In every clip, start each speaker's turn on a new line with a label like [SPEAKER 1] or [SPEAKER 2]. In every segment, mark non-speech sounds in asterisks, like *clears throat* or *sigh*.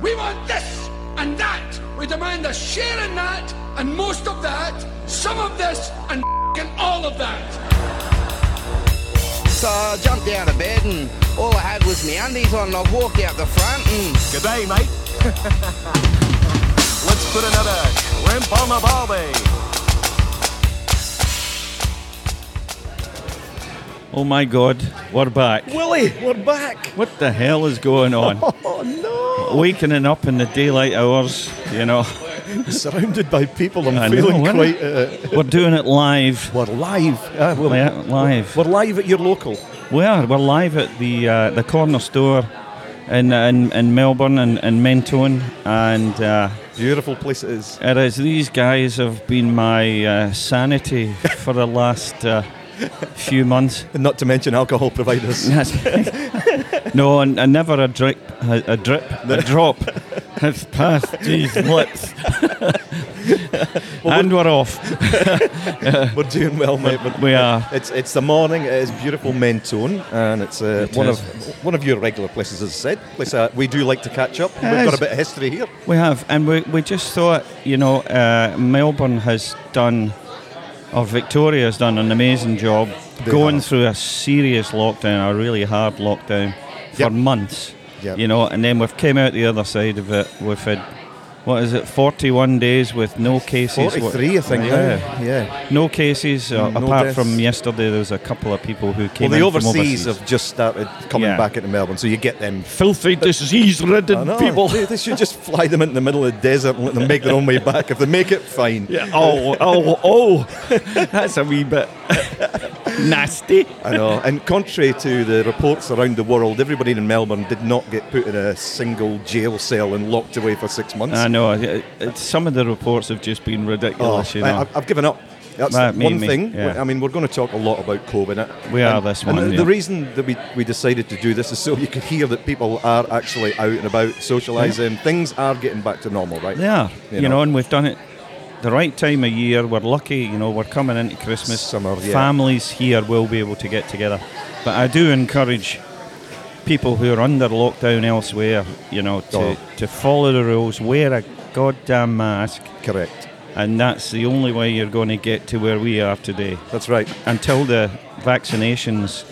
[SPEAKER 1] We want this and that. We demand a share in that and most of that, some of this and f***ing all of that.
[SPEAKER 2] So I jumped out of bed and all I had was my undies on and I walked out the front and
[SPEAKER 3] G'day, mate. *laughs* Let's put another shrimp on the barbie.
[SPEAKER 4] Oh my God, we're back.
[SPEAKER 5] Willie, we're back.
[SPEAKER 4] What the hell is going on?
[SPEAKER 5] Oh no!
[SPEAKER 4] Wakening up in the daylight hours, you know.
[SPEAKER 5] Surrounded by people, I'm
[SPEAKER 4] I know,
[SPEAKER 5] feeling
[SPEAKER 4] isn't
[SPEAKER 5] quite. uh,
[SPEAKER 4] it? We're doing it live.
[SPEAKER 5] We're live. Ah, we're,
[SPEAKER 4] Yeah, live.
[SPEAKER 5] We're live at your local.
[SPEAKER 4] We are. We're live at the uh, the corner store in uh, in, in Melbourne and in Mentone, and uh,
[SPEAKER 5] Beautiful place it is.
[SPEAKER 4] it is these guys have been my uh, sanity for the last uh, few months.
[SPEAKER 5] And not to mention alcohol
[SPEAKER 4] *laughs*
[SPEAKER 5] providers.
[SPEAKER 4] That's- *laughs* no, and, and never a drip, a, a drip, a drop has
[SPEAKER 5] *laughs*
[SPEAKER 4] passed these lips. and we're off.
[SPEAKER 5] we're doing well, mate. But
[SPEAKER 4] We are.
[SPEAKER 5] It's it's the morning. It is beautiful Mentone, and it's uh,
[SPEAKER 4] It
[SPEAKER 5] one
[SPEAKER 4] is.
[SPEAKER 5] of one of your regular places, as I said. Place uh, we do like to catch up.
[SPEAKER 4] Yes.
[SPEAKER 5] We've got a bit of history here.
[SPEAKER 4] We have, and we, we just thought, you know, uh, Melbourne has done, or Victoria has done an amazing job
[SPEAKER 5] They
[SPEAKER 4] going
[SPEAKER 5] have.
[SPEAKER 4] through a serious lockdown, a really hard lockdown for
[SPEAKER 5] Yep.
[SPEAKER 4] months,
[SPEAKER 5] Yep.
[SPEAKER 4] you know, and then we've came out the other side of it. We've had, what is it, 41 days with no cases. What-
[SPEAKER 5] Forty-three, I think.
[SPEAKER 4] Yeah.
[SPEAKER 5] Yeah, yeah.
[SPEAKER 4] No cases, uh,
[SPEAKER 5] No
[SPEAKER 4] apart
[SPEAKER 5] deaths.
[SPEAKER 4] from yesterday, there was a couple of people who
[SPEAKER 5] Well,
[SPEAKER 4] came
[SPEAKER 5] the
[SPEAKER 4] in
[SPEAKER 5] overseas,
[SPEAKER 4] from overseas.
[SPEAKER 5] have just started coming
[SPEAKER 4] Yeah.
[SPEAKER 5] back into Melbourne, so you get them.
[SPEAKER 4] filthy,
[SPEAKER 5] I
[SPEAKER 4] disease-ridden
[SPEAKER 5] know. *laughs* They, they should just fly them into the middle of the desert and let them make their own way back. If they make it, fine.
[SPEAKER 4] Yeah. Oh, oh, oh. That's a wee bit nasty.
[SPEAKER 5] I know. And contrary to the reports around the world, everybody in Melbourne did not get put in a single jail cell and locked away for six months.
[SPEAKER 4] I know. it- it- some of the reports have just been ridiculous, you
[SPEAKER 5] Oh, I-
[SPEAKER 4] know.
[SPEAKER 5] I've, I've given up. That's
[SPEAKER 4] Right,
[SPEAKER 5] the
[SPEAKER 4] me-
[SPEAKER 5] one
[SPEAKER 4] me,
[SPEAKER 5] thing.
[SPEAKER 4] yeah.
[SPEAKER 5] I mean, we're going to talk a lot about COVID.
[SPEAKER 4] We
[SPEAKER 5] And-
[SPEAKER 4] are this
[SPEAKER 5] And
[SPEAKER 4] one,
[SPEAKER 5] the,
[SPEAKER 4] yeah.
[SPEAKER 5] the reason that we, we decided to do this is so you could hear that people are actually out and about socialising. Things are getting back to normal, right?
[SPEAKER 4] yeah.
[SPEAKER 5] you
[SPEAKER 4] You, know.
[SPEAKER 5] know.
[SPEAKER 4] and we've done it the right time of year. We're lucky, you know, we're coming into Christmas.
[SPEAKER 5] Summer, yeah.
[SPEAKER 4] Families here will be able to get together. But I do encourage people who are under lockdown elsewhere, you know, to,
[SPEAKER 5] Oh.
[SPEAKER 4] to follow the rules, wear a goddamn mask.
[SPEAKER 5] Correct.
[SPEAKER 4] And that's the only way you're going to get to where we are today.
[SPEAKER 5] That's right.
[SPEAKER 4] until the vaccinations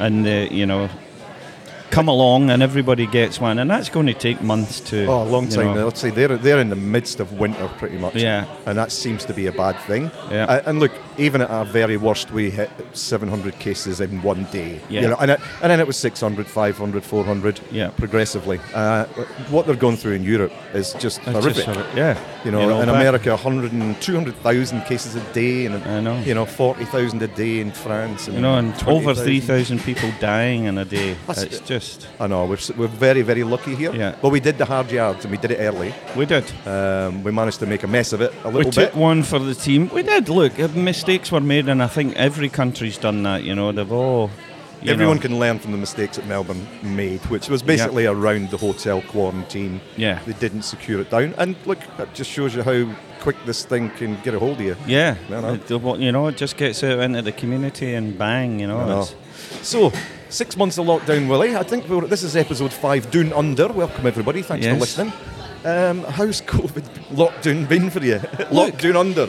[SPEAKER 4] and the you know come along and everybody gets one, and that's going to take months to.
[SPEAKER 5] Oh, a long
[SPEAKER 4] you
[SPEAKER 5] time.
[SPEAKER 4] know.
[SPEAKER 5] now. Let's say they're they're in the midst of winter, pretty much.
[SPEAKER 4] Yeah.
[SPEAKER 5] And that seems to be a bad thing.
[SPEAKER 4] Yeah.
[SPEAKER 5] Uh, and look, even at our very worst, we hit 700 cases in one day.
[SPEAKER 4] Yeah.
[SPEAKER 5] You know, and it, and then it was 600, 500, 400.
[SPEAKER 4] Yeah.
[SPEAKER 5] Progressively. Uh, what they're going through in Europe is just
[SPEAKER 4] That's
[SPEAKER 5] horrific.
[SPEAKER 4] just horri- yeah.
[SPEAKER 5] You know, in
[SPEAKER 4] back-
[SPEAKER 5] America, 100 and 200,000 cases a day, and
[SPEAKER 4] I know.
[SPEAKER 5] you know, 40,000 a day in France, and
[SPEAKER 4] You know, and over
[SPEAKER 5] 20,000.
[SPEAKER 4] three thousand people dying in a day.
[SPEAKER 5] That's-
[SPEAKER 4] it's just
[SPEAKER 5] I know we're, s- we're very, very lucky here.
[SPEAKER 4] Yeah.
[SPEAKER 5] But we did the hard yards, and we did it early.
[SPEAKER 4] we did.
[SPEAKER 5] Um, we managed to make a mess of it a
[SPEAKER 4] We
[SPEAKER 5] little
[SPEAKER 4] took
[SPEAKER 5] bit.
[SPEAKER 4] one for the team. We did. Look, uh, mistakes were made, and I think every country's done that. You know, they've all. you
[SPEAKER 5] Everyone
[SPEAKER 4] know.
[SPEAKER 5] can learn from the mistakes that Melbourne made, which was basically around the hotel quarantine.
[SPEAKER 4] Yeah.
[SPEAKER 5] They didn't secure it down. And look, that just shows you how quick this thing can get a hold of you.
[SPEAKER 4] Yeah,
[SPEAKER 5] No, no.
[SPEAKER 4] It- well, you know, it just gets out into the community and bang, you know.
[SPEAKER 5] I know.
[SPEAKER 4] it's-
[SPEAKER 5] So, six months of lockdown, Willie. I think we're, this is episode five, Doon Under. Welcome, everybody. Thanks
[SPEAKER 4] Yes.
[SPEAKER 5] for listening. Um, how's COVID *laughs* lockdown been for you? lockdown
[SPEAKER 4] uh,
[SPEAKER 5] Under.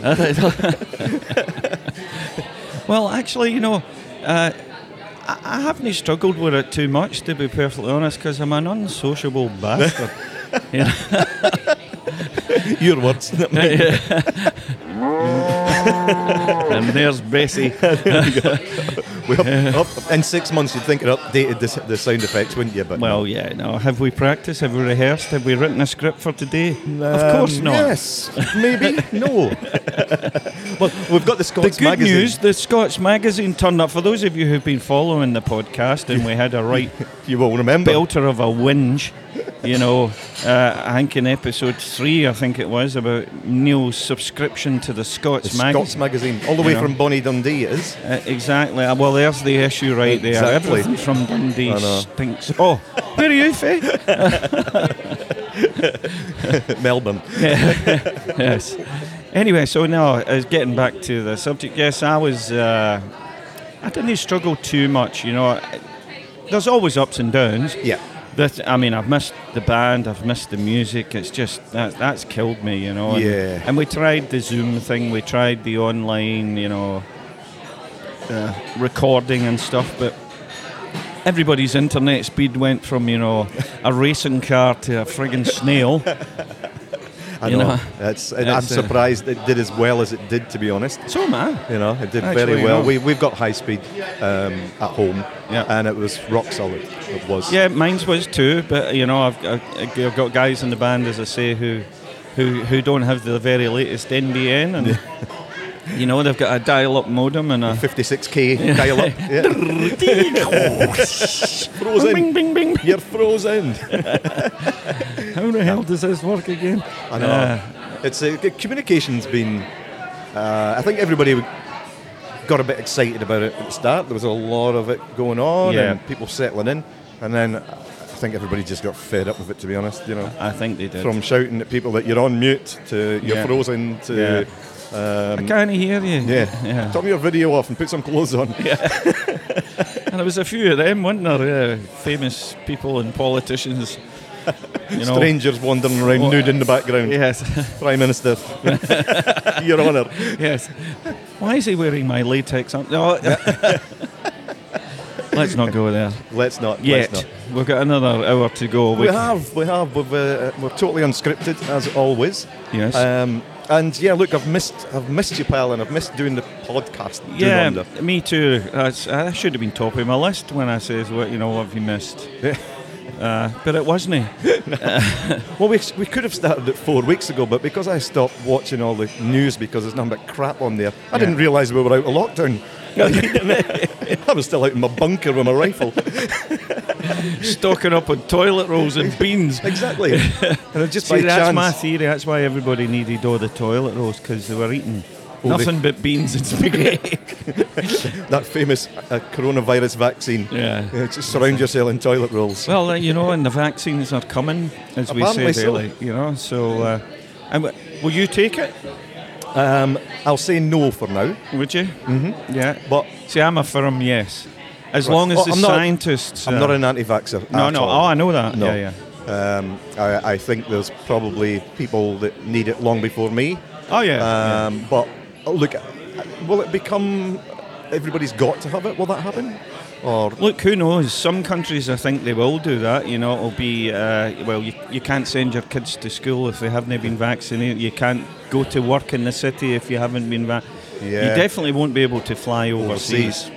[SPEAKER 4] *laughs* Well, actually, you know, uh, I, I haven't struggled with it too much, to be perfectly honest, because I'm an unsociable
[SPEAKER 5] *laughs*
[SPEAKER 4] bastard. You know?
[SPEAKER 5] *laughs* Your words.
[SPEAKER 4] *laughs* and there's Bessie.
[SPEAKER 5] We up, up. In six months, you'd think it updated the, s- the sound effects, wouldn't you? But
[SPEAKER 4] Well, yeah, no. Have we practiced? Have we rehearsed? Have we written a script for today? of course
[SPEAKER 5] Um,
[SPEAKER 4] not.
[SPEAKER 5] Yes, maybe no. well, we've got the
[SPEAKER 4] The
[SPEAKER 5] Scots
[SPEAKER 4] good
[SPEAKER 5] magazine.
[SPEAKER 4] news, the Scots magazine turned up. For those of you who've been following the podcast, and we had a right
[SPEAKER 5] *laughs* You will remember.
[SPEAKER 4] belter of a whinge, you know, uh, I think in episode three, I think it was, about Neil's subscription to the
[SPEAKER 5] the
[SPEAKER 4] Scots magazine.
[SPEAKER 5] Scots magazine, all the way
[SPEAKER 4] You know.
[SPEAKER 5] from Bonnie Dundee. It is.
[SPEAKER 4] Uh, exactly. Uh, Well, there's the issue right there.
[SPEAKER 5] Exactly.
[SPEAKER 4] Everything from Dundee
[SPEAKER 5] I know.
[SPEAKER 4] stinks. Oh, where are
[SPEAKER 5] *laughs*
[SPEAKER 4] you, Faye?
[SPEAKER 5] Melbourne.
[SPEAKER 4] yes. Anyway, so now uh, getting back to the subject. Yes, I was. Uh, I didn't struggle too much. You know, there's always ups and downs.
[SPEAKER 5] Yeah.
[SPEAKER 4] This, I mean, I've missed the band, I've missed the music. It's just that that's killed me, you know. And,
[SPEAKER 5] Yeah.
[SPEAKER 4] And we tried the Zoom thing, we tried the online, you know, uh, recording and stuff, but everybody's internet speed went from you know a racing car to a friggin' snail.
[SPEAKER 5] I
[SPEAKER 4] You
[SPEAKER 5] know.
[SPEAKER 4] know,
[SPEAKER 5] it's, and
[SPEAKER 4] it's, uh,
[SPEAKER 5] I'm surprised it did as well as it did, to be honest.
[SPEAKER 4] So man,
[SPEAKER 5] You know, it did
[SPEAKER 4] Actually,
[SPEAKER 5] very well.
[SPEAKER 4] no.
[SPEAKER 5] We, we've got high speed um, at home,
[SPEAKER 4] Yeah.
[SPEAKER 5] and it was rock solid. It was.
[SPEAKER 4] yeah, mine's was too, but you know, I've, I've I've got guys in the band, as I say, who who who don't have the very latest NBN, and you know, they've got a dial-up modem and a
[SPEAKER 5] 56k dial up. Yeah.
[SPEAKER 4] Bing,
[SPEAKER 5] frozen.
[SPEAKER 4] bing, bing.
[SPEAKER 5] You're frozen.
[SPEAKER 4] How the hell does this work again?
[SPEAKER 5] I know.
[SPEAKER 4] Uh,
[SPEAKER 5] it's uh, c- communication's been. Uh, I think everybody got a bit excited about it at the start. There was a lot of it going on,
[SPEAKER 4] Yeah.
[SPEAKER 5] and people settling in, and then I think everybody just got fed up with it. To be honest, you know,
[SPEAKER 4] I think they did.
[SPEAKER 5] from shouting at people that you're on mute to you're
[SPEAKER 4] Yeah.
[SPEAKER 5] frozen to. Um,
[SPEAKER 4] Can't hear you.
[SPEAKER 5] yeah.
[SPEAKER 4] yeah.
[SPEAKER 5] turn your video off and put some clothes on.
[SPEAKER 4] And there was a few of them, weren't there? Uh, famous people and *laughs* politicians. You know.
[SPEAKER 5] Strangers wandering around
[SPEAKER 4] Well,
[SPEAKER 5] nude in the background.
[SPEAKER 4] Yes, *laughs*
[SPEAKER 5] Prime Minister, Your Honour.
[SPEAKER 4] yes. Why is he wearing my latex? Um, no. *laughs* Let's not go there
[SPEAKER 5] Let's not.
[SPEAKER 4] yet.
[SPEAKER 5] Let's not.
[SPEAKER 4] We've got another hour to go.
[SPEAKER 5] We have, we have. We've, uh, we're totally unscripted as always.
[SPEAKER 4] Yes.
[SPEAKER 5] Um, and yeah, look, I've missed, I've missed you, pal, and I've missed doing the podcast. Doon
[SPEAKER 4] yeah,
[SPEAKER 5] Under.
[SPEAKER 4] me too. That's, I should have been top of my list when I says, "What you know, what have you missed?"
[SPEAKER 5] Yeah.
[SPEAKER 4] Uh, but it wasn't. *laughs*
[SPEAKER 5] Well, we, we could have started it four weeks ago, but because I stopped watching all the news because there's nothing but crap on there, I didn't realise we were out of lockdown. *laughs* I was still out in my bunker with my
[SPEAKER 4] *laughs*
[SPEAKER 5] rifle.
[SPEAKER 4] Stocking up on toilet rolls and beans.
[SPEAKER 5] exactly. And I just
[SPEAKER 4] See,
[SPEAKER 5] by
[SPEAKER 4] that's
[SPEAKER 5] chance.
[SPEAKER 4] my theory. That's why everybody needed all the toilet rolls because they were eating
[SPEAKER 5] Oh, they-
[SPEAKER 4] nothing but beans and spaghetti.
[SPEAKER 5] that famous uh, coronavirus vaccine. uh,
[SPEAKER 4] Yeah.
[SPEAKER 5] just surround yourself in toilet rolls.
[SPEAKER 4] *laughs* well, uh, you know, and the vaccines are coming, as we
[SPEAKER 5] Apparently
[SPEAKER 4] said
[SPEAKER 5] so.
[SPEAKER 4] earlier. You know, so uh, and w- will you take it?
[SPEAKER 5] Um, I'll say no for now,
[SPEAKER 4] Would you? Mm-hmm. Yeah.
[SPEAKER 5] but
[SPEAKER 4] See, I'm a firm yes, as long as
[SPEAKER 5] Oh,
[SPEAKER 4] the
[SPEAKER 5] I'm not-
[SPEAKER 4] scientists.
[SPEAKER 5] I'm
[SPEAKER 4] uh,
[SPEAKER 5] not an anti-vaxxer.
[SPEAKER 4] No,
[SPEAKER 5] at
[SPEAKER 4] no.
[SPEAKER 5] all.
[SPEAKER 4] Oh, I know that.
[SPEAKER 5] No.
[SPEAKER 4] Yeah,
[SPEAKER 5] Um, I, I think there's probably people that need it long before me.
[SPEAKER 4] Oh, yeah. yeah.
[SPEAKER 5] Um, But oh, look, will it become everybody's got to have it? Will that happen? Or
[SPEAKER 4] Look, who knows? Some countries, I think, they will do that. You know, it'll be uh, well. You, you can't send your kids to school if they haven't been vaccinated. You can't go to work in the city if you haven't been vaccinated. You
[SPEAKER 5] Yeah.
[SPEAKER 4] definitely won't be able to fly overseas.
[SPEAKER 5] Overseas.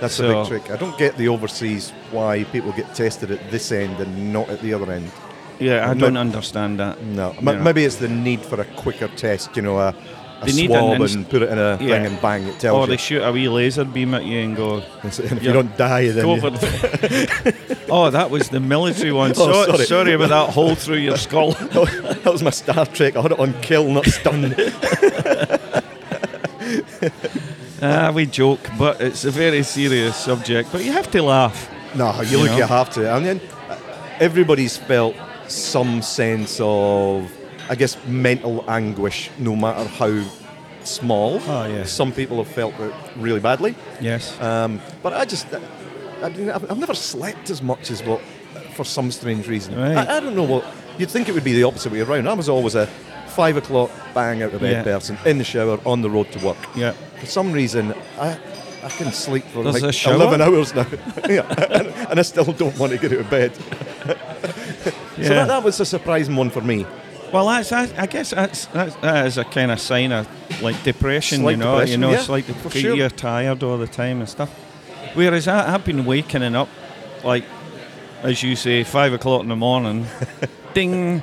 [SPEAKER 5] that's a
[SPEAKER 4] So-
[SPEAKER 5] big trick. I don't get the overseas why people get tested at this end and not at the other end.
[SPEAKER 4] Yeah, I
[SPEAKER 5] Ma-
[SPEAKER 4] don't understand that.
[SPEAKER 5] No,
[SPEAKER 4] You
[SPEAKER 5] M-
[SPEAKER 4] know.
[SPEAKER 5] maybe it's the need for a quicker test. You know, a, a
[SPEAKER 4] They need
[SPEAKER 5] swab
[SPEAKER 4] an inst-
[SPEAKER 5] and put it in a
[SPEAKER 4] Yeah.
[SPEAKER 5] thing and bang, it tells
[SPEAKER 4] Or
[SPEAKER 5] you.
[SPEAKER 4] they shoot a wee laser beam at you and go.
[SPEAKER 5] and so- and if
[SPEAKER 4] Yeah.
[SPEAKER 5] you don't die, then you-
[SPEAKER 4] COVID.
[SPEAKER 5] *laughs*
[SPEAKER 4] oh, that was the military one.
[SPEAKER 5] Oh,
[SPEAKER 4] So- sorry.
[SPEAKER 5] sorry.
[SPEAKER 4] about that hole through your
[SPEAKER 5] *laughs*
[SPEAKER 4] skull. *laughs*
[SPEAKER 5] that was my Star Trek. I had it on kill, not stun.
[SPEAKER 4] Ah, we joke, but it's a very serious subject. But you have to laugh.
[SPEAKER 5] No, you,
[SPEAKER 4] You
[SPEAKER 5] look,
[SPEAKER 4] know?
[SPEAKER 5] you have to. And then uh, everybody's felt some sense of, I guess, mental anguish, no matter how small.
[SPEAKER 4] Oh, yeah.
[SPEAKER 5] Some people have felt it really badly.
[SPEAKER 4] Yes.
[SPEAKER 5] Um, but I just, I, I mean, I've I've never slept as much as what, for some strange reason.
[SPEAKER 4] Right.
[SPEAKER 5] I, I don't know what, you'd think it would be the opposite way around. I was always a five o'clock bang out of bed
[SPEAKER 4] Yeah.
[SPEAKER 5] person, in the shower, on the road to work.
[SPEAKER 4] yeah.
[SPEAKER 5] For some reason, I, I can sleep for
[SPEAKER 4] There's a
[SPEAKER 5] like
[SPEAKER 4] shower?
[SPEAKER 5] 11 hours now. *laughs* yeah, and, and I still don't want to get out of bed.
[SPEAKER 4] Yeah.
[SPEAKER 5] So that, that was a surprising one for me.
[SPEAKER 4] Well, that's, I, I guess that's, that's that is a kind of sign of like depression,
[SPEAKER 5] Slight
[SPEAKER 4] you know. you
[SPEAKER 5] depression,
[SPEAKER 4] know,
[SPEAKER 5] yeah,
[SPEAKER 4] it's like
[SPEAKER 5] for
[SPEAKER 4] the-
[SPEAKER 5] sure.
[SPEAKER 4] you're tired all the time and stuff. Whereas I, I've been waking up, like as you say, five o'clock in
[SPEAKER 5] *laughs*
[SPEAKER 4] the morning, ding,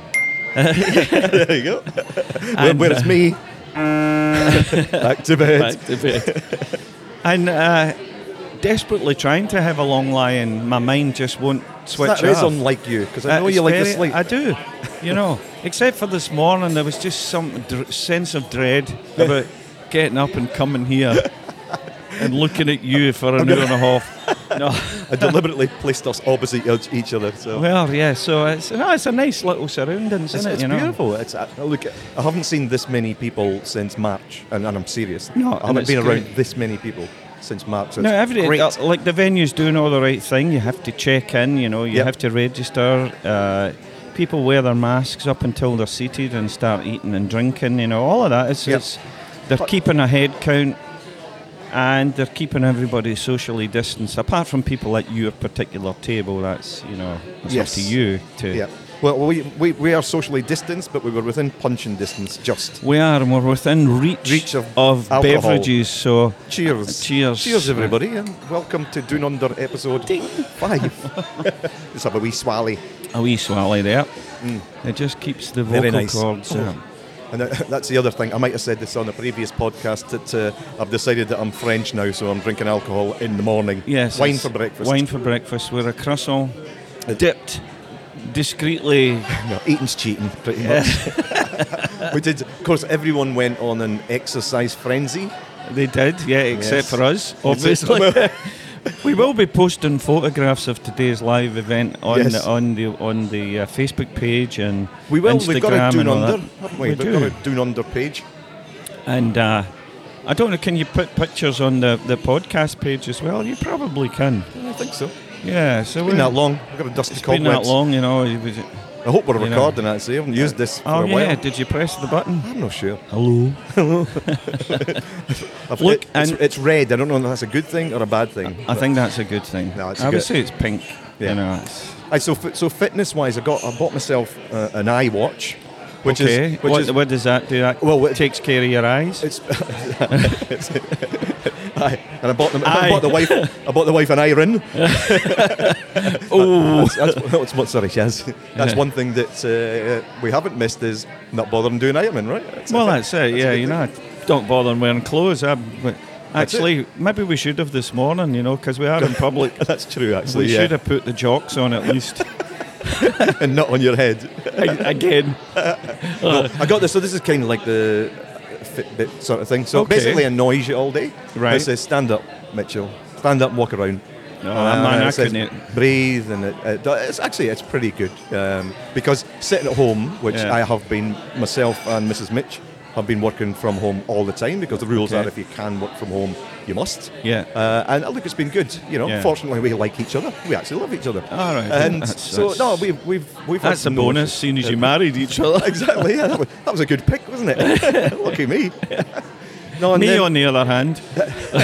[SPEAKER 5] there you go. where,
[SPEAKER 4] And,
[SPEAKER 5] where it's
[SPEAKER 4] uh, *laughs*
[SPEAKER 5] me. Back to bed.
[SPEAKER 4] back to bed,
[SPEAKER 5] *laughs*
[SPEAKER 4] and uh, desperately trying to have a long lie, and my mind just won't switch
[SPEAKER 5] That
[SPEAKER 4] off.
[SPEAKER 5] is unlike you, because I know
[SPEAKER 4] It's
[SPEAKER 5] you like
[SPEAKER 4] very-
[SPEAKER 5] to sleep.
[SPEAKER 4] Uh, I do, you know. Except for this morning, there was just some dr- sense of dread about getting up and coming here
[SPEAKER 5] *laughs*
[SPEAKER 4] and looking at you for an hour and a half.
[SPEAKER 5] *laughs*
[SPEAKER 4] No,
[SPEAKER 5] I deliberately placed us opposite each- each other. So
[SPEAKER 4] well, yeah. So it's no, it's a nice little
[SPEAKER 5] it's,
[SPEAKER 4] surroundings, isn't
[SPEAKER 5] it's
[SPEAKER 4] it? You know.
[SPEAKER 5] beautiful. It's, uh, look, I haven't seen this many people since March, and, and I'm serious.
[SPEAKER 4] No, and
[SPEAKER 5] I haven't
[SPEAKER 4] it's
[SPEAKER 5] been around
[SPEAKER 4] great.
[SPEAKER 5] this many people. since March. So
[SPEAKER 4] No,
[SPEAKER 5] it's
[SPEAKER 4] every
[SPEAKER 5] great.
[SPEAKER 4] uh, like the venue's doing all the right thing. You have to check in. You know, you
[SPEAKER 5] Yep.
[SPEAKER 4] have to register. Uh, people wear their masks up until they're seated and start eating and drinking. You know, all of that. It's,
[SPEAKER 5] Yep.
[SPEAKER 4] it's they're keeping a head count. And they're keeping everybody socially distanced, apart from people at your particular table. That's you know, it's
[SPEAKER 5] Yes.
[SPEAKER 4] up to you to.
[SPEAKER 5] yeah. Well, we, we, we are socially distanced, but we were within punching distance just.
[SPEAKER 4] We are, and we're within reach,
[SPEAKER 5] Reach of alcohol.
[SPEAKER 4] beverages. So
[SPEAKER 5] Cheers.
[SPEAKER 4] Cheers.
[SPEAKER 5] Cheers, everybody, and welcome to Dune Under episode five. *laughs* Let's have a wee swally.
[SPEAKER 4] a wee swally there. It just keeps the
[SPEAKER 5] Mm. Very
[SPEAKER 4] vocal
[SPEAKER 5] nice.
[SPEAKER 4] cords. uh,
[SPEAKER 5] And that- that's the other thing. I might have said this on a previous podcast that uh, I've decided that I'm French now, so I'm drinking alcohol in the morning.
[SPEAKER 4] Yes.
[SPEAKER 5] Wine
[SPEAKER 4] it's
[SPEAKER 5] for breakfast.
[SPEAKER 4] Wine for breakfast with a croissant
[SPEAKER 5] Uh,
[SPEAKER 4] dipped discreetly.
[SPEAKER 5] No, eating's cheating, pretty much. *laughs* we did, of course, everyone went on an exercise frenzy.
[SPEAKER 4] They did, yeah, except
[SPEAKER 5] Yes.
[SPEAKER 4] for us, obviously. *laughs* we will be posting photographs of today's live event on
[SPEAKER 5] Yes.
[SPEAKER 4] the, on the on the uh, Facebook page and
[SPEAKER 5] We will.
[SPEAKER 4] Instagram
[SPEAKER 5] we've got a Dune
[SPEAKER 4] and all
[SPEAKER 5] Under.
[SPEAKER 4] that.
[SPEAKER 5] haven't
[SPEAKER 4] We
[SPEAKER 5] we?
[SPEAKER 4] do.
[SPEAKER 5] have got a Dune Under page.
[SPEAKER 4] And uh, I don't know. Can you put pictures on the, the podcast page as well? You probably can.
[SPEAKER 5] I think so.
[SPEAKER 4] Yeah. So
[SPEAKER 5] Been
[SPEAKER 4] we-
[SPEAKER 5] that long. We've got a dusty
[SPEAKER 4] It's been that
[SPEAKER 5] cobwebs.
[SPEAKER 4] long, you know. it was-
[SPEAKER 5] I hope we're
[SPEAKER 4] You know.
[SPEAKER 5] recording that. So you haven't used this for
[SPEAKER 4] Oh
[SPEAKER 5] a
[SPEAKER 4] yeah.
[SPEAKER 5] while.
[SPEAKER 4] Did you press the button?
[SPEAKER 5] I'm not sure.
[SPEAKER 4] Hello.
[SPEAKER 5] I've-
[SPEAKER 4] Look,
[SPEAKER 5] it- it's,
[SPEAKER 4] and-
[SPEAKER 5] it's red. I don't know if that's a good thing or a bad thing.
[SPEAKER 4] I think that's a good thing.
[SPEAKER 5] No, it's
[SPEAKER 4] I would
[SPEAKER 5] good.
[SPEAKER 4] say it's pink.
[SPEAKER 5] Yeah.
[SPEAKER 4] You know, it's,
[SPEAKER 5] Aye, so fi- so fitness wise, I got I bought myself uh, an eye watch, which
[SPEAKER 4] okay.
[SPEAKER 5] is which
[SPEAKER 4] what,
[SPEAKER 5] is
[SPEAKER 4] what does that do? That
[SPEAKER 5] Well, it-
[SPEAKER 4] takes care of your eyes.
[SPEAKER 5] it's. *laughs* it's- aye, and I bought them. I
[SPEAKER 4] Aye.
[SPEAKER 5] bought the wife. I bought the wife an iron.
[SPEAKER 4] Oh,
[SPEAKER 5] That's, that's,
[SPEAKER 4] *laughs*
[SPEAKER 5] that's what sorry, Shaz. That's one thing that uh, we haven't missed is not bothering doing Ironman, right? That's
[SPEAKER 4] well,
[SPEAKER 5] it.
[SPEAKER 4] that's it. Yeah,
[SPEAKER 5] good
[SPEAKER 4] you
[SPEAKER 5] thing.
[SPEAKER 4] know, don't bother wearing clothes. I, but
[SPEAKER 5] That's it.
[SPEAKER 4] actually, maybe we should have this morning. You know, because we are in public.
[SPEAKER 5] *laughs* *laughs* That's true, actually.
[SPEAKER 4] we
[SPEAKER 5] yeah.
[SPEAKER 4] should have put the jocks on at least
[SPEAKER 5] *laughs* and not on your head.
[SPEAKER 4] again.
[SPEAKER 5] I got this. So this is kind of like the Fitbit sort of thing. So it
[SPEAKER 4] Okay.
[SPEAKER 5] basically annoys you all day.
[SPEAKER 4] Right.
[SPEAKER 5] It says stand up, Mitchell. Stand up and walk around.
[SPEAKER 4] No,
[SPEAKER 5] And
[SPEAKER 4] man,
[SPEAKER 5] Ah, it
[SPEAKER 4] I
[SPEAKER 5] says
[SPEAKER 4] couldn't.
[SPEAKER 5] Breathe and it, it, do- it's actually it's pretty good um, because sitting at home, which
[SPEAKER 4] Yeah.
[SPEAKER 5] I have been myself and Mrs. Mitch have been working from home all the time because the rules
[SPEAKER 4] Okay.
[SPEAKER 5] are if you can work from home, you must.
[SPEAKER 4] Yeah.
[SPEAKER 5] Uh, and uh, look, it's been good. You know,
[SPEAKER 4] Yeah.
[SPEAKER 5] fortunately we like each other. We actually love each other.
[SPEAKER 4] All right.
[SPEAKER 5] And
[SPEAKER 4] That's-
[SPEAKER 5] so
[SPEAKER 4] that's-
[SPEAKER 5] no, we've we've we've
[SPEAKER 4] That's a
[SPEAKER 5] had uh, no-
[SPEAKER 4] bonus, seeing as you married each other.
[SPEAKER 5] exactly. Yeah, that was, that was a good pick, wasn't it? *laughs* Lucky me. No, *laughs* and
[SPEAKER 4] Me,
[SPEAKER 5] then-
[SPEAKER 4] on the other hand,
[SPEAKER 5] *laughs*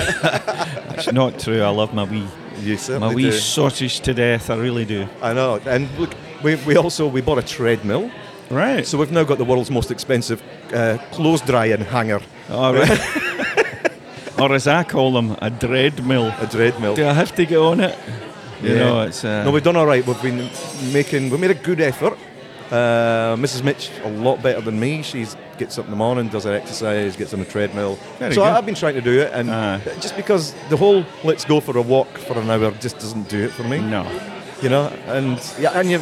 [SPEAKER 4] that's not true. I love my wee,
[SPEAKER 5] You
[SPEAKER 4] my
[SPEAKER 5] certainly
[SPEAKER 4] wee
[SPEAKER 5] do.
[SPEAKER 4] sausage to death. I really do.
[SPEAKER 5] I know. And look, we, we also we bought a treadmill,
[SPEAKER 4] Right.
[SPEAKER 5] so we've now got the world's most expensive uh, clothes drying hanger,
[SPEAKER 4] All right. *laughs* or as I call them, a dread mill.
[SPEAKER 5] a treadmill.
[SPEAKER 4] Do I have to get on it? You
[SPEAKER 5] Yeah.
[SPEAKER 4] know, it's uh,
[SPEAKER 5] no, we've done all right. We've been making. We made a good effort. Uh, Mrs. Mitch, a lot better than me. She gets up in the morning, does her exercise, gets on the treadmill.
[SPEAKER 4] Very
[SPEAKER 5] so
[SPEAKER 4] good.
[SPEAKER 5] I've been trying to do it, and
[SPEAKER 4] Ah.
[SPEAKER 5] just because the whole "let's go for a walk for an hour" just doesn't do it for me.
[SPEAKER 4] no.
[SPEAKER 5] you know and yeah and you're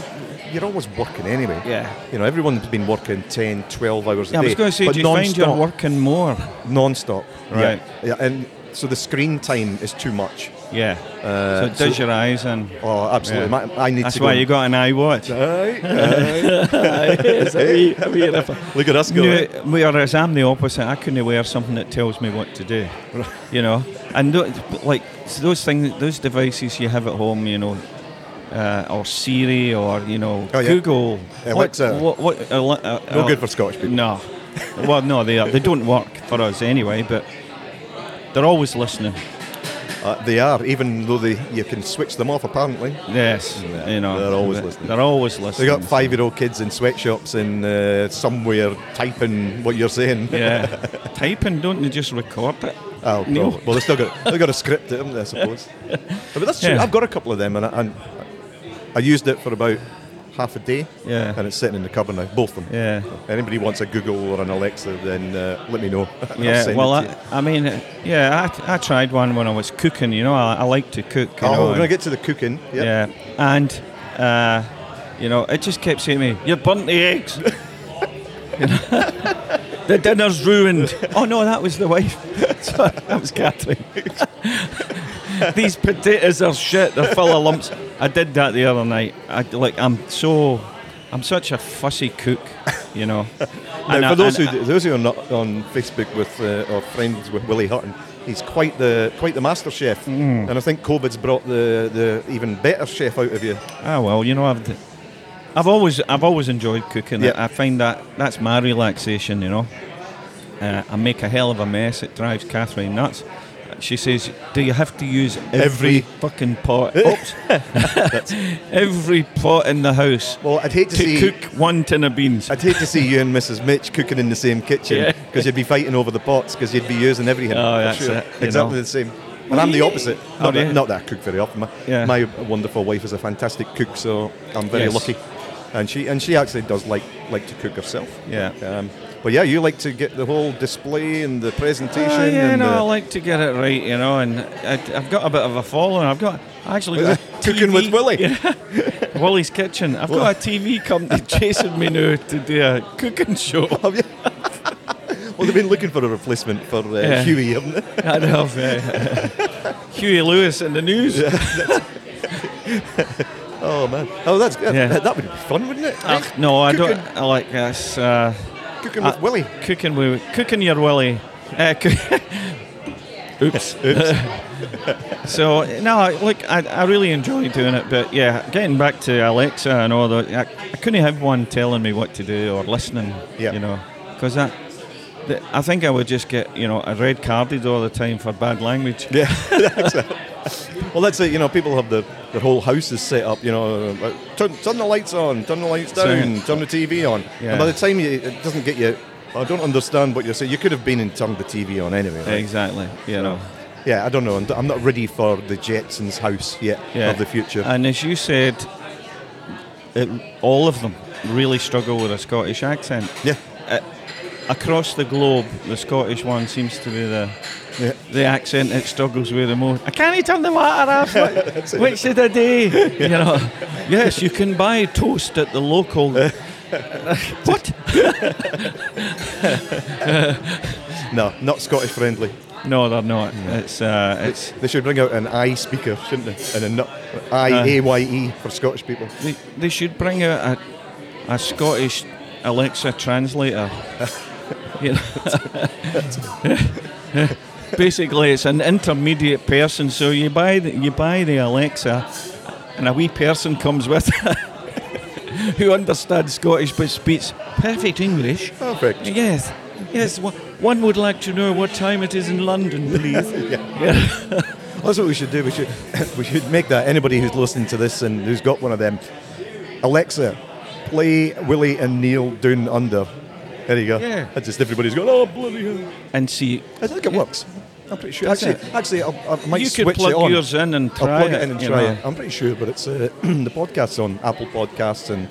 [SPEAKER 5] you're always working anyway
[SPEAKER 4] Yeah.
[SPEAKER 5] you know everyone's been working 10 12 hours a
[SPEAKER 4] Yeah, I
[SPEAKER 5] day
[SPEAKER 4] was going to say,
[SPEAKER 5] but
[SPEAKER 4] do you
[SPEAKER 5] non-stop,
[SPEAKER 4] find you're working more?
[SPEAKER 5] non-stop
[SPEAKER 4] Right.
[SPEAKER 5] yeah. yeah and so the screen time is too much
[SPEAKER 4] Yeah.
[SPEAKER 5] Uh,
[SPEAKER 4] so it does
[SPEAKER 5] so-
[SPEAKER 4] your eyes and.
[SPEAKER 5] oh absolutely
[SPEAKER 4] Yeah.
[SPEAKER 5] My- I need
[SPEAKER 4] That's
[SPEAKER 5] to
[SPEAKER 4] why
[SPEAKER 5] go
[SPEAKER 4] you got an eye
[SPEAKER 5] *laughs*
[SPEAKER 4] watch.
[SPEAKER 5] Aye, aye. look at us
[SPEAKER 4] No,
[SPEAKER 5] going
[SPEAKER 4] whereas I'm the opposite. I couldn't wear something that tells me what to
[SPEAKER 5] *laughs*
[SPEAKER 4] do. You know, and tho- like so those things, those devices you have at home, you know, uh, or Siri or you know
[SPEAKER 5] Oh, yeah.
[SPEAKER 4] Google.
[SPEAKER 5] Alexa.
[SPEAKER 4] What? what, what Ale- uh,
[SPEAKER 5] no
[SPEAKER 4] uh,
[SPEAKER 5] good for Scottish people
[SPEAKER 4] No. well, no, they are. They don't work for us anyway, but they're always listening.
[SPEAKER 5] Uh, they are even though they you can switch them off apparently
[SPEAKER 4] Yes,
[SPEAKER 5] Yeah,
[SPEAKER 4] you know,
[SPEAKER 5] they're always
[SPEAKER 4] they-
[SPEAKER 5] listening.
[SPEAKER 4] They're always
[SPEAKER 5] they
[SPEAKER 4] listening.
[SPEAKER 5] got five-year-old kids in sweatshops in uh, somewhere typing what you're saying
[SPEAKER 4] Yeah, typing. Don't they just record it?
[SPEAKER 5] Oh,
[SPEAKER 4] Neil?
[SPEAKER 5] probably. well, they've still got they've got a script, haven't they? I suppose. but that's true.
[SPEAKER 4] Yeah.
[SPEAKER 5] I've got a couple of them, and I, and I used it for about half a day.
[SPEAKER 4] Yeah.
[SPEAKER 5] And it's sitting in the cupboard now, both of them.
[SPEAKER 4] Yeah.
[SPEAKER 5] Anybody wants a Google or an Alexa, then uh, let me know. *laughs* I'll
[SPEAKER 4] Yeah,
[SPEAKER 5] send
[SPEAKER 4] well,
[SPEAKER 5] it
[SPEAKER 4] I,
[SPEAKER 5] to you. Oh,
[SPEAKER 4] I mean, uh, yeah, I, I tried one when I was cooking. You know, I, I like to cook. You
[SPEAKER 5] oh,
[SPEAKER 4] know,
[SPEAKER 5] we're
[SPEAKER 4] and-
[SPEAKER 5] gonna get to the cooking. Yep.
[SPEAKER 4] yeah, and uh, you know, it just kept saying to me, "You burnt the eggs." *laughs* You know? *laughs* the dinner's ruined. oh no, that was the wife. *laughs* Sorry, that was Catherine. *laughs* These potatoes are shit. They're full of lumps. I did that the other night. I like. I'm so. I'm such a fussy cook. You know.
[SPEAKER 5] Now,
[SPEAKER 4] And I-
[SPEAKER 5] for those
[SPEAKER 4] and
[SPEAKER 5] who those who are not on Facebook with uh, or friends with Willie Hutton, he's quite the quite the master chef,
[SPEAKER 4] Mm.
[SPEAKER 5] and I think COVID's brought the, the even better chef out of you.
[SPEAKER 4] Ah well, you know I've d- I've always I've always enjoyed cooking.
[SPEAKER 5] Yeah.
[SPEAKER 4] I, I find that that's my relaxation. You know, uh, I make a hell of a mess. It drives Catherine nuts. She says, "Do you have to use every,
[SPEAKER 5] Every- *laughs*
[SPEAKER 4] fucking pot? Oops. *laughs* every pot in the house
[SPEAKER 5] Well, I'd hate to,
[SPEAKER 4] to
[SPEAKER 5] see
[SPEAKER 4] cook one tin of beans."
[SPEAKER 5] I'd hate to see you and Mrs. Mitch cooking in the same kitchen
[SPEAKER 4] Yeah.
[SPEAKER 5] because you'd be fighting over the pots because you'd be using everything.
[SPEAKER 4] Oh,
[SPEAKER 5] for
[SPEAKER 4] that's it, you
[SPEAKER 5] Exactly
[SPEAKER 4] know.
[SPEAKER 5] the same. And I'm the opposite. Not,
[SPEAKER 4] yeah.
[SPEAKER 5] that, not that I cook very often. My,
[SPEAKER 4] Yeah.
[SPEAKER 5] my wonderful wife is a fantastic cook, so I'm very
[SPEAKER 4] Yes.
[SPEAKER 5] lucky. And she and she actually does like like to cook herself.
[SPEAKER 4] Yeah.
[SPEAKER 5] Um, but yeah, you like to get the whole display and the presentation.
[SPEAKER 4] Ah, yeah,
[SPEAKER 5] and uh,
[SPEAKER 4] no,
[SPEAKER 5] the-
[SPEAKER 4] I like to get it right, you know, and I, I've got a bit of a following. I've got I actually got a
[SPEAKER 5] *laughs* Cooking with
[SPEAKER 4] TV *laughs*
[SPEAKER 5] Willie.
[SPEAKER 4] Willie's Kitchen. I've got a TV company *laughs* chasing me now to do a cooking show.
[SPEAKER 5] Have you? well, they've been looking for a replacement for uh,
[SPEAKER 4] Yeah.
[SPEAKER 5] Huey, haven't they?
[SPEAKER 4] *laughs* I know. *laughs* Huey Lewis in the news.
[SPEAKER 5] Oh man. Oh, that's good.
[SPEAKER 4] Yeah.
[SPEAKER 5] That would be fun, wouldn't it?
[SPEAKER 4] Ah, no, I don't.
[SPEAKER 5] Cooking-
[SPEAKER 4] I like this. Uh,
[SPEAKER 5] Cooking
[SPEAKER 4] uh,
[SPEAKER 5] with Willie.
[SPEAKER 4] Cooking with cooking your Willie. Uh, *laughs* coo- Oops. so no, look, I, I really enjoy doing it, but yeah, getting back to Alexa and all that, I, I couldn't have one telling me what to do or listening,
[SPEAKER 5] Yeah.
[SPEAKER 4] you know, because that, that- I think I would just get you know a red carded all the time for bad language.
[SPEAKER 5] Yeah, that's it. *laughs* Well, that's it. You know, people have the their whole house is set up. You know, like, turn, turn the lights on, turn the lights
[SPEAKER 4] So-
[SPEAKER 5] down, turn the TV on.
[SPEAKER 4] Yeah.
[SPEAKER 5] And by the time you, it doesn't get you, I don't understand what you're saying. You could have been and turned the TV on anyway. right?
[SPEAKER 4] Exactly, you know.
[SPEAKER 5] Yeah, I don't know. I'm, I'm not ready for the Jetsons house yet of the future.
[SPEAKER 4] And as you said, it, all of them really struggle with a Scottish accent.
[SPEAKER 5] yeah,
[SPEAKER 4] Across the globe, the Scottish one seems to be the
[SPEAKER 5] Yeah.
[SPEAKER 4] the accent it struggles with the most. I can't turn the water
[SPEAKER 5] *laughs*
[SPEAKER 4] off. Which did I do? You know, yes, you can buy toast at the
[SPEAKER 5] *laughs*
[SPEAKER 4] local. what?
[SPEAKER 5] no, not Scottish friendly.
[SPEAKER 4] No, they're not. It's uh, it's
[SPEAKER 5] They should bring out an I speaker, shouldn't they? And a nut, I A Y E for Scottish people.
[SPEAKER 4] They, they should bring out a, a Scottish Alexa translator. *laughs* You know? *laughs* Basically, it's an intermediate person. So you buy the, you buy the Alexa, and a wee person comes with *laughs* who understands Scottish but speaks perfect English.
[SPEAKER 5] Perfect.
[SPEAKER 4] Yes, yes. One, one would like to know what time it is in London, *laughs* please.
[SPEAKER 5] That's what we should do. We should *laughs* we should make that anybody who's listening to this and who's got one of them, Alexa, play Willie and Neil Down Under. There you go.
[SPEAKER 4] Yeah.
[SPEAKER 5] That's just everybody's going. Oh bloody hell!
[SPEAKER 4] and see,
[SPEAKER 5] I think it works. I'm pretty sure.
[SPEAKER 4] Does
[SPEAKER 5] Actually,
[SPEAKER 4] it?
[SPEAKER 5] actually, I'll, I might
[SPEAKER 4] you
[SPEAKER 5] switch
[SPEAKER 4] could plug
[SPEAKER 5] it on.
[SPEAKER 4] yours in and
[SPEAKER 5] I'll
[SPEAKER 4] try
[SPEAKER 5] plug it in and
[SPEAKER 4] you
[SPEAKER 5] try
[SPEAKER 4] know.
[SPEAKER 5] it. I'm pretty sure, but it's uh, *clears throat* the podcast's on Apple Podcasts and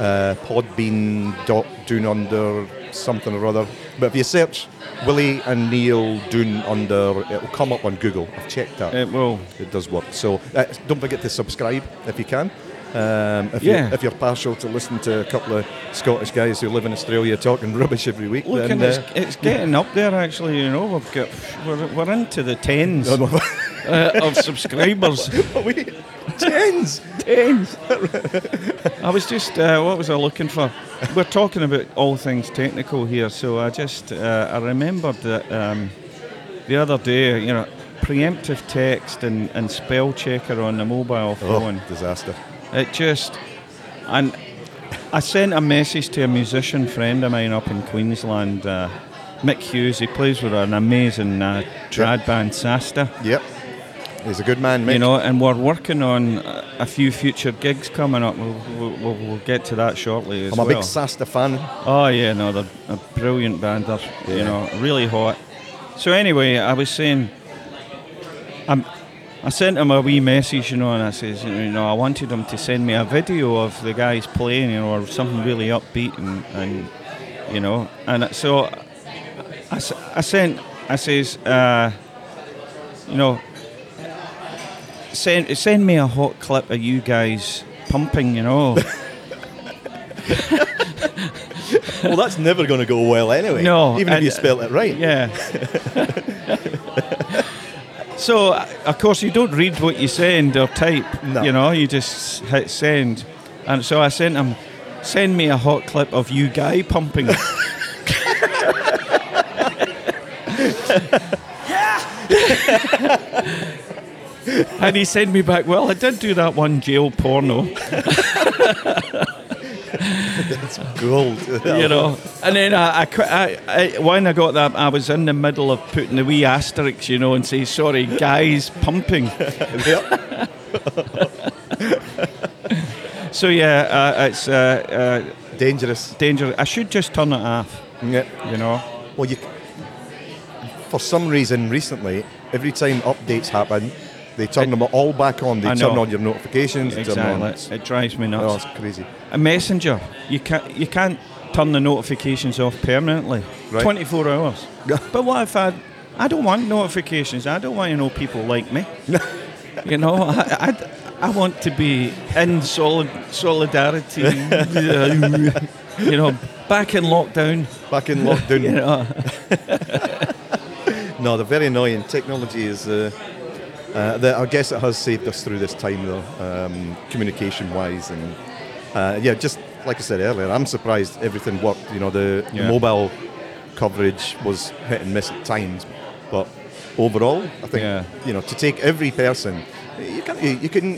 [SPEAKER 5] uh, Podbean dot Doon Under something or other. But if you search Willie and Neil Doon Under, it'll come up on Google. I've checked that.
[SPEAKER 4] It will.
[SPEAKER 5] It does work. So uh, don't forget to subscribe if you can. Um, if,
[SPEAKER 4] Yeah.
[SPEAKER 5] you, if you're partial to listen to a couple of Scottish guys who live in Australia talking *laughs* rubbish every week,
[SPEAKER 4] Look,
[SPEAKER 5] then
[SPEAKER 4] and it's,
[SPEAKER 5] uh,
[SPEAKER 4] it's getting up there actually. You know, we've got we're, we're into
[SPEAKER 5] *laughs*
[SPEAKER 4] the tens
[SPEAKER 5] no, no.
[SPEAKER 4] uh, of subscribers.
[SPEAKER 5] But uh, we *laughs* tens.
[SPEAKER 4] tens. I was just uh, what was I looking for? We're talking about all things technical here, so I just uh, I remembered that um, the other day. You know, preemptive text and, and spell checker on the mobile phone.
[SPEAKER 5] Oh, disaster.
[SPEAKER 4] It just and I sent a message to a musician friend of mine up in Queensland, uh, Mick Hughes. He plays with an amazing uh, trad band, Sasta.
[SPEAKER 5] Yep. He's a good man, mate.
[SPEAKER 4] You know, and we're working on a a few future gigs coming up. We'll, we'll, we'll, we'll get to that shortly as
[SPEAKER 5] I'm a
[SPEAKER 4] well.
[SPEAKER 5] big Sasta fan.
[SPEAKER 4] Oh yeah, no, they're a brilliant band. They're you
[SPEAKER 5] Yeah.
[SPEAKER 4] know really hot. So anyway, I was saying, i I sent him a wee message, you know, and I says, you know, I wanted him to send me a video of the guys playing, you know, or something really upbeat, and, and you know, and so I, s- I sent, I says, uh, you know, send send me a hot clip of you guys pumping, you know.
[SPEAKER 5] Well, that's never going to go well anyway.
[SPEAKER 4] No,
[SPEAKER 5] Even if
[SPEAKER 4] and-
[SPEAKER 5] you spell it right.
[SPEAKER 4] Yeah. *laughs* so, uh, of course, you don't read what you send or type.
[SPEAKER 5] No.
[SPEAKER 4] You know, you just hit send. And so I sent him, send me a hot clip of you guy pumping. And he sent me back, Well, I did do that one jail porno.
[SPEAKER 5] Gold. *laughs*
[SPEAKER 4] you know. And then I, I, quit, I, I when I got that, I was in the middle of putting the wee asterisks, you know, and say, sorry, guys, *laughs* pumping.
[SPEAKER 5] *laughs* Yep.
[SPEAKER 4] So yeah, uh, it's uh, uh,
[SPEAKER 5] Dangerous.
[SPEAKER 4] dangerous. I should just turn it off,
[SPEAKER 5] Yeah.
[SPEAKER 4] you know.
[SPEAKER 5] Well, you, for some reason, recently, every time updates happen, they turn them all back on. They
[SPEAKER 4] I
[SPEAKER 5] turn
[SPEAKER 4] know.
[SPEAKER 5] on your notifications. they Turn on,
[SPEAKER 4] Exactly. It drives me
[SPEAKER 5] oh,
[SPEAKER 4] nuts.
[SPEAKER 5] it's crazy.
[SPEAKER 4] A messenger, you can't you can't turn the notifications off permanently.
[SPEAKER 5] Right.
[SPEAKER 4] 24 hours.
[SPEAKER 5] Yeah.
[SPEAKER 4] But what if I I don't want notifications. I don't want to know people like me. you know, I, I, I want to be in solid
[SPEAKER 5] *laughs*
[SPEAKER 4] solidarity. you know, back in lockdown.
[SPEAKER 5] Back in
[SPEAKER 4] *laughs*
[SPEAKER 5] lockdown.
[SPEAKER 4] You know,
[SPEAKER 5] No, they're very annoying. Technology is. Uh, uh, the, I guess it has saved us through this time, though, um, communication-wise, and uh, yeah, just like I said earlier, I'm surprised everything worked. You know, the
[SPEAKER 4] Yeah.
[SPEAKER 5] mobile coverage was hit and miss at times, but overall, I think
[SPEAKER 4] Yeah.
[SPEAKER 5] you know to take every person, you can't you, you can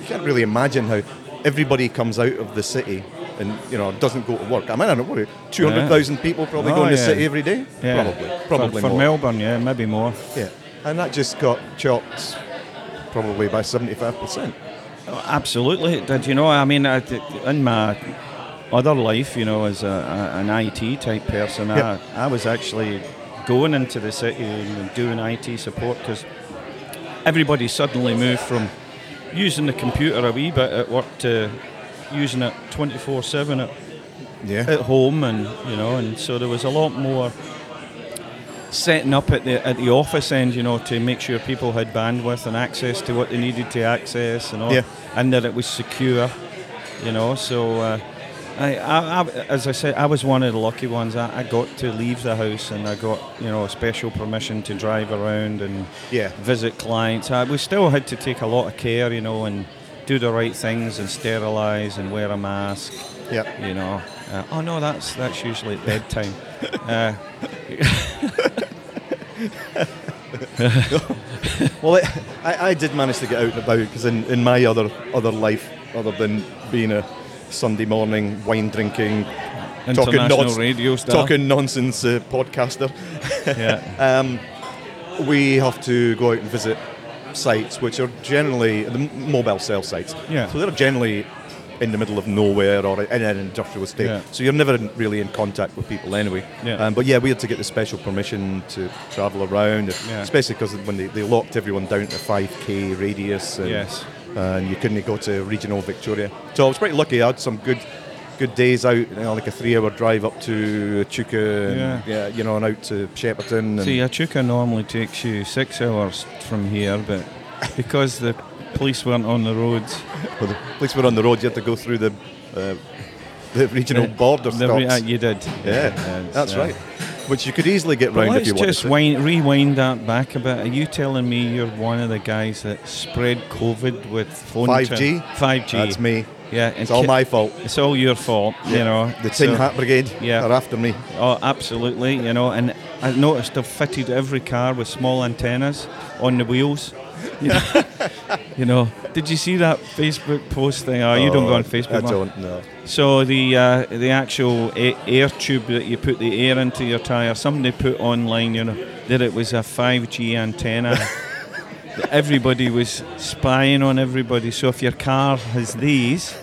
[SPEAKER 5] you can't really imagine how everybody comes out of the city and you know doesn't go to work. I mean, I don't know, two hundred thousand people probably
[SPEAKER 4] Oh,
[SPEAKER 5] go in the
[SPEAKER 4] yeah.
[SPEAKER 5] city every day,
[SPEAKER 4] yeah.
[SPEAKER 5] probably,
[SPEAKER 4] For-
[SPEAKER 5] probably
[SPEAKER 4] for,
[SPEAKER 5] more.
[SPEAKER 4] Melbourne, yeah, maybe more.
[SPEAKER 5] Yeah, and that just got chopped probably by 75%.
[SPEAKER 4] Oh, Absolutely, it did you know? I mean, I, in my other life, you know, as a, a, an IT type person,
[SPEAKER 5] Yeah.
[SPEAKER 4] I, I was actually going into the city and doing IT support because everybody suddenly moved from using the computer a wee bit at work to using it 24 7 at
[SPEAKER 5] Yeah.
[SPEAKER 4] at home, and you know, and so there was a lot more setting up at the at the office end, you know, to make sure people had bandwidth and access to what they needed to access, and all,
[SPEAKER 5] Yeah.
[SPEAKER 4] and that it was secure, you know. So, uh, I, I, I, as I said, I was one of the lucky ones. I, I got to leave the house, and I got you know special permission to drive around and
[SPEAKER 5] Yeah.
[SPEAKER 4] visit clients. I, we still had to take a lot of care, you know, and do the right things and sterilise and wear a mask
[SPEAKER 5] yeah.
[SPEAKER 4] you know. Uh, oh no, that's that's usually
[SPEAKER 5] *laughs*
[SPEAKER 4] at bedtime. uh,
[SPEAKER 5] Well, it, I, I did manage to get out and about because in, in my other, other life, other than being a Sunday morning wine drinking, talking,
[SPEAKER 4] international
[SPEAKER 5] nonsense,
[SPEAKER 4] radio star.
[SPEAKER 5] talking nonsense uh, podcaster,
[SPEAKER 4] Yeah,
[SPEAKER 5] *laughs* um, we have to go out and visit sites which are generally the m- mobile cell sites.
[SPEAKER 4] Yeah.
[SPEAKER 5] So they're generally in the middle of nowhere or in an industrial estate.
[SPEAKER 4] Yeah.
[SPEAKER 5] So you're never in- really in contact with people anyway.
[SPEAKER 4] Yeah.
[SPEAKER 5] Um, but yeah, we had to get the special permission to travel around,
[SPEAKER 4] Yeah.
[SPEAKER 5] especially because when they, they locked everyone down to 5k radius. And,
[SPEAKER 4] Yes.
[SPEAKER 5] And you couldn't go to regional Victoria. So I was pretty lucky. I had some good good days out, you know, like a three hour drive up to Chuka and,
[SPEAKER 4] Yeah.
[SPEAKER 5] yeah, you know, and out to Shepparton. And
[SPEAKER 4] see, Achuca normally takes you six hours from here, but because the police weren't on the roads,
[SPEAKER 5] Well, the police were on the road. You had to go through the uh, the regional
[SPEAKER 4] the-
[SPEAKER 5] border
[SPEAKER 4] the
[SPEAKER 5] stops.
[SPEAKER 4] re- uh, you did.
[SPEAKER 5] yeah,
[SPEAKER 4] it's,
[SPEAKER 5] that's
[SPEAKER 4] uh,
[SPEAKER 5] right. Which you could easily get
[SPEAKER 4] But
[SPEAKER 5] round if
[SPEAKER 4] let's
[SPEAKER 5] you wanted.
[SPEAKER 4] just
[SPEAKER 5] to.
[SPEAKER 4] wind, rewind that back a bit. Are you telling me you're one of the guys that spread COVID with phone?
[SPEAKER 5] 5G?
[SPEAKER 4] Five G.
[SPEAKER 5] That's me.
[SPEAKER 4] Yeah, and
[SPEAKER 5] It's all
[SPEAKER 4] ki-
[SPEAKER 5] my fault.
[SPEAKER 4] It's all your fault. You know
[SPEAKER 5] The Tin
[SPEAKER 4] so-
[SPEAKER 5] Hat Brigade
[SPEAKER 4] yeah.
[SPEAKER 5] are after me.
[SPEAKER 4] Oh, absolutely. You know, and I noticed they've fitted every car with small antennas on the wheels.
[SPEAKER 5] *laughs*
[SPEAKER 4] You know, you know. did you see that Facebook post thing? Oh, you don't go on Facebook.
[SPEAKER 5] I
[SPEAKER 4] Mark.
[SPEAKER 5] don't. No.
[SPEAKER 4] So the uh, the actual a- air tube that you put the air into your tire, somebody put online, you know, that it was a 5G antenna.
[SPEAKER 5] *laughs*
[SPEAKER 4] That everybody was spying on everybody. So if your car has these,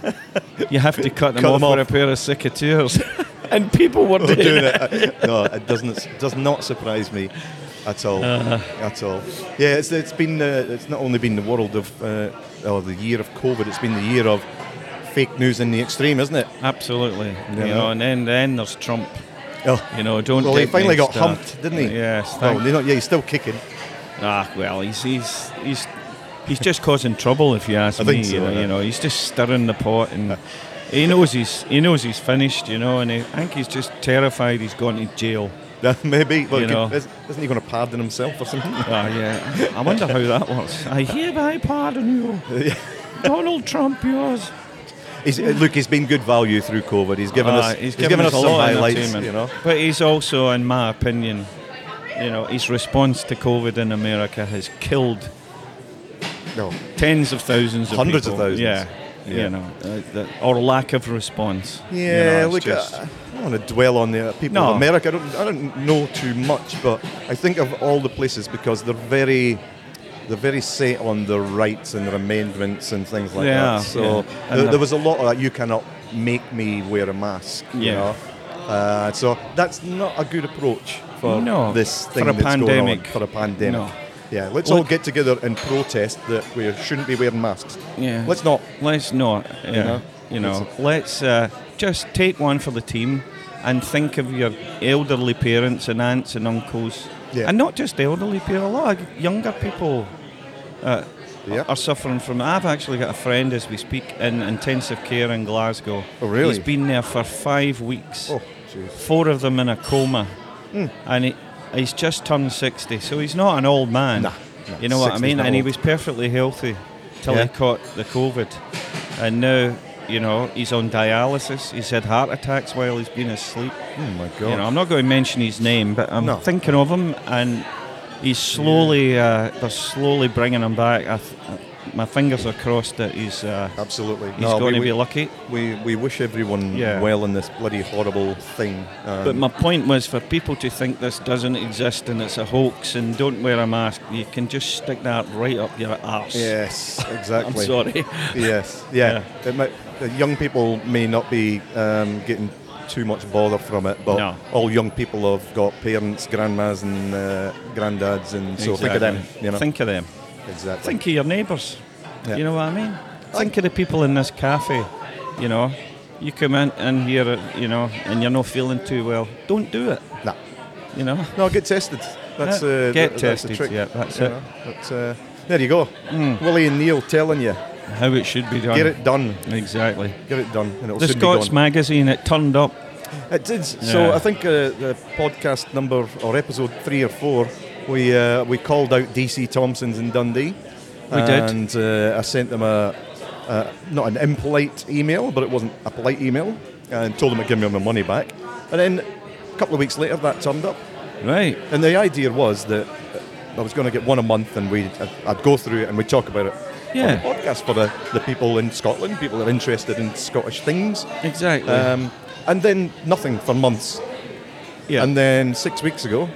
[SPEAKER 4] you have to cut them
[SPEAKER 5] Cut
[SPEAKER 4] off
[SPEAKER 5] them
[SPEAKER 4] with a
[SPEAKER 5] off.
[SPEAKER 4] pair
[SPEAKER 5] *laughs*
[SPEAKER 4] of secateurs. and people *laughs* were doing,
[SPEAKER 5] Doing
[SPEAKER 4] it.
[SPEAKER 5] it. I- *laughs* no, it doesn't. Does not surprise me. At all,
[SPEAKER 4] Uh-huh.
[SPEAKER 5] at all. Yeah, it's, it's been. Uh, it's not only been the world of, uh, or the year of COVID. It's been the year of fake news in the extreme, isn't it?
[SPEAKER 4] Absolutely.
[SPEAKER 5] Yeah.
[SPEAKER 4] You know, and then then there's Trump.
[SPEAKER 5] Oh.
[SPEAKER 4] You know, don't.
[SPEAKER 5] Well, he
[SPEAKER 4] get me
[SPEAKER 5] finally got
[SPEAKER 4] started.
[SPEAKER 5] humped, didn't he?
[SPEAKER 4] Yes.
[SPEAKER 5] Well,
[SPEAKER 4] thank-
[SPEAKER 5] they're not- yeah, he's still kicking. *laughs*
[SPEAKER 4] ah, well, he's he's he's he's just causing trouble if you ask
[SPEAKER 5] I
[SPEAKER 4] me.
[SPEAKER 5] think so,
[SPEAKER 4] you, know,
[SPEAKER 5] yeah.
[SPEAKER 4] you know, he's just stirring the pot and. He knows he's he knows he's finished, you know, and he, I think he's just terrified he's gone to jail.
[SPEAKER 5] Maybe. Well,
[SPEAKER 4] You
[SPEAKER 5] he
[SPEAKER 4] know.
[SPEAKER 5] could- Isn't isn't he going to pardon himself or something? *laughs*
[SPEAKER 4] Ah, yeah. I wonder how that works. I hereby pardon you, Donald Trump, yours.
[SPEAKER 5] He's, uh, look, he's been good value through COVID. He's given
[SPEAKER 4] Ah,
[SPEAKER 5] us, he's given us,
[SPEAKER 4] a
[SPEAKER 5] some
[SPEAKER 4] lot of
[SPEAKER 5] highlights,
[SPEAKER 4] entertainment.
[SPEAKER 5] you know.
[SPEAKER 4] But he's also, in my opinion, you know, his response to COVID in America has killed
[SPEAKER 5] No.
[SPEAKER 4] tens of thousands of
[SPEAKER 5] Hundreds of
[SPEAKER 4] people.
[SPEAKER 5] thousands.
[SPEAKER 4] Yeah.
[SPEAKER 5] Yeah.
[SPEAKER 4] You know, uh, the, or lack of response. You
[SPEAKER 5] Yeah,
[SPEAKER 4] know, it's
[SPEAKER 5] look, uh,
[SPEAKER 4] just-
[SPEAKER 5] I, I don't want to dwell on the uh, people
[SPEAKER 4] uh, No.
[SPEAKER 5] of America. I don't, I don't know too much, but I think of all the places because they're very, they're very set on their rights and their amendments and things like
[SPEAKER 4] They
[SPEAKER 5] that.
[SPEAKER 4] are,
[SPEAKER 5] So
[SPEAKER 4] yeah.
[SPEAKER 5] there-
[SPEAKER 4] And uh,
[SPEAKER 5] there,
[SPEAKER 4] the-
[SPEAKER 5] was a lot of that. You cannot make me wear a mask. You
[SPEAKER 4] Yeah.
[SPEAKER 5] know? Uh, so that's not a good approach for
[SPEAKER 4] No,
[SPEAKER 5] this
[SPEAKER 4] for
[SPEAKER 5] thing
[SPEAKER 4] a
[SPEAKER 5] that's going on
[SPEAKER 4] pandemic.
[SPEAKER 5] for a pandemic.
[SPEAKER 4] No.
[SPEAKER 5] Yeah, let's
[SPEAKER 4] Look-
[SPEAKER 5] all get together and protest that we shouldn't be wearing masks.
[SPEAKER 4] Yeah.
[SPEAKER 5] Let's not.
[SPEAKER 4] Let's not. Yeah. You
[SPEAKER 5] know?
[SPEAKER 4] know, let's uh, just take one for the team and think of your elderly parents and aunts and uncles.
[SPEAKER 5] Yeah.
[SPEAKER 4] And not just elderly people, a lot of younger people
[SPEAKER 5] Yeah.
[SPEAKER 4] are suffering from. I've actually got a friend as we speak in intensive care in Glasgow.
[SPEAKER 5] Oh, really?
[SPEAKER 4] He's been there for five weeks,
[SPEAKER 5] Oh, jeez.
[SPEAKER 4] four of them in a coma.
[SPEAKER 5] Hmm.
[SPEAKER 4] And he, he's just turned 60, so he's not an old man.
[SPEAKER 5] Nah, nah,
[SPEAKER 4] you know what I
[SPEAKER 5] 60's
[SPEAKER 4] mean?
[SPEAKER 5] not
[SPEAKER 4] And he
[SPEAKER 5] old.
[SPEAKER 4] was perfectly healthy till
[SPEAKER 5] Yeah.
[SPEAKER 4] he caught the COVID. And now, you know, he's on dialysis. He's had heart attacks while he's been asleep.
[SPEAKER 5] Oh my God.
[SPEAKER 4] You know, I'm not going to mention his name, but I'm
[SPEAKER 5] No.
[SPEAKER 4] thinking of him, and he's slowly, uh, they're slowly bringing him back. I th- my fingers are crossed that he's uh,
[SPEAKER 5] Absolutely.
[SPEAKER 4] he's
[SPEAKER 5] No,
[SPEAKER 4] going
[SPEAKER 5] we-
[SPEAKER 4] to be
[SPEAKER 5] we-
[SPEAKER 4] lucky.
[SPEAKER 5] We, we wish everyone
[SPEAKER 4] Yeah.
[SPEAKER 5] well in this bloody horrible thing. Um,
[SPEAKER 4] But my *laughs* point was for people to think this doesn't exist and it's a hoax and don't wear a mask. You can just stick that right up your arse.
[SPEAKER 5] yes,
[SPEAKER 4] I'm
[SPEAKER 5] exactly.
[SPEAKER 4] sorry.
[SPEAKER 5] Yes, yeah. It might, the young people may not be um, getting too much bother from it, but
[SPEAKER 4] No.
[SPEAKER 5] all young people have got parents, grandmas, and uh, granddads, and so think of them.
[SPEAKER 4] Exactly.
[SPEAKER 5] You know,
[SPEAKER 4] Think of them.
[SPEAKER 5] exactly.
[SPEAKER 4] Think of your neighbours.
[SPEAKER 5] Yeah.
[SPEAKER 4] You know what I mean? Think of the people in this cafe. You know, you come in, in here, you know, and you're not feeling too well. Don't do it.
[SPEAKER 5] Nah.
[SPEAKER 4] You know.
[SPEAKER 5] No, get tested. That's
[SPEAKER 4] Yeah,
[SPEAKER 5] uh,
[SPEAKER 4] get
[SPEAKER 5] that- that's the
[SPEAKER 4] tested,
[SPEAKER 5] trick.
[SPEAKER 4] yeah, that's
[SPEAKER 5] you
[SPEAKER 4] it. Hmm.
[SPEAKER 5] know. But, uh, there you go. Willie and Neil telling you,
[SPEAKER 4] How it should be done.
[SPEAKER 5] get it done,
[SPEAKER 4] Exactly.
[SPEAKER 5] get it done, and it'll
[SPEAKER 4] The
[SPEAKER 5] soon be
[SPEAKER 4] Scots
[SPEAKER 5] gone.
[SPEAKER 4] magazine. It turned up.
[SPEAKER 5] It did. So
[SPEAKER 4] Yeah.
[SPEAKER 5] I think uh, the podcast number or episode three or four, we uh, we called out DC Thompson's in Dundee.
[SPEAKER 4] We did.
[SPEAKER 5] and uh, I sent them a, a not an impolite email, but it wasn't a polite email, and told them to give me my money back. And then a couple of weeks later, that turned up.
[SPEAKER 4] Right.
[SPEAKER 5] And the idea was that I was going to get one a month, and we I'd, I'd go through it and we'd talk about it.
[SPEAKER 4] Yeah.
[SPEAKER 5] On the podcast for the, the people in Scotland, people that are interested in Scottish things.
[SPEAKER 4] Exactly.
[SPEAKER 5] Um, and then nothing for months.
[SPEAKER 4] yeah.
[SPEAKER 5] And then six weeks ago,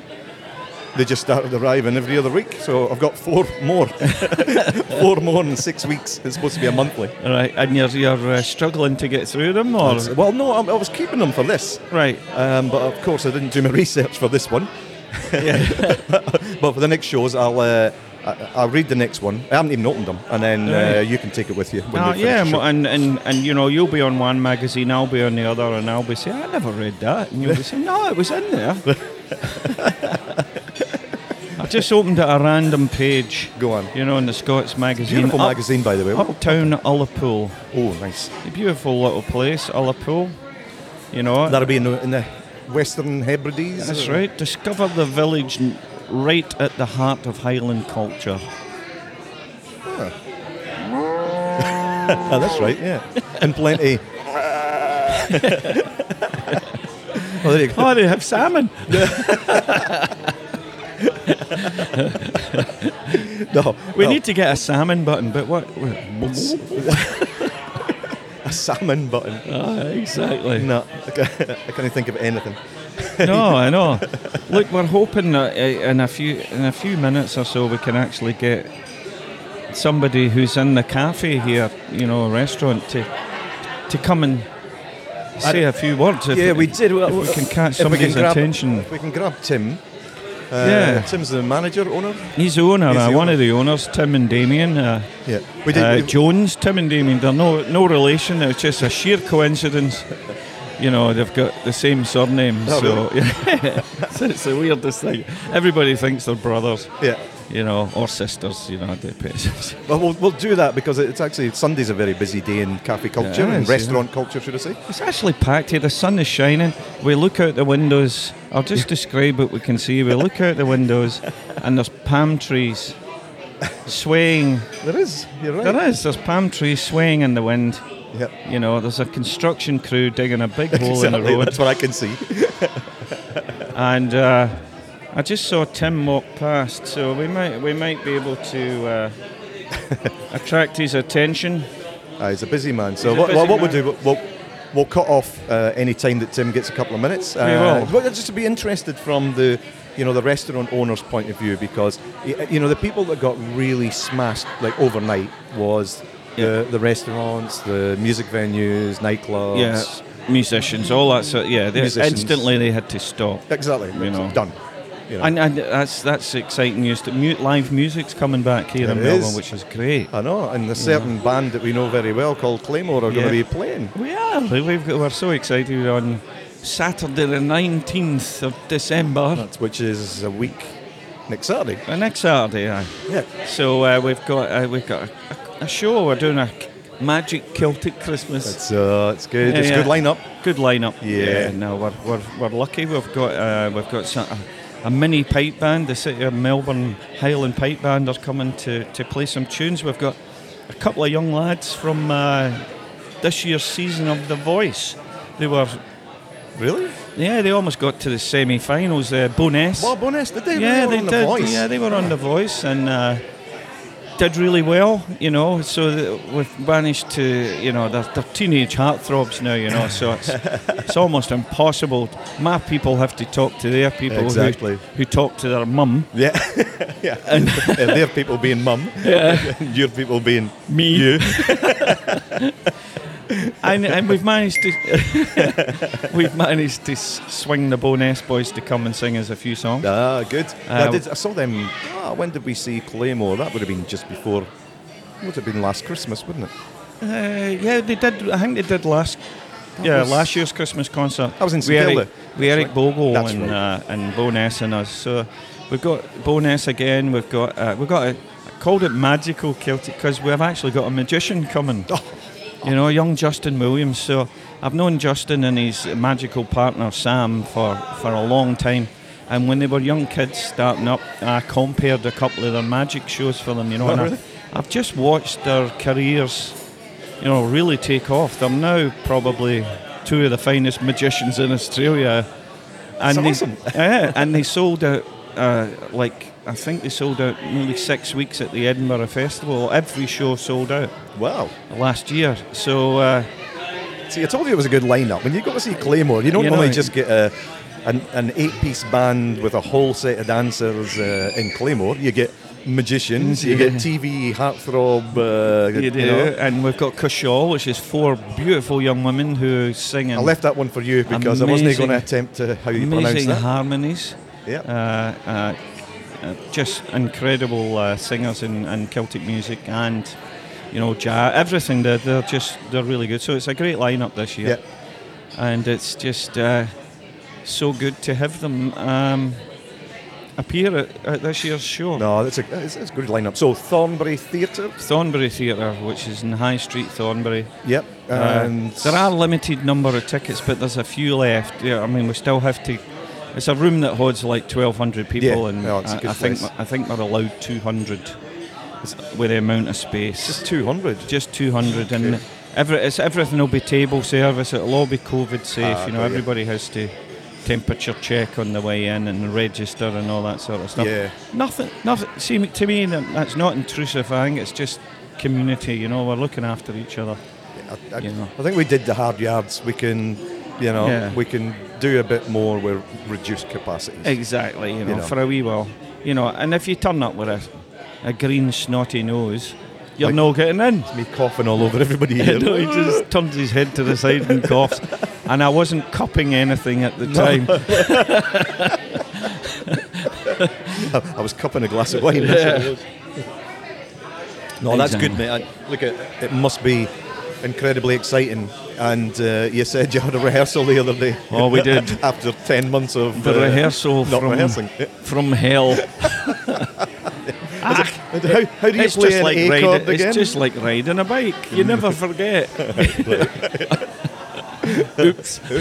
[SPEAKER 5] they just started arriving every other week. So I've got four more. *laughs* four more in six weeks. It's supposed to be a monthly.
[SPEAKER 4] All right. And you're, you're uh, struggling to get through them, or
[SPEAKER 5] Well, no, I'm- I was keeping them for this.
[SPEAKER 4] right?
[SPEAKER 5] Um, but of course, I didn't do my *laughs* research for this one. *laughs* but for the next shows, I'll. Uh, I- I'll read the next one. I haven't even opened them, and then uh,
[SPEAKER 4] Right.
[SPEAKER 5] you can take it with you. When
[SPEAKER 4] Ah,
[SPEAKER 5] we finish
[SPEAKER 4] yeah,
[SPEAKER 5] the
[SPEAKER 4] and,
[SPEAKER 5] show.
[SPEAKER 4] and, and, and you know, you'll be on one magazine, I'll be on the other, and I'll be saying, I never read that. And you'll be saying, No, it was in *laughs* there. I just opened at a random page.
[SPEAKER 5] Go on.
[SPEAKER 4] You know, in the Scots magazine.
[SPEAKER 5] Beautiful
[SPEAKER 4] Up-
[SPEAKER 5] magazine, by the way.
[SPEAKER 4] Uptown Ullapool.
[SPEAKER 5] Oh, nice.
[SPEAKER 4] A beautiful little place, Ullapool. You know,
[SPEAKER 5] That'll be in the, in the Western Hebrides.
[SPEAKER 4] that's
[SPEAKER 5] or-
[SPEAKER 4] right. Discover the village n- right at the heart of Highland culture.
[SPEAKER 5] Ah, that's right, yeah. And plenty. well, there you go.
[SPEAKER 4] Oh, they *laughs* have salmon.
[SPEAKER 5] No,
[SPEAKER 4] We
[SPEAKER 5] well,
[SPEAKER 4] need to get a salmon button, but what? what
[SPEAKER 5] a salmon button.
[SPEAKER 4] ah, exactly.
[SPEAKER 5] No, I can't I can't think of anything. *laughs*
[SPEAKER 4] no, I know. Look, we're hoping that uh, in a few in a few minutes or so we can actually get somebody who's in the cafe here, you know, a restaurant to to come and say a few words. If
[SPEAKER 5] Yeah, we did. Well,
[SPEAKER 4] if we can catch
[SPEAKER 5] if we can
[SPEAKER 4] somebody's
[SPEAKER 5] grab-
[SPEAKER 4] attention.
[SPEAKER 5] If we can grab Tim. Uh,
[SPEAKER 4] Yeah.
[SPEAKER 5] Tim's the manager, owner.
[SPEAKER 4] He's the owner,
[SPEAKER 5] He's the
[SPEAKER 4] uh, one
[SPEAKER 5] owner.
[SPEAKER 4] of the owners, Tim and Damien. Uh,
[SPEAKER 5] Yeah. We did.
[SPEAKER 4] uh,
[SPEAKER 5] we-
[SPEAKER 4] Jones, Tim and Damien. They're no no relation. It's just a sheer coincidence. You know, they've got the same surname,
[SPEAKER 5] Oh,
[SPEAKER 4] so So *laughs* it's the weirdest thing. Everybody thinks they're brothers.
[SPEAKER 5] yeah.
[SPEAKER 4] you know, or sisters, you know, it depends.
[SPEAKER 5] Well, we'll, we'll do that because it's actually Sunday's a very busy day in cafe culture
[SPEAKER 4] Yeah, it
[SPEAKER 5] and
[SPEAKER 4] is, yeah.
[SPEAKER 5] restaurant culture, should I say?
[SPEAKER 4] It's actually packed here. The sun is shining. We look out the windows. I'll just describe what we can see. We look out the windows, and there's palm trees swaying.
[SPEAKER 5] There is. You're right.
[SPEAKER 4] There is. There's palm trees swaying in the wind.
[SPEAKER 5] Yeah. *laughs*
[SPEAKER 4] You know, there's a construction crew digging a big hole in the
[SPEAKER 5] Exactly.
[SPEAKER 4] road,
[SPEAKER 5] That's what I can see.
[SPEAKER 4] and uh, I just saw Tim walk past, so we might we might be able to *laughs* uh, attract his attention.
[SPEAKER 5] Ah, he's a busy man. So
[SPEAKER 4] He's a
[SPEAKER 5] what,
[SPEAKER 4] busy
[SPEAKER 5] what we'll
[SPEAKER 4] man.
[SPEAKER 5] do, we'll, we'll, we'll cut off uh, any time that Tim gets a couple of minutes.
[SPEAKER 4] We will.
[SPEAKER 5] Well, just to be interested from the, you know, the restaurant owner's point of view, because y- uh, you know the people that got really smashed like overnight was the, the restaurants, the music venues, nightclubs.
[SPEAKER 4] Yeah, musicians, all that sort. Yeah, they,
[SPEAKER 5] Musicians.
[SPEAKER 4] instantly they had to stop.
[SPEAKER 5] Exactly.
[SPEAKER 4] You know.
[SPEAKER 5] Done. You know.
[SPEAKER 4] And, and that's that's exciting news. That mu- live music's coming back here in
[SPEAKER 5] It
[SPEAKER 4] Melbourne,
[SPEAKER 5] is.
[SPEAKER 4] which is great.
[SPEAKER 5] I know, and a certain band that we know very well called Claymore are
[SPEAKER 4] Yeah.
[SPEAKER 5] going to be playing.
[SPEAKER 4] We are. We've got, we're so excited on Saturday the 19th of December.
[SPEAKER 5] That's which is a week next Saturday.
[SPEAKER 4] The next Saturday, aye.
[SPEAKER 5] Yeah.
[SPEAKER 4] So uh, we've got uh, we've got a, a show. We're doing a c- magic Celtic Christmas.
[SPEAKER 5] It's uh, it's good.
[SPEAKER 4] Yeah,
[SPEAKER 5] it's a good
[SPEAKER 4] yeah.
[SPEAKER 5] lineup.
[SPEAKER 4] Good lineup.
[SPEAKER 5] Yeah.
[SPEAKER 4] no, we're, we're, we're lucky. We've got uh, we've got some, a, a mini pipe band. The City of Melbourne Highland Pipe Band are coming to, to play some tunes. We've got a couple of young lads from uh, this year's season of The Voice. They were
[SPEAKER 5] Really?
[SPEAKER 4] yeah, they almost got to the semi-finals. Uh, Boness.
[SPEAKER 5] Well, bonus, did they?
[SPEAKER 4] yeah,
[SPEAKER 5] were
[SPEAKER 4] they
[SPEAKER 5] on
[SPEAKER 4] did.
[SPEAKER 5] The voice.
[SPEAKER 4] Yeah, they were on the Voice and uh, did really well. You know, so th- we've managed to, you know, they're, they're teenage heartthrobs now. You know, so it's it's almost impossible. My people have to talk to their people who-
[SPEAKER 5] Exactly.
[SPEAKER 4] who, talk to their mum.
[SPEAKER 5] Yeah, *laughs* yeah. *laughs* Uh, their people being mum, and *laughs* your people being
[SPEAKER 4] Me.
[SPEAKER 5] you. *laughs*
[SPEAKER 4] and, and we've managed to *laughs* we've managed to s- swing the Boness boys to come and sing us a few songs.
[SPEAKER 5] Ah, good.
[SPEAKER 4] Uh,
[SPEAKER 5] I, did, I saw them. ah, when did we see Claymore? That would have been just before. Would have been last Christmas, wouldn't it?
[SPEAKER 4] Uh, yeah, they did. I think they did last. yeah,
[SPEAKER 5] was-
[SPEAKER 4] last year's Christmas concert.
[SPEAKER 5] That was in
[SPEAKER 4] We
[SPEAKER 5] St
[SPEAKER 4] Eric,
[SPEAKER 5] Kilda.
[SPEAKER 4] we Eric Bogle
[SPEAKER 5] That's
[SPEAKER 4] and
[SPEAKER 5] right.
[SPEAKER 4] uh, and Bo Ness and us. So we've got Bo Ness again. We've got uh, we've got a, I called it magical Celtic because we've actually got a magician coming.
[SPEAKER 5] Oh.
[SPEAKER 4] You know, young Justin Williams. So I've known Justin and his magical partner Sam for for a long time. And when they were young kids starting up, I compared a couple of their magic shows for them. You know,
[SPEAKER 5] Oh,
[SPEAKER 4] and I-
[SPEAKER 5] really?
[SPEAKER 4] I've just watched their careers you know, really take off. They're now probably two of the finest magicians in Australia. And
[SPEAKER 5] That's
[SPEAKER 4] they,
[SPEAKER 5] awesome.
[SPEAKER 4] *laughs* yeah, and they sold out, uh, like, I think they sold out nearly six weeks at the Edinburgh Festival. Every show sold out
[SPEAKER 5] Wow.
[SPEAKER 4] last year. So, uh,
[SPEAKER 5] See, I told you it was a good lineup. When you go to see Claymore, you don't
[SPEAKER 4] You know,
[SPEAKER 5] normally
[SPEAKER 4] it-
[SPEAKER 5] just get a, an, an eight-piece band with a whole set of dancers uh, in Claymore. You get magicians, you get TV heartthrob. Uh,
[SPEAKER 4] you do.
[SPEAKER 5] know.
[SPEAKER 4] And we've got Cushall, which is four beautiful young women who sing
[SPEAKER 5] I
[SPEAKER 4] in
[SPEAKER 5] left that one for you because I wasn't
[SPEAKER 4] Amazing.
[SPEAKER 5] going to attempt to how you pronounce
[SPEAKER 4] amazing
[SPEAKER 5] that.
[SPEAKER 4] harmonies.
[SPEAKER 5] Yeah.
[SPEAKER 4] uh, uh, uh, just incredible uh, singers in, in Celtic music and you know jazz, everything. They're, they're just they're really good. So it's a great lineup this year,
[SPEAKER 5] Yeah.
[SPEAKER 4] and it's just uh, so good to have them um, appear at, at this year's show.
[SPEAKER 5] No, that's a, it's, it's a good lineup. So Thornbury Theatre.
[SPEAKER 4] Thornbury Theatre, which is in High Street, Thornbury.
[SPEAKER 5] Yep.
[SPEAKER 4] Uh,
[SPEAKER 5] And
[SPEAKER 4] there are limited number of tickets, but there's a few left. Yeah, I mean, we still have to. It's a room that holds like 1,200 people,
[SPEAKER 5] Yeah,
[SPEAKER 4] and
[SPEAKER 5] no, it's a
[SPEAKER 4] I,
[SPEAKER 5] good
[SPEAKER 4] I think
[SPEAKER 5] place.
[SPEAKER 4] I think we're allowed 200 with the amount of space.
[SPEAKER 5] just
[SPEAKER 4] Just,
[SPEAKER 5] 200.
[SPEAKER 4] 200, and every, it's, everything will be table service. It'll all be COVID safe.
[SPEAKER 5] Ah,
[SPEAKER 4] you know,
[SPEAKER 5] got you.
[SPEAKER 4] everybody has to temperature check on the way in and register and all that sort of stuff.
[SPEAKER 5] Yeah.
[SPEAKER 4] Nothing, nothing. See, to me, that- that's not intrusive. I think it's just community. You know, we're looking after each other.
[SPEAKER 5] I, I,
[SPEAKER 4] you know.
[SPEAKER 5] I think we did the hard yards. We can, you know,
[SPEAKER 4] Yeah.
[SPEAKER 5] we can do a bit more with reduced capacities.
[SPEAKER 4] Exactly, you know,
[SPEAKER 5] know.
[SPEAKER 4] for a wee while. You know, and if you turn up with a, a green snotty nose, you're
[SPEAKER 5] Like-
[SPEAKER 4] no getting in. *laughs*
[SPEAKER 5] Me coughing all over everybody
[SPEAKER 4] You
[SPEAKER 5] here.
[SPEAKER 4] know, he just turns his head to the side and coughs. And I wasn't cupping anything at the *laughs* time.
[SPEAKER 5] I was cupping a glass of
[SPEAKER 4] *laughs*
[SPEAKER 5] wine. no, Oh, that's good, mate. I- look, it, it must be incredibly exciting. And uh, you said you had a rehearsal the other day.
[SPEAKER 4] Oh, we did.
[SPEAKER 5] *laughs* After 10 months of
[SPEAKER 4] The
[SPEAKER 5] uh,
[SPEAKER 4] rehearsal
[SPEAKER 5] not
[SPEAKER 4] from
[SPEAKER 5] rehearsing. Uh,
[SPEAKER 4] from hell. Ah,
[SPEAKER 5] How, how do you
[SPEAKER 4] it's
[SPEAKER 5] play
[SPEAKER 4] just
[SPEAKER 5] an
[SPEAKER 4] like
[SPEAKER 5] A
[SPEAKER 4] riding,
[SPEAKER 5] chord again?
[SPEAKER 4] It's just like riding a bike. You never forget. Oops.
[SPEAKER 5] *laughs*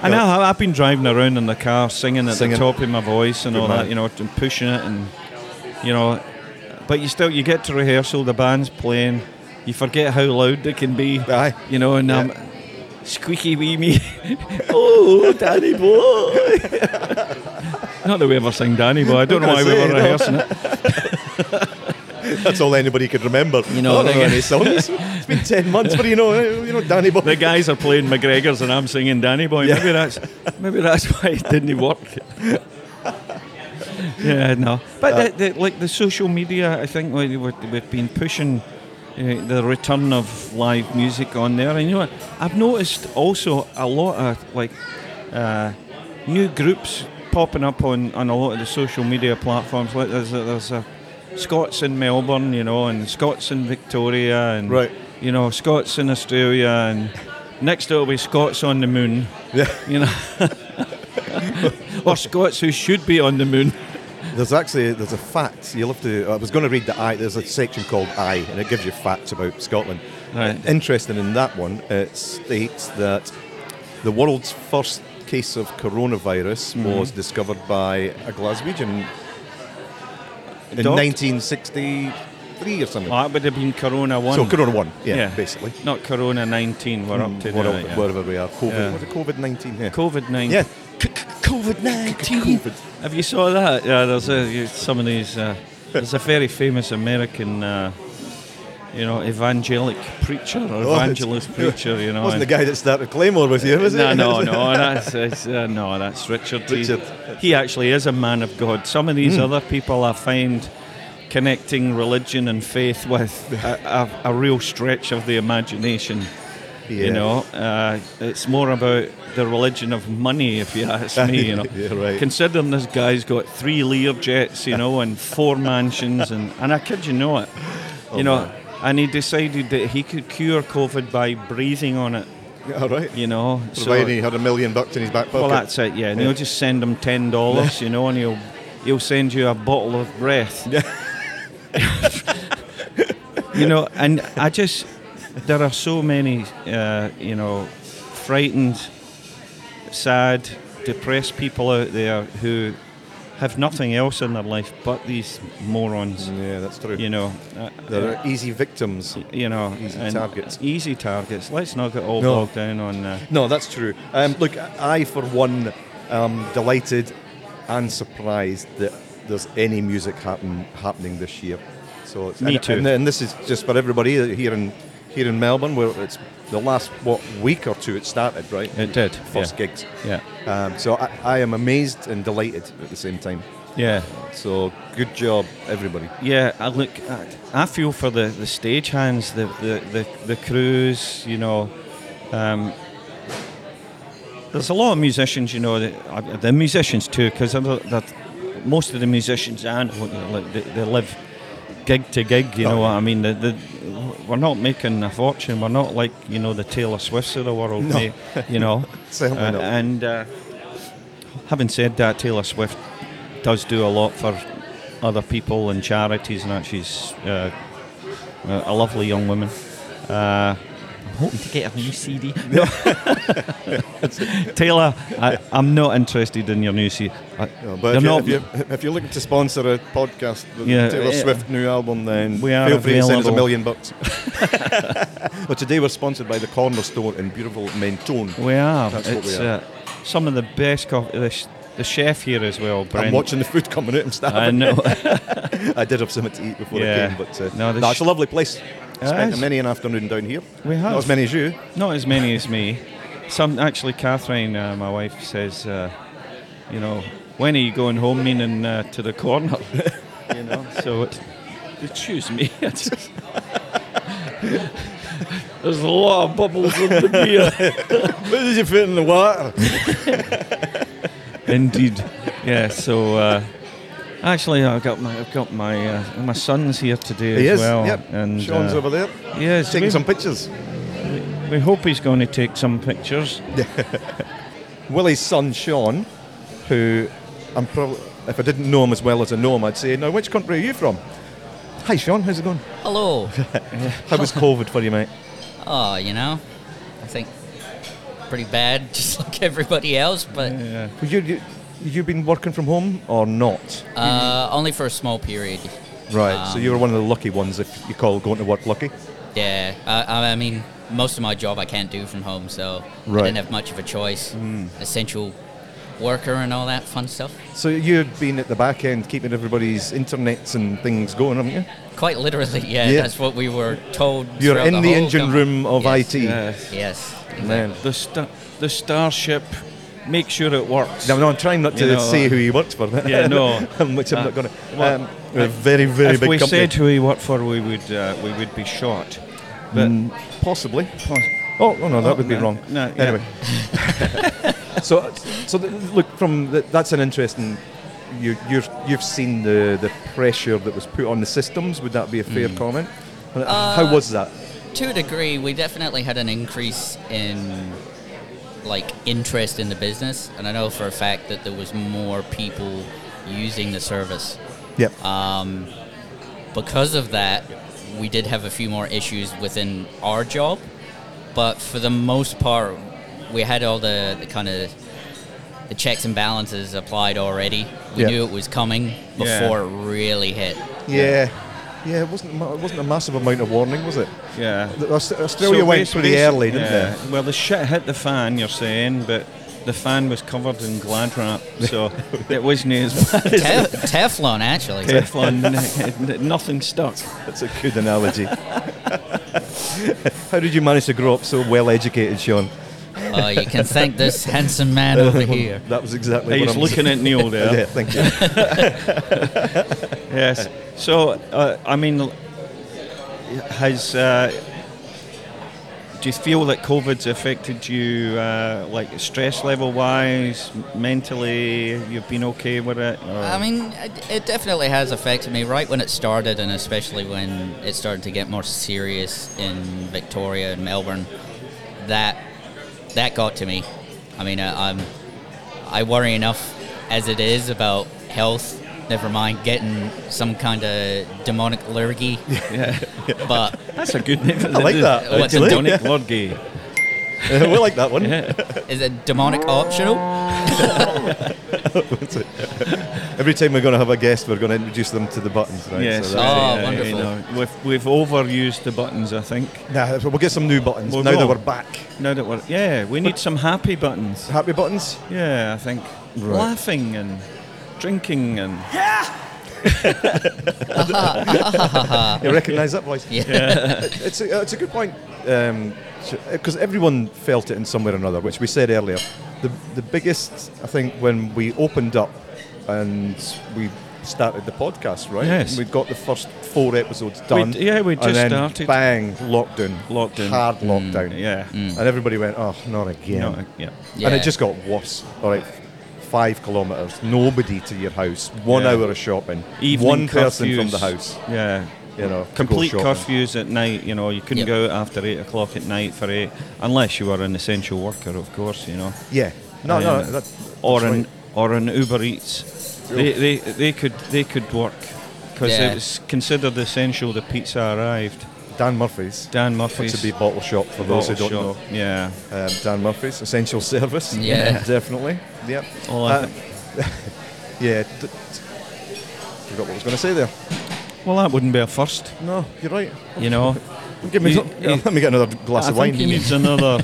[SPEAKER 4] I know. I- I've been driving around in the car, singing at
[SPEAKER 5] Singing.
[SPEAKER 4] the top of my voice and
[SPEAKER 5] Good
[SPEAKER 4] all
[SPEAKER 5] man.
[SPEAKER 4] that. You know, and pushing it, and you know, but you still you get to rehearsal. The band's playing. You forget how loud they can be.
[SPEAKER 5] Aye.
[SPEAKER 4] You know, and
[SPEAKER 5] Yeah.
[SPEAKER 4] um, *laughs* squeaky wee me. oh, daddy boy. Not that we ever sang Danny Boy. I don't know why
[SPEAKER 5] Gonna
[SPEAKER 4] we
[SPEAKER 5] say,
[SPEAKER 4] were
[SPEAKER 5] no.
[SPEAKER 4] rehearsing it.
[SPEAKER 5] That's all anybody could remember.
[SPEAKER 4] You know,
[SPEAKER 5] I don't
[SPEAKER 4] they-
[SPEAKER 5] know any
[SPEAKER 4] *laughs*
[SPEAKER 5] songs. It's been ten months, but you know, you know, Danny Boy.
[SPEAKER 4] The guys are playing McGregor's and I'm singing Danny Boy. Maybe that's maybe that's why it didn't work. yeah, no. But the, the, like the social media, I think we, we, we've been pushing uh, the return of live music on there. And you know what? I've noticed also a lot of like uh, new groups popping up on, on a lot of the social media platforms. Like there's a, there's a Scots in Melbourne, you know, and Scots in Victoria, and
[SPEAKER 5] Right.
[SPEAKER 4] you know, Scots in Australia, and next it'll be Scots on the moon,
[SPEAKER 5] Yeah.
[SPEAKER 4] you know,
[SPEAKER 5] *laughs*
[SPEAKER 4] or Scots who should be on the moon.
[SPEAKER 5] There's actually there's a fact you'll have to. I was going to read the I. There's a section called I, and it gives you facts about Scotland.
[SPEAKER 4] Right.
[SPEAKER 5] Interesting in that one, it states that the world's first case of coronavirus was discovered by a Glaswegian in
[SPEAKER 4] Doc-
[SPEAKER 5] 1963 or something.
[SPEAKER 4] Well, that would have been Corona one.
[SPEAKER 5] So Corona one, yeah, basically. Hmm,
[SPEAKER 4] Not Corona nineteen. We're up to
[SPEAKER 5] Whatever,
[SPEAKER 4] now, yeah.
[SPEAKER 5] wherever we are, COVID.
[SPEAKER 4] Yeah.
[SPEAKER 5] Was it COVID nineteen? Yeah.
[SPEAKER 4] COVID nineteen.
[SPEAKER 5] Yeah.
[SPEAKER 4] COVID nineteen.
[SPEAKER 5] COVID.
[SPEAKER 4] Have you saw that? Yeah, there's a, you- some of these. Uh, there's a very famous American, uh, you know, evangelic preacher or
[SPEAKER 5] Oh, it's-
[SPEAKER 4] evangelist
[SPEAKER 5] *laughs*
[SPEAKER 4] preacher. You know,
[SPEAKER 5] wasn't the
[SPEAKER 4] and-
[SPEAKER 5] guy that started Claymore with you, was
[SPEAKER 4] no,
[SPEAKER 5] it? *laughs*
[SPEAKER 4] no, no, that's it's, uh, no, that's Richard. He-
[SPEAKER 5] Richard. Hmm.
[SPEAKER 4] He, actually is a man of God. Some of these other people I find connecting religion and faith with a, a, a real stretch of the imagination.
[SPEAKER 5] Yeah.
[SPEAKER 4] You know, uh, it's more about the religion of money, if you ask me.
[SPEAKER 5] *laughs*
[SPEAKER 4] You know,
[SPEAKER 5] Yeah, right.
[SPEAKER 4] considering this guy's got three Learjets, you know, and four mansions, and and I kid you not,
[SPEAKER 5] Oh,
[SPEAKER 4] you know, and he decided that he could cure COVID by breathing on it.
[SPEAKER 5] All right.
[SPEAKER 4] You know, So-
[SPEAKER 5] Provided he had a million bucks in his back pocket.
[SPEAKER 4] well, that's it. Yeah, and he'll just send him
[SPEAKER 5] *laughs*
[SPEAKER 4] ten dollars, you know, and he'll he'll send you a bottle of breath. *laughs* you know, and I just there are so many, uh, you know, frightened, sad, depressed people out there who have nothing else in their life but these morons.
[SPEAKER 5] Yeah, that's true.
[SPEAKER 4] You know, uh,
[SPEAKER 5] There are easy victims.
[SPEAKER 4] you know,
[SPEAKER 5] Easy
[SPEAKER 4] and
[SPEAKER 5] targets.
[SPEAKER 4] Easy targets. Let's not get all
[SPEAKER 5] No.
[SPEAKER 4] bogged down on. Uh,
[SPEAKER 5] No, that's true. Um, look, I, for one, am delighted and surprised that there's any music happen, happening this year. So it's,
[SPEAKER 4] Me
[SPEAKER 5] and,
[SPEAKER 4] too.
[SPEAKER 5] And, and this is just for everybody here in here in Melbourne, where it's the last what week or two it started, right?
[SPEAKER 4] It did,
[SPEAKER 5] First
[SPEAKER 4] yeah.
[SPEAKER 5] gigs.
[SPEAKER 4] yeah,
[SPEAKER 5] Um, so I, I am amazed and delighted at the same time.
[SPEAKER 4] yeah.
[SPEAKER 5] So good job, everybody.
[SPEAKER 4] Yeah, I look. I, I feel for the the stagehands, the the the, the crews. You know, um, there's a lot of musicians. You know, that, uh, the musicians too, because most of the musicians and like they, they live gig to gig. You know
[SPEAKER 5] Oh.
[SPEAKER 4] what I mean? The, the, we're not making a fortune. We're not like you know the Taylor Swifts of the world.
[SPEAKER 5] No.
[SPEAKER 4] mate, you know,
[SPEAKER 5] *laughs* Certainly
[SPEAKER 4] Uh,
[SPEAKER 5] not.
[SPEAKER 4] And uh, having said that, Taylor Swift does do a lot for other people and charities, and that she's uh, a a lovely young woman. Uh, I'm hoping to get a new CD. *laughs* Taylor, I, I'm not interested in your new CD. I-
[SPEAKER 5] No, but
[SPEAKER 4] they're
[SPEAKER 5] if, you,
[SPEAKER 4] not-
[SPEAKER 5] if, you, if you're looking to sponsor a podcast with
[SPEAKER 4] Yeah,
[SPEAKER 5] Taylor
[SPEAKER 4] yeah.
[SPEAKER 5] Swift new album, then
[SPEAKER 4] We are
[SPEAKER 5] feel free to send us a
[SPEAKER 4] available.
[SPEAKER 5] million
[SPEAKER 4] *laughs*
[SPEAKER 5] bucks. well, today we're sponsored by the Corner Store in beautiful Mentone.
[SPEAKER 4] we are.
[SPEAKER 5] That's what
[SPEAKER 4] it's
[SPEAKER 5] we are.
[SPEAKER 4] Uh, some of the best coffee. The, sh- the chef here as well, Brent.
[SPEAKER 5] I'm watching the food coming out and stuff.
[SPEAKER 4] I know.
[SPEAKER 5] *laughs* I did have something to eat before
[SPEAKER 4] Yeah.
[SPEAKER 5] I came, but uh,
[SPEAKER 4] No,
[SPEAKER 5] no,
[SPEAKER 4] this-
[SPEAKER 5] it's a lovely place. Spent
[SPEAKER 4] is.
[SPEAKER 5] many an afternoon down here.
[SPEAKER 4] We have.
[SPEAKER 5] Not as many as you.
[SPEAKER 4] Not as many as me. Some actually, Catherine, uh, my wife, says, uh, you know, when are you going home? Meaning uh, to the corner, *laughs* you know. So it's, excuse me. *laughs* I just- There's a lot of bubbles in
[SPEAKER 5] *laughs*
[SPEAKER 4] the beer.
[SPEAKER 5] Where did you fit in the water?
[SPEAKER 4] Indeed. Yeah. So uh, actually, I've got my I've got my uh, my son's here today
[SPEAKER 5] He is.
[SPEAKER 4] as well,
[SPEAKER 5] yep.
[SPEAKER 4] and
[SPEAKER 5] Sean's
[SPEAKER 4] uh,
[SPEAKER 5] over there
[SPEAKER 4] yeah, so
[SPEAKER 5] taking
[SPEAKER 4] we-
[SPEAKER 5] some pictures.
[SPEAKER 4] we hope he's going to take some pictures.
[SPEAKER 5] Willie's son Sean, who I'm probably, if I didn't know him as well as I know him, I'd say, now which country are you from? Hi Sean, how's it going? *laughs*
[SPEAKER 6] Hello.
[SPEAKER 5] How was COVID for you, mate?
[SPEAKER 6] oh, you know, I think pretty bad, *laughs* just like everybody else, but
[SPEAKER 5] Well, you, you, you've been working from home or not?
[SPEAKER 6] uh, only for a small period.
[SPEAKER 5] Right, so you were one of the lucky ones if you call going to work lucky.
[SPEAKER 6] Yeah, uh, I I mean, most of my job I can't do from home, so I
[SPEAKER 5] Right. Mm.
[SPEAKER 6] didn't have much of a choice. Essential worker and all that fun stuff.
[SPEAKER 5] So you've been at the back end keeping everybody's internets and things going, haven't you?
[SPEAKER 6] Quite literally, *laughs* yeah,
[SPEAKER 5] Yeah.
[SPEAKER 6] That's what we were told.
[SPEAKER 5] You're
[SPEAKER 6] throughout
[SPEAKER 5] in the
[SPEAKER 6] whole
[SPEAKER 5] engine
[SPEAKER 6] company.
[SPEAKER 5] room of
[SPEAKER 6] yes.
[SPEAKER 5] IT.
[SPEAKER 6] Yes.
[SPEAKER 5] Man.
[SPEAKER 4] The star, the starship, make sure it works.
[SPEAKER 5] No, no, I'm trying not to
[SPEAKER 4] You know,
[SPEAKER 5] say who he works for. *laughs*
[SPEAKER 4] Yeah, no.
[SPEAKER 5] Which I'm
[SPEAKER 4] Uh,
[SPEAKER 5] not going to.
[SPEAKER 4] well,
[SPEAKER 5] um, a very, very
[SPEAKER 4] if
[SPEAKER 5] big
[SPEAKER 4] we
[SPEAKER 5] company.
[SPEAKER 4] said who he worked for, we would uh, we would be shot. But
[SPEAKER 5] Mm. Possibly.
[SPEAKER 4] Poss-
[SPEAKER 5] Oh, oh no, that would be
[SPEAKER 4] no,
[SPEAKER 5] wrong.
[SPEAKER 4] no, yeah.
[SPEAKER 5] anyway. *laughs* so, so th- look from the, that's an interesting. You, you've you've seen the, the pressure that was put on the systems. Would that be a
[SPEAKER 4] Mm.
[SPEAKER 5] fair comment?
[SPEAKER 6] Uh,
[SPEAKER 5] How was that?
[SPEAKER 6] to a degree, we definitely had an increase in like interest in the business, and I know for a fact that there was more people using the service.
[SPEAKER 5] Yep.
[SPEAKER 6] uh, Because of that, we did have a few more issues within our job, but for the most part, we had all the, the kind of the checks and balances applied already. We
[SPEAKER 5] Yeah.
[SPEAKER 6] knew it was coming
[SPEAKER 4] Yeah.
[SPEAKER 6] before it really hit.
[SPEAKER 5] yeah. Yeah, it wasn't, a ma- it wasn't a massive amount of warning, was it?
[SPEAKER 4] yeah.
[SPEAKER 5] The- Aus- Australia
[SPEAKER 4] So
[SPEAKER 5] went
[SPEAKER 4] bas-
[SPEAKER 5] pretty
[SPEAKER 4] basi-
[SPEAKER 5] early, didn't
[SPEAKER 4] yeah.
[SPEAKER 5] they?
[SPEAKER 4] Well, the shit hit the fan, you're saying, but the fan was covered in glad wrap,
[SPEAKER 5] *laughs*
[SPEAKER 4] so it wasn't as bad
[SPEAKER 6] Te-
[SPEAKER 4] as
[SPEAKER 6] Teflon, actually.
[SPEAKER 4] Teflon. *laughs* Nothing stuck.
[SPEAKER 5] That's a good analogy. *laughs* How did you manage to grow up so well educated, Sean?
[SPEAKER 6] Uh, you can thank this handsome man
[SPEAKER 5] *laughs*
[SPEAKER 6] over here.
[SPEAKER 5] That was exactly what
[SPEAKER 4] He's
[SPEAKER 5] I'm
[SPEAKER 4] looking at Neil there.
[SPEAKER 5] *laughs* Yeah, thank you. *laughs*
[SPEAKER 4] Yes. So, uh, I mean, l- has uh, do you feel that COVID's affected you, uh, like stress level wise, mentally? You've been okay with it? or-
[SPEAKER 6] I mean, it, it definitely has affected me right when it started, and especially when it started to get more serious in Victoria and Melbourne. That that got to me. I mean, I, I'm I worry enough as it is about health. Never mind getting some kind of demonic lurgy. But
[SPEAKER 4] that's a good *laughs* name.
[SPEAKER 5] I like that,
[SPEAKER 4] What's a
[SPEAKER 5] actually.
[SPEAKER 4] Donic Lurgy?
[SPEAKER 5] we like that one.
[SPEAKER 6] is it demonic optional?
[SPEAKER 5] Every time we're going to have a guest, we're going to introduce them to the buttons, right?
[SPEAKER 4] Yes.
[SPEAKER 5] that's-
[SPEAKER 6] Oh,
[SPEAKER 4] yeah,
[SPEAKER 6] wonderful.
[SPEAKER 4] we've, we've overused the buttons, I think.
[SPEAKER 5] Nah, we'll get some new buttons
[SPEAKER 4] We'll
[SPEAKER 5] now
[SPEAKER 4] go.
[SPEAKER 5] that we're back.
[SPEAKER 4] Now that we're yeah, we need some happy buttons.
[SPEAKER 5] Happy buttons?
[SPEAKER 4] Yeah, I think
[SPEAKER 5] Right.
[SPEAKER 4] laughing and drinking and
[SPEAKER 5] You recognise that voice?
[SPEAKER 6] Yeah.
[SPEAKER 5] It's a, it's a good point because everyone felt it in some way or another, which we said earlier. The the biggest, I think, when we opened up and we started the podcast, right?
[SPEAKER 4] Yes.
[SPEAKER 5] We got the first four episodes done.
[SPEAKER 4] yeah, we just
[SPEAKER 5] and then
[SPEAKER 4] started.
[SPEAKER 5] Bang! Lockdown.
[SPEAKER 4] Lockdown.
[SPEAKER 5] Hard lockdown.
[SPEAKER 4] yeah,
[SPEAKER 5] And everybody went, oh, not again.
[SPEAKER 4] No, yeah.
[SPEAKER 6] Yeah.
[SPEAKER 5] And it just got worse. All right, five kilometres, nobody to your house, one
[SPEAKER 4] Yeah.
[SPEAKER 5] hour of shopping,
[SPEAKER 4] Evening
[SPEAKER 5] one person from the
[SPEAKER 4] curfews.
[SPEAKER 5] house.
[SPEAKER 4] Yeah,
[SPEAKER 5] You know, to go
[SPEAKER 4] complete
[SPEAKER 5] shopping.
[SPEAKER 4] curfews at night. You know, you couldn't
[SPEAKER 6] Yep.
[SPEAKER 4] go out after eight o'clock at night for eight, unless you were an essential worker, of course. You know,
[SPEAKER 5] Yeah. No, no,
[SPEAKER 4] Um,
[SPEAKER 5] that,
[SPEAKER 4] or
[SPEAKER 5] that's
[SPEAKER 4] an
[SPEAKER 5] right.
[SPEAKER 4] or an Uber Eats. They, they they could they could work because
[SPEAKER 6] Yeah.
[SPEAKER 4] it was considered essential. The pizza arrived.
[SPEAKER 5] Dan Murphy's.
[SPEAKER 4] Dan
[SPEAKER 5] to
[SPEAKER 4] Murphy's
[SPEAKER 5] be bottle shop for those who
[SPEAKER 4] bottle
[SPEAKER 5] don't
[SPEAKER 4] shop. Yeah,
[SPEAKER 5] know. Um, Dan Murphy's essential service.
[SPEAKER 6] Yeah.
[SPEAKER 5] *laughs* definitely. Yep.
[SPEAKER 4] All Oh, I
[SPEAKER 5] Uh, yeah. D- t- forgot what I was going to say there.
[SPEAKER 4] well, that wouldn't be a first.
[SPEAKER 5] No, you're right.
[SPEAKER 4] You know,
[SPEAKER 5] Give me.
[SPEAKER 4] You-
[SPEAKER 5] some-
[SPEAKER 4] you-
[SPEAKER 5] *laughs* let me get another glass
[SPEAKER 4] I
[SPEAKER 5] of wine.
[SPEAKER 4] think he *laughs* needs another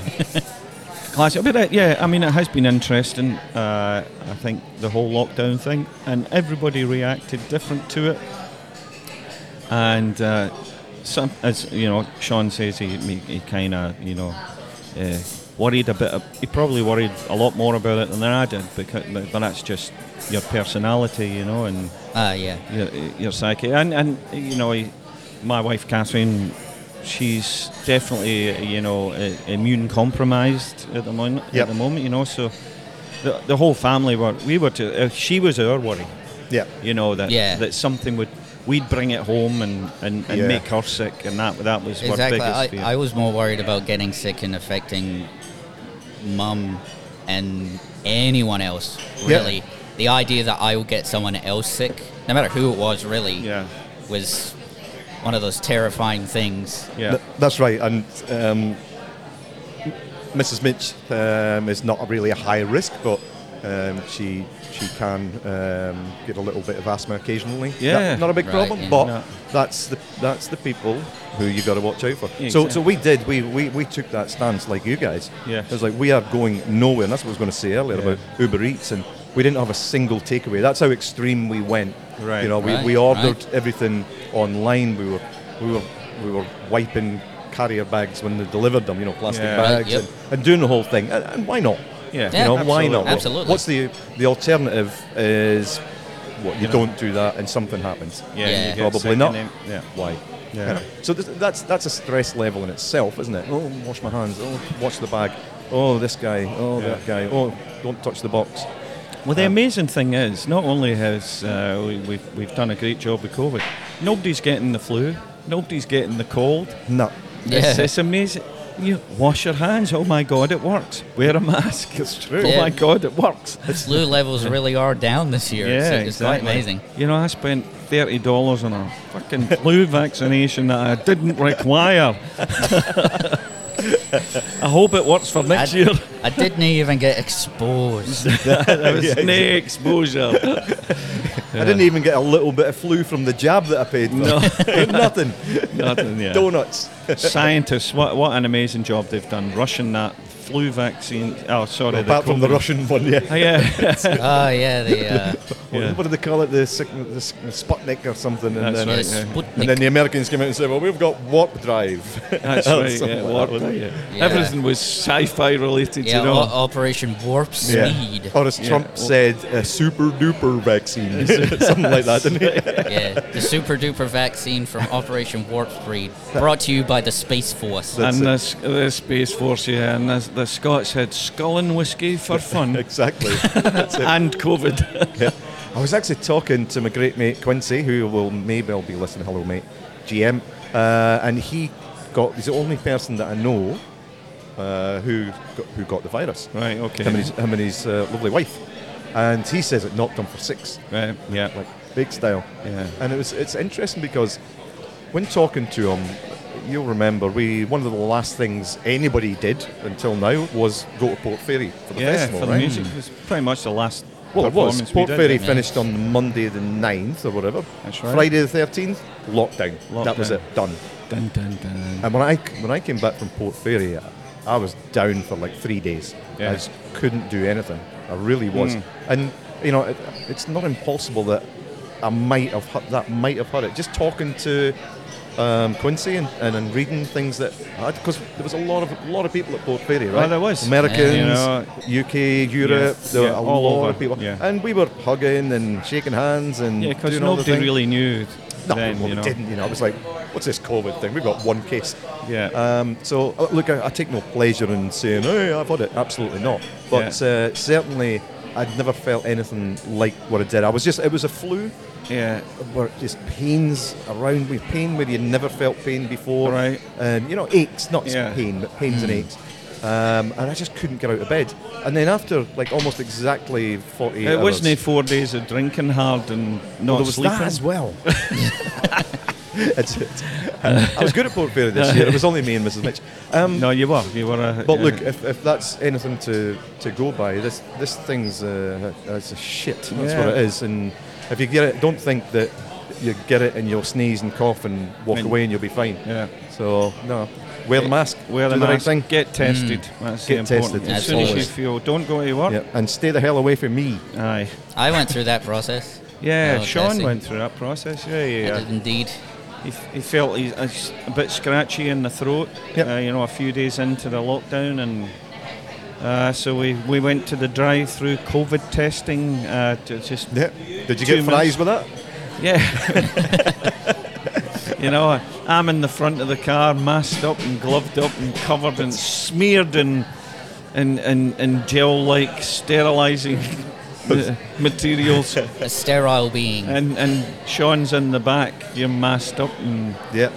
[SPEAKER 5] *laughs*
[SPEAKER 4] classic. But uh, yeah, I mean, it has been interesting. Uh, I think the whole lockdown thing, and everybody reacted different to it. And uh, some, as you know, Sean says he he, he kind of you know uh, worried a bit. He probably worried a lot more about it than I did, because, but, but that's just your personality, you know, and
[SPEAKER 6] Ah, yeah.
[SPEAKER 4] your, your psyche. And, and you know, I- my wife Catherine, she's definitely you know i- immune compromised at the moment.
[SPEAKER 5] Yep.
[SPEAKER 4] At the moment, you know, so the, the whole family were we were to. If she was our worry,
[SPEAKER 5] Yeah.
[SPEAKER 4] you know that
[SPEAKER 6] Yeah.
[SPEAKER 4] that something would we'd bring it home and, and, and
[SPEAKER 5] Yeah.
[SPEAKER 4] make her sick, and that that was our
[SPEAKER 6] Exactly.
[SPEAKER 4] biggest
[SPEAKER 6] I,
[SPEAKER 4] fear.
[SPEAKER 6] I was more worried about getting sick and affecting mum and anyone else,
[SPEAKER 5] Yeah.
[SPEAKER 6] really. The idea that I would get someone else sick, no matter who it was, really,
[SPEAKER 4] yeah,
[SPEAKER 6] was one of those terrifying things.
[SPEAKER 4] yeah.
[SPEAKER 5] Th- that's right. And um, Mrs. Mitch um, is not really a high risk, but Um, she she can um, get a little bit of asthma occasionally.
[SPEAKER 4] Yeah.
[SPEAKER 5] Not- not a big
[SPEAKER 6] Right,
[SPEAKER 5] problem,
[SPEAKER 6] yeah.
[SPEAKER 5] but
[SPEAKER 4] No.
[SPEAKER 5] that's the that's the people who you got to watch out for.
[SPEAKER 4] Yeah,
[SPEAKER 5] So so
[SPEAKER 4] exactly.
[SPEAKER 5] we did we, we we took that stance like you guys.
[SPEAKER 4] Yeah.
[SPEAKER 5] It was like we are going nowhere. And that's what I was going to say earlier
[SPEAKER 4] Yeah.
[SPEAKER 5] about Uber Eats and. We didn't have a single takeaway. That's how extreme we went.
[SPEAKER 4] Right.
[SPEAKER 5] You know, we,
[SPEAKER 6] Right,
[SPEAKER 5] we ordered
[SPEAKER 6] right.
[SPEAKER 5] everything online. We were we were we were wiping carrier bags when they delivered them. You know, plastic
[SPEAKER 4] Yeah.
[SPEAKER 5] bags
[SPEAKER 6] Yep.
[SPEAKER 5] and, and doing the whole thing. And, and why not?
[SPEAKER 4] Yeah.
[SPEAKER 5] You know,
[SPEAKER 6] Yeah,
[SPEAKER 5] why not?
[SPEAKER 6] absolutely.
[SPEAKER 5] What's the the alternative is what you, don't do that and something happens.
[SPEAKER 4] Yeah,
[SPEAKER 6] Yeah.
[SPEAKER 4] you get sick
[SPEAKER 5] Probably
[SPEAKER 4] and
[SPEAKER 5] not.
[SPEAKER 4] then- yeah.
[SPEAKER 5] Why?
[SPEAKER 4] Yeah.
[SPEAKER 5] You know, So th- that's that's a stress level in itself, isn't it? Oh, wash my hands. Oh, watch the bag. Oh, this guy. Oh,
[SPEAKER 4] Yeah.
[SPEAKER 5] that guy. Oh, don't touch the box.
[SPEAKER 4] Well, the amazing thing is, not only has uh, we, we've, we've done a great job with COVID, nobody's getting the flu, nobody's getting the cold.
[SPEAKER 5] No.
[SPEAKER 4] It's,
[SPEAKER 6] Yeah.
[SPEAKER 4] it's amazing. You wash your hands. Oh my God, it works. Wear a mask.
[SPEAKER 5] *laughs* It's true.
[SPEAKER 4] Oh
[SPEAKER 6] Yeah.
[SPEAKER 4] my God, it works.
[SPEAKER 6] Flu
[SPEAKER 4] *laughs*
[SPEAKER 6] levels really are down this year. It's- it's quite amazing.
[SPEAKER 4] You know, I spent thirty dollars on a fucking
[SPEAKER 5] *laughs*
[SPEAKER 4] flu vaccination that I didn't require. I hope it works for next
[SPEAKER 5] *laughs*
[SPEAKER 6] I,
[SPEAKER 4] year.
[SPEAKER 6] I didn't even get
[SPEAKER 4] *laughs*
[SPEAKER 6] exposed.
[SPEAKER 4] There was no
[SPEAKER 5] *laughs*
[SPEAKER 4] exposure.
[SPEAKER 5] I didn't even get a little bit of flu from the jab that I paid for. *laughs* Nothing.
[SPEAKER 4] Nothing, yeah.
[SPEAKER 5] Donuts.
[SPEAKER 4] Scientists, what, what an amazing job they've done rushing that flu vaccine. Oh, sorry.
[SPEAKER 5] Apart from the
[SPEAKER 4] COVID.
[SPEAKER 5] Russian one, yeah. *laughs*
[SPEAKER 4] Oh, *laughs* yeah.
[SPEAKER 6] oh yeah, the uh,
[SPEAKER 5] What-
[SPEAKER 4] Yeah.
[SPEAKER 5] What do they call it? The, sick, the s- Sputnik or something. And
[SPEAKER 4] That's
[SPEAKER 5] then,
[SPEAKER 4] right,
[SPEAKER 6] yeah. Sputnik.
[SPEAKER 5] and then the Americans came out and said, well, we've got warp drive.
[SPEAKER 4] *laughs* That's
[SPEAKER 5] Or
[SPEAKER 4] right.
[SPEAKER 5] something
[SPEAKER 4] Yeah,
[SPEAKER 5] like
[SPEAKER 4] warp,
[SPEAKER 5] that, wasn't it?
[SPEAKER 4] yeah.
[SPEAKER 6] Yeah.
[SPEAKER 4] Everything was sci-fi related,
[SPEAKER 6] yeah
[SPEAKER 4] you know.
[SPEAKER 6] o- Operation Warp Speed.
[SPEAKER 5] Or as
[SPEAKER 4] Yeah.
[SPEAKER 5] Trump said, a super duper vaccine. *laughs* something like that, didn't
[SPEAKER 4] *laughs*
[SPEAKER 5] he?
[SPEAKER 6] yeah, the super duper vaccine from Operation Warp Speed, brought to you by the Space Force.
[SPEAKER 5] That's
[SPEAKER 4] and
[SPEAKER 5] it.
[SPEAKER 4] this, this Space Force, yeah, and this, the Scots had skull and whiskey
[SPEAKER 5] *laughs*
[SPEAKER 4] for fun
[SPEAKER 5] exactly.
[SPEAKER 4] *laughs*
[SPEAKER 5] That's it.
[SPEAKER 4] and
[SPEAKER 5] *laughs*
[SPEAKER 4] COVID.
[SPEAKER 5] Yeah. I was actually talking to my great mate Quincy, who will may well be listening. Hello, mate, GM, uh, and he got. He's the only person that I know uh, who got, who got the virus.
[SPEAKER 4] Right, okay.
[SPEAKER 5] Him and his, him and his uh, lovely wife, and he says it knocked him for six,
[SPEAKER 4] Right, yeah.
[SPEAKER 5] like big style.
[SPEAKER 4] Yeah.
[SPEAKER 5] And it was it's interesting because when talking to him, you'll remember we one of the last things anybody did until now was go to Port Fairy for the
[SPEAKER 4] yeah,
[SPEAKER 5] festival,
[SPEAKER 4] for the
[SPEAKER 5] right?
[SPEAKER 4] music. It was pretty much the last
[SPEAKER 5] Well, it was.
[SPEAKER 4] performance we
[SPEAKER 5] Port
[SPEAKER 4] did.
[SPEAKER 5] Fairy
[SPEAKER 4] yeah.
[SPEAKER 5] finished on Monday the 9th or whatever.
[SPEAKER 4] That's right.
[SPEAKER 5] Friday the 13th, lockdown. That was
[SPEAKER 4] Lockdown.
[SPEAKER 5] it, done.
[SPEAKER 4] Dun, dun, dun.
[SPEAKER 5] And when I, when I came back from Port Fairy, I, I was down for like three days.
[SPEAKER 4] Yeah. Hmm.
[SPEAKER 5] I just couldn't do anything. I really was. And, you know, it, it's not impossible that I might have hu- that might have hurt it. Just talking to um, Quincy and, and, and reading things that because there was a lot of lot of people at Port Fairy, right?
[SPEAKER 4] there was.
[SPEAKER 5] Americans,
[SPEAKER 4] Yeah.
[SPEAKER 5] UK, Europe.
[SPEAKER 4] Yeah.
[SPEAKER 5] There
[SPEAKER 4] Yeah,
[SPEAKER 5] were a
[SPEAKER 4] all
[SPEAKER 5] lot
[SPEAKER 4] over.
[SPEAKER 5] of people,
[SPEAKER 4] Yeah.
[SPEAKER 5] and we were hugging and shaking hands and
[SPEAKER 4] Yeah, because
[SPEAKER 5] doing all the
[SPEAKER 4] nobody
[SPEAKER 5] thing.
[SPEAKER 4] really knew
[SPEAKER 5] No,
[SPEAKER 4] then,
[SPEAKER 5] well,
[SPEAKER 4] you know.
[SPEAKER 5] we didn't. You know, it was like, what's this COVID thing? We've got one case.
[SPEAKER 4] Yeah.
[SPEAKER 5] Um, so uh, look, I, I take no pleasure in saying, "Hey, I've had it." Absolutely not. But uh, certainly, I'd never felt anything like what I did. I was just—it was a flu,
[SPEAKER 4] yeah.
[SPEAKER 5] where it just pains around with pain where you never felt pain before.
[SPEAKER 4] Right.
[SPEAKER 5] Um, you know, aches, not just
[SPEAKER 4] Yeah. Hmm.
[SPEAKER 5] pain, but pains and aches. Um, and I just couldn't get out of bed. And then after like almost exactly 48
[SPEAKER 4] It
[SPEAKER 5] hours,
[SPEAKER 4] wasn't four days of drinking hard and
[SPEAKER 5] well,
[SPEAKER 4] not
[SPEAKER 5] there was
[SPEAKER 4] sleeping.
[SPEAKER 5] that as well. *laughs* That's it. I was good at Port Fairy this year. It was only me and Mrs. Mitch. Um,
[SPEAKER 4] No, you were. You were. A,
[SPEAKER 5] but
[SPEAKER 4] yeah.
[SPEAKER 5] look, if, if that's anything to, to go by, this this thing's uh, that's a shit. That's
[SPEAKER 4] Yeah.
[SPEAKER 5] what it is. And if you get it, don't think that you get it and you'll sneeze and cough and walk
[SPEAKER 4] And-
[SPEAKER 5] away and you'll be fine.
[SPEAKER 4] Yeah.
[SPEAKER 5] So no, wear the mask.
[SPEAKER 4] Wear
[SPEAKER 5] do
[SPEAKER 4] the mask.
[SPEAKER 5] right thing.
[SPEAKER 4] Get tested. That's
[SPEAKER 5] Get
[SPEAKER 4] the important.
[SPEAKER 5] tested.
[SPEAKER 4] As
[SPEAKER 6] As
[SPEAKER 4] soon as you
[SPEAKER 6] always.
[SPEAKER 4] feel, don't go to work.
[SPEAKER 5] Yeah, and stay the hell away from me.
[SPEAKER 4] Aye.
[SPEAKER 6] I went through that process.
[SPEAKER 4] Yeah,
[SPEAKER 6] Oh,
[SPEAKER 4] Sean
[SPEAKER 6] testing.
[SPEAKER 4] went through that process. Yeah,
[SPEAKER 6] I
[SPEAKER 4] yeah.
[SPEAKER 6] did indeed.
[SPEAKER 4] yeah. He, f- he felt he's a, s- a bit scratchy in the throat.
[SPEAKER 5] Yep.
[SPEAKER 4] Uh, you know, a few days into the lockdown, and uh, so we, we went to the drive-through COVID testing. Uh, to just
[SPEAKER 5] Yeah. Did you
[SPEAKER 4] Two
[SPEAKER 5] get fries with that?
[SPEAKER 4] yeah. *laughs* you know, I'm in the front of the car, masked up and gloved up and covered and smeared in in in, in gel-like *laughs* sterilising. uh, materials
[SPEAKER 6] A sterile being.
[SPEAKER 4] and and Sean's in the back, you're masked up and
[SPEAKER 5] Yeah.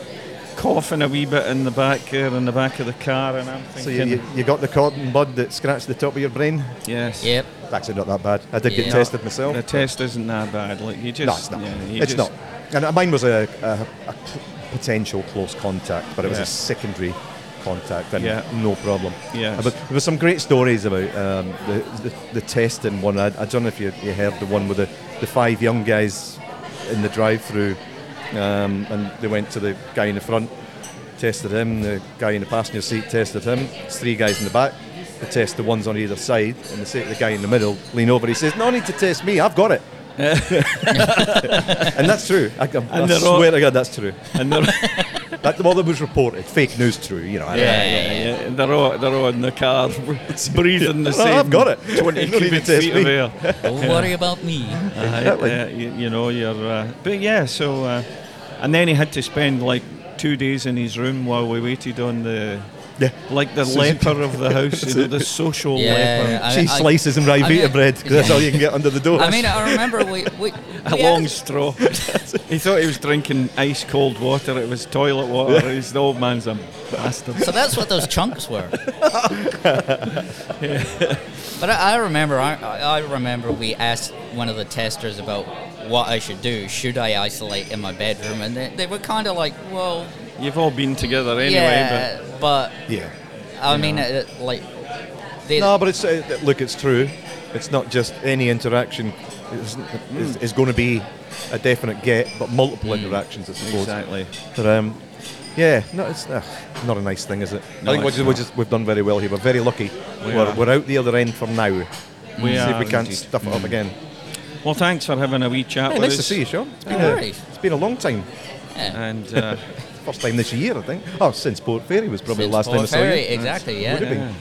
[SPEAKER 4] coughing a wee bit in the back here in the back of the car, and I'm
[SPEAKER 5] So
[SPEAKER 4] thinking,
[SPEAKER 5] you, you, you got the cotton bud that scratched the top of your brain?
[SPEAKER 4] yes,
[SPEAKER 6] yep.
[SPEAKER 5] It's actually not that bad. I did get
[SPEAKER 6] Yeah.
[SPEAKER 5] tested myself.
[SPEAKER 4] the test isn't that bad. Like you just,
[SPEAKER 5] No, it's not.
[SPEAKER 4] yeah, you
[SPEAKER 5] it's not.
[SPEAKER 4] just- *laughs*
[SPEAKER 5] And uh, mine was a, a, a p- potential close contact, but it was
[SPEAKER 4] Yeah.
[SPEAKER 5] a secondary contact and
[SPEAKER 4] Yeah.
[SPEAKER 5] no problem. Uh,
[SPEAKER 4] Yes.
[SPEAKER 5] But there were some great stories about um, the, the, the testing one. I, I don't know if you, you heard the one with the, the five young guys in the drive-through, um, and they went to the guy in the front, tested him. The guy in the passenger seat tested him. It's three guys in the back. They test the ones on either side, and they say to the guy in the middle, lean over. He says, "No need to test me. I've got it." *laughs* and that's true. I, I, I
[SPEAKER 4] they're all-
[SPEAKER 5] swear to God, that's true.
[SPEAKER 4] And they're,
[SPEAKER 5] That, well, that was reported. Fake news, true. You know. I-
[SPEAKER 6] Yeah, yeah, yeah.
[SPEAKER 4] they're, all, they're all in the car *laughs*
[SPEAKER 5] *laughs*
[SPEAKER 4] breathing the
[SPEAKER 5] No,
[SPEAKER 4] same.
[SPEAKER 5] I've got it. You
[SPEAKER 4] 20
[SPEAKER 5] don't need
[SPEAKER 4] cubic
[SPEAKER 5] to test
[SPEAKER 4] feet
[SPEAKER 5] me. *laughs*
[SPEAKER 4] of air.
[SPEAKER 6] Don't worry about me.
[SPEAKER 4] Aye,
[SPEAKER 5] Exactly.
[SPEAKER 4] uh, you, you know, you're. Uh, but yeah, so. Uh, and then he had to spend like two days in his room while we waited on the.
[SPEAKER 5] Yeah.
[SPEAKER 4] Like the leper of the house, you know, the social
[SPEAKER 6] Yeah,
[SPEAKER 4] leper.
[SPEAKER 6] I-
[SPEAKER 5] Cheese
[SPEAKER 6] I-
[SPEAKER 5] slices and rye
[SPEAKER 6] I mean-
[SPEAKER 5] Vita bread. 'cause that's all you can get under the door.
[SPEAKER 6] I mean, uh, I remember we. we
[SPEAKER 4] *laughs* A
[SPEAKER 5] *laughs*
[SPEAKER 4] long straw. he thought he was drinking ice cold water. It was toilet water. He's the old man's a bastard.
[SPEAKER 6] So that's what those
[SPEAKER 4] *laughs*
[SPEAKER 6] chunks were. but I, I remember, I, I remember we asked one of the testers about what I should do. Should I isolate in my bedroom? And they, they were kind of like, well,
[SPEAKER 4] You've all been together anyway,
[SPEAKER 6] yeah, but,
[SPEAKER 5] yeah.
[SPEAKER 6] I mean, uh, like, they,
[SPEAKER 5] No, but it's uh, look, it's true. It's not just any interaction is, is, is going to be a definite get, but multiple interactions, I
[SPEAKER 4] but
[SPEAKER 5] suppose.
[SPEAKER 4] Hmm. exactly.
[SPEAKER 5] But um, yeah, no, it's uh, not a nice thing, is it?
[SPEAKER 4] No,
[SPEAKER 5] I think we're
[SPEAKER 4] it's
[SPEAKER 5] just, we're
[SPEAKER 4] not.
[SPEAKER 5] just, we've done very well here. We're very lucky. We
[SPEAKER 4] are.
[SPEAKER 5] are we're out the other end for now.
[SPEAKER 4] We
[SPEAKER 5] See if
[SPEAKER 4] are
[SPEAKER 5] we can't
[SPEAKER 4] indeed.
[SPEAKER 5] stuff it up again.
[SPEAKER 4] Well, thanks for having a wee chat
[SPEAKER 5] Hey,
[SPEAKER 4] with
[SPEAKER 5] nice
[SPEAKER 4] us.
[SPEAKER 5] to see you, Sean. It's been,
[SPEAKER 6] No
[SPEAKER 5] a,
[SPEAKER 6] worries.
[SPEAKER 5] it's been a long time.
[SPEAKER 6] yeah.
[SPEAKER 4] And uh,
[SPEAKER 5] First time this year, I think. Oh, since Port Fairy was probably
[SPEAKER 6] Since
[SPEAKER 5] the last time I
[SPEAKER 6] Port
[SPEAKER 5] saw you.
[SPEAKER 6] Fairy, exactly, yeah.
[SPEAKER 5] Would have been.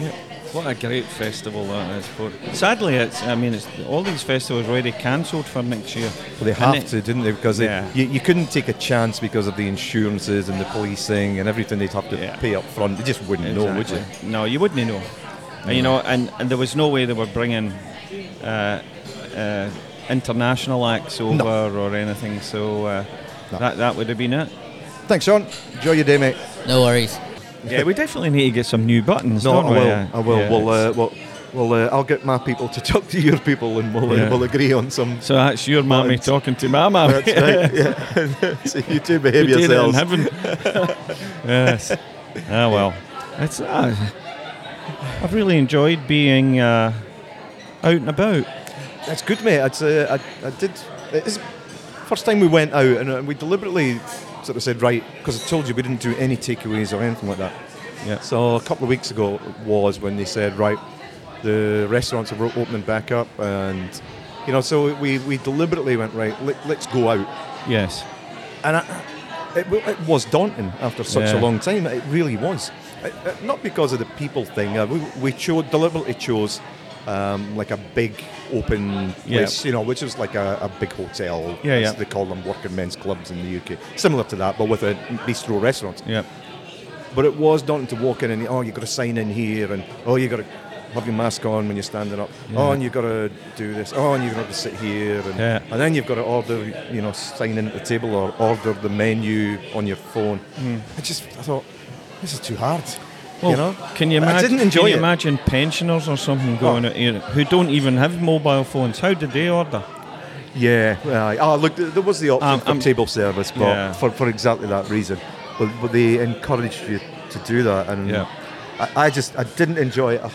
[SPEAKER 4] yeah. yeah. What a great festival that is for. Sadly, it's. I mean, it's all these festivals are already cancelled for next year.
[SPEAKER 5] Well, they
[SPEAKER 4] And
[SPEAKER 5] have
[SPEAKER 4] it-
[SPEAKER 5] to, didn't they? Because
[SPEAKER 4] Yeah.
[SPEAKER 5] they, you, you couldn't take a chance because of the insurances and the policing and everything they'd have to
[SPEAKER 4] Yeah.
[SPEAKER 5] pay up front. They just wouldn't know, would you?
[SPEAKER 4] Exactly. No, you wouldn't know. And, you know, and, and there was no way they were bringing uh, uh, international acts over or anything. So uh,
[SPEAKER 5] No.
[SPEAKER 4] that that would have been it.
[SPEAKER 5] Thanks, Sean. Enjoy your day, mate.
[SPEAKER 6] no worries.
[SPEAKER 4] Yeah, we definitely need to get some new buttons.
[SPEAKER 5] No,
[SPEAKER 4] don't
[SPEAKER 5] I
[SPEAKER 4] we?
[SPEAKER 5] will.
[SPEAKER 4] Yeah.
[SPEAKER 5] I will.
[SPEAKER 4] Yeah,
[SPEAKER 5] Well,
[SPEAKER 4] it's-
[SPEAKER 5] uh, well, well uh, I'll get my people to *laughs* talk to your people and we'll,
[SPEAKER 4] Yeah.
[SPEAKER 5] uh, we'll agree on
[SPEAKER 4] *laughs*
[SPEAKER 5] some. *laughs*
[SPEAKER 4] so that's your mummy
[SPEAKER 5] buttons.
[SPEAKER 4] talking to my mummy.
[SPEAKER 5] That's right. Yeah. *laughs* so you two behave
[SPEAKER 4] We did it in
[SPEAKER 5] yourselves.
[SPEAKER 4] heaven.
[SPEAKER 5] *laughs*
[SPEAKER 4] yes. Ah well. It's. Uh, I've really enjoyed being uh, out and about.
[SPEAKER 5] That's good, mate. It's, uh, I, I did. It's first time we went out, and uh, we deliberately sort of said, right, because I told you we didn't do any takeaways or anything like that.
[SPEAKER 4] Yeah.
[SPEAKER 5] So a couple of weeks ago it was when they said, right, the restaurants are opening back up, and you know, so we, we deliberately went right. Let, let's go out,
[SPEAKER 4] Yes.
[SPEAKER 5] and I, it, w- it was daunting after such a
[SPEAKER 4] Yeah.
[SPEAKER 5] long time. It really was. Uh, uh, not because of the people thing. Uh, we we chose deliberately chose. Um, like a big open
[SPEAKER 4] Yeah.
[SPEAKER 5] place, you know, which is like a, a big hotel.
[SPEAKER 4] Yeah,
[SPEAKER 5] as
[SPEAKER 4] yeah.
[SPEAKER 5] They call them working men's clubs in the UK, similar to that, but with a bistro restaurant.
[SPEAKER 4] Yeah.
[SPEAKER 5] But it was daunting to walk in and oh, you got to sign in here, and oh, you got to have your mask on when you're standing up. Oh, and you got to do this. Oh, and you got to sit here, and,
[SPEAKER 4] Yeah.
[SPEAKER 5] and then you've got to order, you know, sign in at the table or order the menu on your phone. I just I thought this is too hard.
[SPEAKER 4] Hmm. Well,
[SPEAKER 5] you know,
[SPEAKER 4] can you imagine?
[SPEAKER 5] I didn't enjoy
[SPEAKER 4] can you
[SPEAKER 5] it. Oh.
[SPEAKER 4] imagine pensioners or something going out here who don't even have mobile phones? How did they order?
[SPEAKER 5] Yeah. Well, aye. oh, look, th- there was the option
[SPEAKER 4] Um,
[SPEAKER 5] for
[SPEAKER 4] um,
[SPEAKER 5] table service, but
[SPEAKER 4] Yeah.
[SPEAKER 5] for, for exactly that reason. But, but they encouraged you to do that, and
[SPEAKER 4] Yeah.
[SPEAKER 5] I, I just I didn't enjoy it. Ah,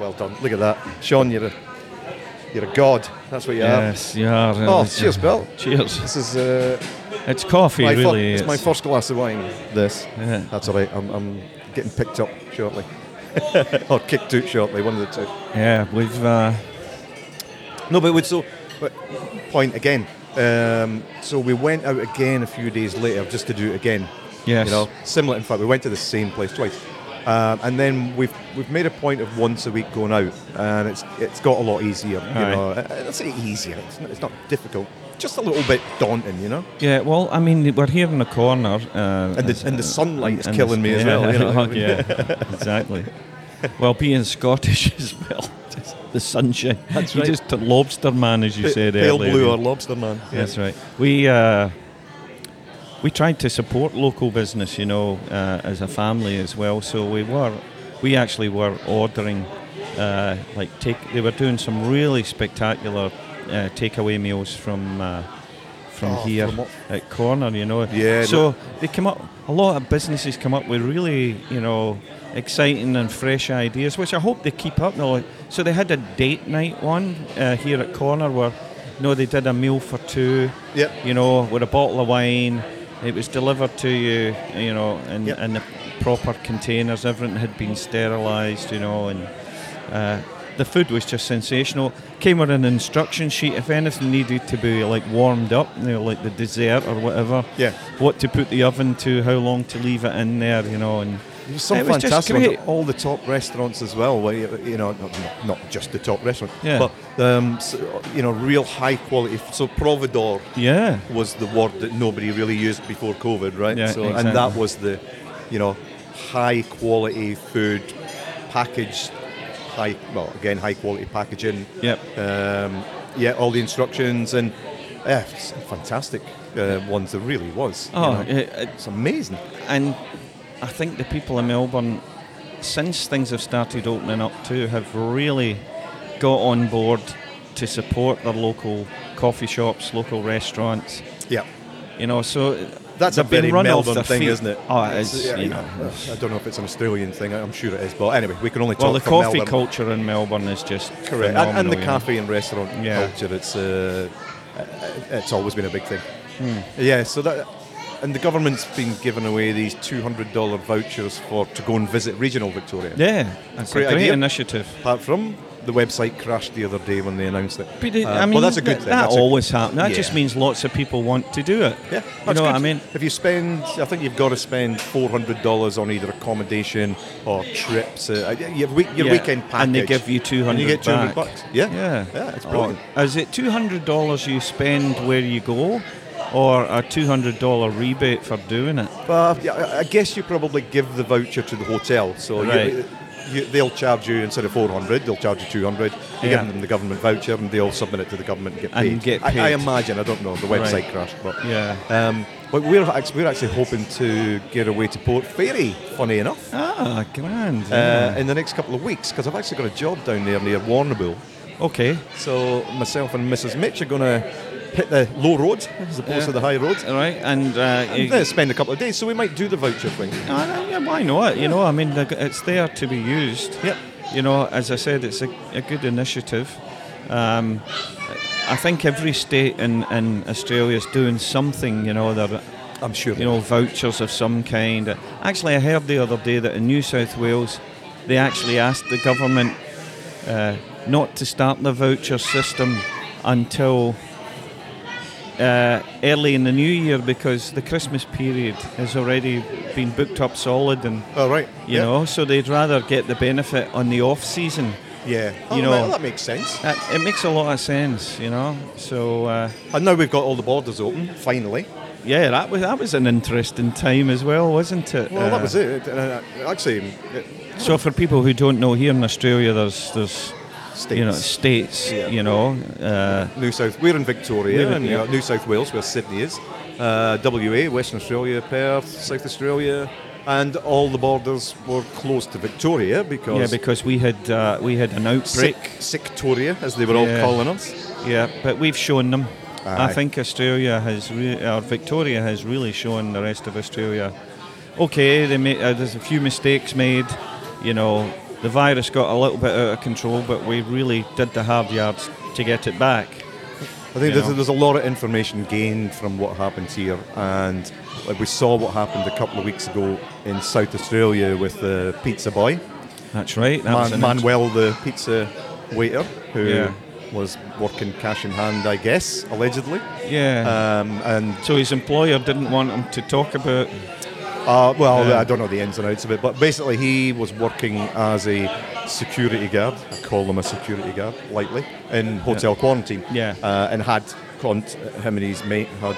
[SPEAKER 5] well done. Look at that, Sean. You're a you're a god. That's what you
[SPEAKER 4] Yes, yeah.
[SPEAKER 5] are. Oh,
[SPEAKER 4] it's-
[SPEAKER 5] cheers, Bill.
[SPEAKER 4] Cheers.
[SPEAKER 5] This is uh,
[SPEAKER 4] It's coffee,
[SPEAKER 5] my, fir-
[SPEAKER 4] really.
[SPEAKER 5] it's my
[SPEAKER 4] it's-
[SPEAKER 5] first glass of wine. This.
[SPEAKER 4] Yeah.
[SPEAKER 5] That's all right. I'm, I'm getting picked up shortly, *laughs* or kicked out shortly. One of the two.
[SPEAKER 4] Yeah, we've. Uh,
[SPEAKER 5] No, but it would so but point again. Um, so we went out again a few days later just to do it again.
[SPEAKER 4] Yes.
[SPEAKER 5] You know, similar. In fact, we went to the same place twice, um, and then we've we've made a point of once a week going out, and it's it's got a lot easier. You
[SPEAKER 4] Aye.
[SPEAKER 5] know, I, I say easier. It's not, it's not difficult. Just a little bit daunting, you know.
[SPEAKER 4] yeah, well, I mean, we're here in the corner. Uh,
[SPEAKER 5] And
[SPEAKER 4] it's-
[SPEAKER 5] the, and the sunlight is
[SPEAKER 4] and
[SPEAKER 5] killing me
[SPEAKER 4] this-
[SPEAKER 5] as
[SPEAKER 4] *laughs*
[SPEAKER 5] well. You know?
[SPEAKER 4] well, yeah, exactly. Well, being Scottish *laughs* as
[SPEAKER 5] *laughs*
[SPEAKER 4] well, just the sunshine. That's
[SPEAKER 5] right.
[SPEAKER 4] You just lobster man, as you said
[SPEAKER 5] Pale
[SPEAKER 4] earlier.
[SPEAKER 5] blue or lobster man. Yeah.
[SPEAKER 4] That's right. We uh, we tried to support local business, you know, uh, as a family as well. So we were, we actually were ordering, uh, like take. They were doing some really spectacular uh, takeaway meals from uh, from
[SPEAKER 5] Oh,
[SPEAKER 4] here
[SPEAKER 5] from up-
[SPEAKER 4] at corner, you know.
[SPEAKER 5] Yeah,
[SPEAKER 4] So they come up. A lot of businesses come up with really, you know, exciting and fresh ideas, which I hope they keep up. They'll- So they had a date night one uh, here at corner where, you know, they did a meal for two.
[SPEAKER 5] Yep.
[SPEAKER 4] You know, with a bottle of wine. It was delivered to you, you know, in,
[SPEAKER 5] Yep.
[SPEAKER 4] in the proper containers. Everything had been sterilised, you know, and uh, the food was just sensational. Came with an instruction sheet if anything needed to be like warmed up, you know, like the dessert or whatever.
[SPEAKER 5] Yeah.
[SPEAKER 4] What to put the oven to, how long to leave it in there, you know, and
[SPEAKER 5] There's some
[SPEAKER 4] it was just
[SPEAKER 5] fantastic ones
[SPEAKER 4] great.
[SPEAKER 5] at all the top restaurants as well. Where you, you know, not, not just the top restaurant,
[SPEAKER 4] Yeah.
[SPEAKER 5] but um, s you know, real high quality. So providor
[SPEAKER 4] Yeah.
[SPEAKER 5] was the word that nobody really used before COVID, right?
[SPEAKER 4] Yeah,
[SPEAKER 5] so,
[SPEAKER 4] exactly.
[SPEAKER 5] And that was the, you know, high quality food packaged, high well again high quality packaging.
[SPEAKER 4] Yep.
[SPEAKER 5] Um, yeah, all the instructions and yeah, it's fantastic uh, ones. There really was. you
[SPEAKER 4] Oh,
[SPEAKER 5] know.
[SPEAKER 4] it- it-
[SPEAKER 5] it's amazing.
[SPEAKER 4] and I think the people in Melbourne, since things have started opening up too, have really got on board to support their local coffee shops, local restaurants.
[SPEAKER 5] Yeah.
[SPEAKER 4] You know, so
[SPEAKER 5] That's
[SPEAKER 4] they've
[SPEAKER 5] a
[SPEAKER 4] been
[SPEAKER 5] very
[SPEAKER 4] run off
[SPEAKER 5] Melbourne
[SPEAKER 4] their
[SPEAKER 5] thing,
[SPEAKER 4] feet.
[SPEAKER 5] isn't it?
[SPEAKER 4] Oh,
[SPEAKER 5] It's-
[SPEAKER 4] it's,
[SPEAKER 5] yeah,
[SPEAKER 4] you
[SPEAKER 5] you
[SPEAKER 4] know,
[SPEAKER 5] know, I don't know if it's an Australian thing. I'm sure it is, but anyway, we can only talk
[SPEAKER 4] Well, the
[SPEAKER 5] from
[SPEAKER 4] coffee
[SPEAKER 5] Melbourne.
[SPEAKER 4] culture in Melbourne is just
[SPEAKER 5] Correct. And,
[SPEAKER 4] phenomenal,
[SPEAKER 5] and the
[SPEAKER 4] you know.
[SPEAKER 5] cafe and restaurant
[SPEAKER 4] Yeah.
[SPEAKER 5] culture, it's uh, it's always been a big thing.
[SPEAKER 4] Hmm.
[SPEAKER 5] Yeah, so that and the government's been giving away these two hundred dollar vouchers for to go and visit regional Victoria.
[SPEAKER 4] Yeah, that's
[SPEAKER 5] Great
[SPEAKER 4] a great
[SPEAKER 5] idea.
[SPEAKER 4] initiative.
[SPEAKER 5] Apart from the website crashed the other day when they announced it.
[SPEAKER 4] But it-
[SPEAKER 5] Uh,
[SPEAKER 4] I mean,
[SPEAKER 5] well, that's a good
[SPEAKER 4] that,
[SPEAKER 5] thing.
[SPEAKER 4] That
[SPEAKER 5] That's a-
[SPEAKER 4] always happens. That
[SPEAKER 5] Yeah.
[SPEAKER 4] just means lots of people want to do it.
[SPEAKER 5] Yeah,
[SPEAKER 4] you know
[SPEAKER 5] that's
[SPEAKER 4] what
[SPEAKER 5] good.
[SPEAKER 4] I mean.
[SPEAKER 5] If you spend, I think you've got to spend four hundred dollars on either accommodation or trips, uh, your, week, your
[SPEAKER 4] Yeah,
[SPEAKER 5] weekend package,
[SPEAKER 4] And they give you two
[SPEAKER 5] and
[SPEAKER 4] hundred.
[SPEAKER 5] you get two hundred
[SPEAKER 4] back.
[SPEAKER 5] bucks. Yeah,
[SPEAKER 4] yeah, Oh.
[SPEAKER 5] yeah, it's
[SPEAKER 4] Or
[SPEAKER 5] brilliant.
[SPEAKER 4] is it two hundred dollars you spend where you go, or a two hundred dollar rebate for doing it?
[SPEAKER 5] But yeah, I- I guess you probably give the voucher to the hotel, so
[SPEAKER 4] Right.
[SPEAKER 5] you, uh, you, they'll charge you instead of four hundred, they'll charge you two hundred. You're
[SPEAKER 4] Yeah.
[SPEAKER 5] giving them the government voucher, and they'll submit it to the government and get
[SPEAKER 4] And
[SPEAKER 5] paid.
[SPEAKER 4] get
[SPEAKER 5] I, I
[SPEAKER 4] paid.
[SPEAKER 5] imagine. I don't know. The website
[SPEAKER 4] Right.
[SPEAKER 5] crashed, but
[SPEAKER 4] Yeah.
[SPEAKER 5] Um, but we're actually, we're actually hoping to get away to Port Fairy. Funny enough.
[SPEAKER 4] Ah, grand.
[SPEAKER 5] uh,
[SPEAKER 4] yeah.
[SPEAKER 5] in the next couple of weeks because I've actually got a job down there near Warrnambool.
[SPEAKER 4] okay.
[SPEAKER 5] So myself and Mrs. Mitch are going to hit the low road as opposed to the high road.
[SPEAKER 4] All right, and, uh, you-
[SPEAKER 5] And then spend a couple of days, so we might do the voucher thing.
[SPEAKER 4] Ah, yeah, why not? You know, I mean, the- it's there to be used.
[SPEAKER 5] Yep.
[SPEAKER 4] You know, as I said, it's a, a good initiative. Um, I think every state in, in Australia is doing something, you know, they're,
[SPEAKER 5] I'm sure.
[SPEAKER 4] you know, vouchers of some kind. Actually, I heard the other day that in New South Wales, they actually asked the government uh, not to start the voucher system until uh, early in the new year because the Christmas period has already been booked up solid, and
[SPEAKER 5] All right.
[SPEAKER 4] you
[SPEAKER 5] Yeah.
[SPEAKER 4] know, so they'd rather get the benefit on the off season.
[SPEAKER 5] Yeah.
[SPEAKER 4] you
[SPEAKER 5] You
[SPEAKER 4] know-
[SPEAKER 5] know. Oh, That, that makes sense.
[SPEAKER 4] That, it makes a lot of sense, you know. So. Uh,
[SPEAKER 5] And now we've got all the borders open, finally.
[SPEAKER 4] yeah, that was that was an interesting time as well, wasn't it?
[SPEAKER 5] Well, that
[SPEAKER 4] Uh,
[SPEAKER 5] was it. And, uh, actually, it,
[SPEAKER 4] So for people who don't know, here in Australia, there's there's you know
[SPEAKER 5] States.
[SPEAKER 4] states,
[SPEAKER 5] Yeah.
[SPEAKER 4] you know, uh,
[SPEAKER 5] New South. We're in Victoria,
[SPEAKER 4] We're in-
[SPEAKER 5] and, you know, New South Wales, where Sydney is. Uh, WA, Western Australia, Perth, South Australia, and all the borders were closed to Victoria
[SPEAKER 4] yeah,
[SPEAKER 5] because
[SPEAKER 4] because we had uh, we had an outbreak,
[SPEAKER 5] sick, Sicktoria, as they were
[SPEAKER 4] Yeah.
[SPEAKER 5] all calling us.
[SPEAKER 4] yeah, but we've shown them. I
[SPEAKER 5] Aye.
[SPEAKER 4] think Australia has re- or Victoria has really shown the rest of Australia. Okay, they made, uh, there's a few mistakes made, you know, the virus got a little bit out of control, but we really did the hard yards to get it back.
[SPEAKER 5] I think
[SPEAKER 4] You
[SPEAKER 5] there's,
[SPEAKER 4] know.
[SPEAKER 5] there's a lot of information gained from what happened here, and like, we saw what happened a couple of weeks ago in South Australia with the pizza boy,
[SPEAKER 4] That's right. That was
[SPEAKER 5] Man-
[SPEAKER 4] an
[SPEAKER 5] Manuel, the pizza waiter, who
[SPEAKER 4] Yeah.
[SPEAKER 5] was working cash in hand, I guess, allegedly.
[SPEAKER 4] yeah.
[SPEAKER 5] Um, and
[SPEAKER 4] so his employer didn't want him to talk about
[SPEAKER 5] Uh, well,
[SPEAKER 4] Yeah.
[SPEAKER 5] I don't know the ins and outs of it, but basically he was working as a security guard. I call him a security guard lightly in hotel quarantine.
[SPEAKER 4] Yeah.
[SPEAKER 5] uh, and had con- him and his mate had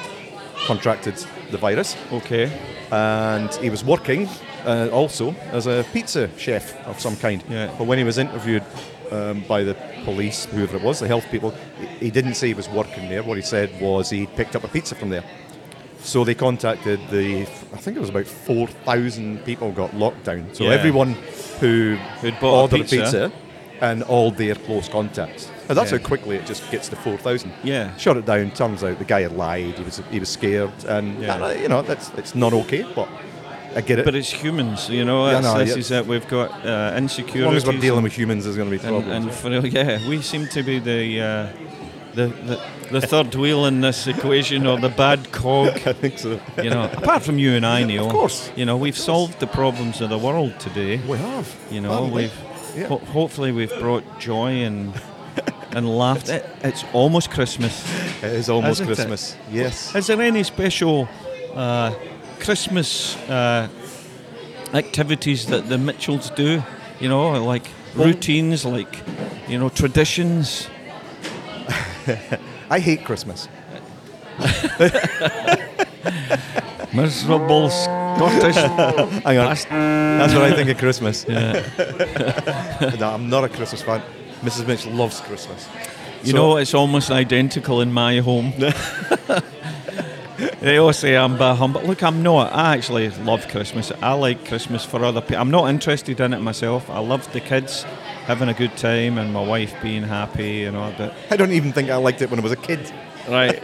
[SPEAKER 5] contracted the virus,
[SPEAKER 4] okay.
[SPEAKER 5] and he was working uh, also as a pizza chef of some kind.
[SPEAKER 4] Yeah.
[SPEAKER 5] But when he was interviewed um, by the police, whoever it was, the health people, he, he didn't say he was working there. What he said was he picked up a pizza from there. So they contacted the, I think it was about 4,000 people got locked down. So
[SPEAKER 4] Yeah.
[SPEAKER 5] everyone who
[SPEAKER 4] Who'd bought a
[SPEAKER 5] ordered
[SPEAKER 4] pizza.
[SPEAKER 5] a pizza and all their close contacts. And that's
[SPEAKER 4] Yeah.
[SPEAKER 5] how quickly it just gets to 4,000.
[SPEAKER 4] Yeah.
[SPEAKER 5] Shut it down. Turns out the guy had lied. He was, he was scared. And,
[SPEAKER 4] Yeah.
[SPEAKER 5] uh, you know, that's it's not okay, but I get it.
[SPEAKER 4] But it's humans, you know.
[SPEAKER 5] Yeah,
[SPEAKER 4] That's,
[SPEAKER 5] no,
[SPEAKER 4] this
[SPEAKER 5] yeah.
[SPEAKER 4] is it. We've got uh,
[SPEAKER 5] as
[SPEAKER 4] insecurities.
[SPEAKER 5] long as we're
[SPEAKER 4] and-
[SPEAKER 5] dealing with humans, there's going to be
[SPEAKER 4] and,
[SPEAKER 5] problems.
[SPEAKER 4] and for real, yeah, we seem to be the, uh, the the the third wheel in this equation, or the bad cog.
[SPEAKER 5] *laughs* I think so.
[SPEAKER 4] You know, *laughs* apart from you and I, Neil.
[SPEAKER 5] course.
[SPEAKER 4] You know, we've solved the problems of the world today.
[SPEAKER 5] We have.
[SPEAKER 4] You know,
[SPEAKER 5] haven't we?
[SPEAKER 4] we've
[SPEAKER 5] Yeah.
[SPEAKER 4] ho- hopefully we've brought joy and and laughed. It, it's almost Christmas.
[SPEAKER 5] It is almost
[SPEAKER 4] Isn't it?
[SPEAKER 5] Christmas. Yes.
[SPEAKER 4] Is there any special uh, Christmas uh, activities that the Mitchells do? You know, like routines, like you know, traditions.
[SPEAKER 5] I hate Christmas.
[SPEAKER 4] Miserable Scottish. *laughs*
[SPEAKER 5] Hang on. That's, what I think of Christmas.
[SPEAKER 4] Yeah.
[SPEAKER 5] *laughs* no, I'm not a Christmas fan. Mrs. Mitch loves Christmas.
[SPEAKER 4] You
[SPEAKER 5] So-
[SPEAKER 4] know, it's almost identical in my *laughs* home. they all say I'm bah humbug. Look, I'm not. I actually love Christmas. I like Christmas for other people. I'm not interested in it myself. I love the kids having a good time and my wife being happy and all that.
[SPEAKER 5] I don't even think I liked it when I was a kid.
[SPEAKER 4] Right.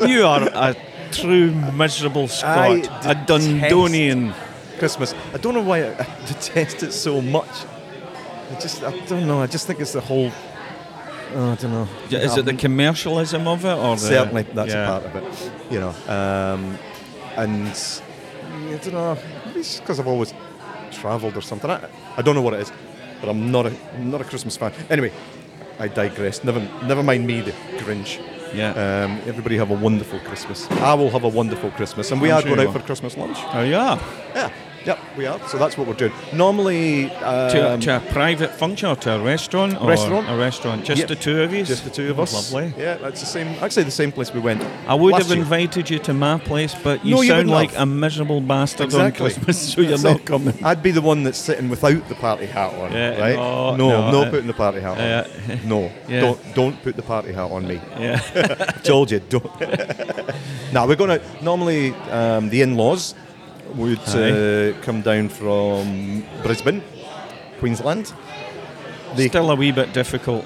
[SPEAKER 4] *laughs* you are a true miserable Scot,
[SPEAKER 5] I
[SPEAKER 4] a Dundonian.
[SPEAKER 5] Christmas. I don't know why I, *laughs* I detest it so much. I just, I don't know. I just think it's the whole. Oh, I don't know.
[SPEAKER 4] Is it the commercialism of it, or the,
[SPEAKER 5] certainly that's
[SPEAKER 4] yeah.
[SPEAKER 5] a part of it? You know, um, and I don't know. Maybe it's because I've always travelled or something. I, I don't know what it is, but I'm not a I'm not a Christmas fan. Anyway, I digress. Never never mind me, the Grinch.
[SPEAKER 4] Yeah.
[SPEAKER 5] Um, everybody have a wonderful Christmas. I will have a wonderful Christmas, and we
[SPEAKER 4] I'm
[SPEAKER 5] are
[SPEAKER 4] sure
[SPEAKER 5] going
[SPEAKER 4] you
[SPEAKER 5] out
[SPEAKER 4] will.
[SPEAKER 5] for Christmas lunch.
[SPEAKER 4] oh yeah.
[SPEAKER 5] Yeah, yep, we are. So that's what we're doing. Normally, um,
[SPEAKER 4] To, to a private function or to a restaurant? Or
[SPEAKER 5] Restaurant.
[SPEAKER 4] A restaurant. Just
[SPEAKER 5] Yep.
[SPEAKER 4] the two of you? Oh,
[SPEAKER 5] just the two of us.
[SPEAKER 4] Lovely.
[SPEAKER 5] Yeah, that's the same. Actually, the same place we went.
[SPEAKER 4] I would
[SPEAKER 5] last
[SPEAKER 4] have
[SPEAKER 5] year.
[SPEAKER 4] invited you to my place, but you
[SPEAKER 5] No, you
[SPEAKER 4] sound
[SPEAKER 5] wouldn't
[SPEAKER 4] like
[SPEAKER 5] have.
[SPEAKER 4] a miserable bastard
[SPEAKER 5] Exactly.
[SPEAKER 4] on Christmas, *laughs* so you're
[SPEAKER 5] That's
[SPEAKER 4] not
[SPEAKER 5] it.
[SPEAKER 4] coming.
[SPEAKER 5] I'd be the one that's sitting without the party hat on,
[SPEAKER 4] Yeah,
[SPEAKER 5] right?
[SPEAKER 4] no,
[SPEAKER 5] no,
[SPEAKER 4] no,
[SPEAKER 5] no
[SPEAKER 4] uh,
[SPEAKER 5] putting the party hat on.
[SPEAKER 4] yeah.
[SPEAKER 5] no,
[SPEAKER 4] *laughs* Yeah.
[SPEAKER 5] don't don't put the party hat on me.
[SPEAKER 4] Yeah.
[SPEAKER 5] *laughs* Told you, don't. *laughs* now we're going to normally um, the in-laws would uh, come down from Brisbane, Queensland. They-
[SPEAKER 4] Still a wee bit difficult.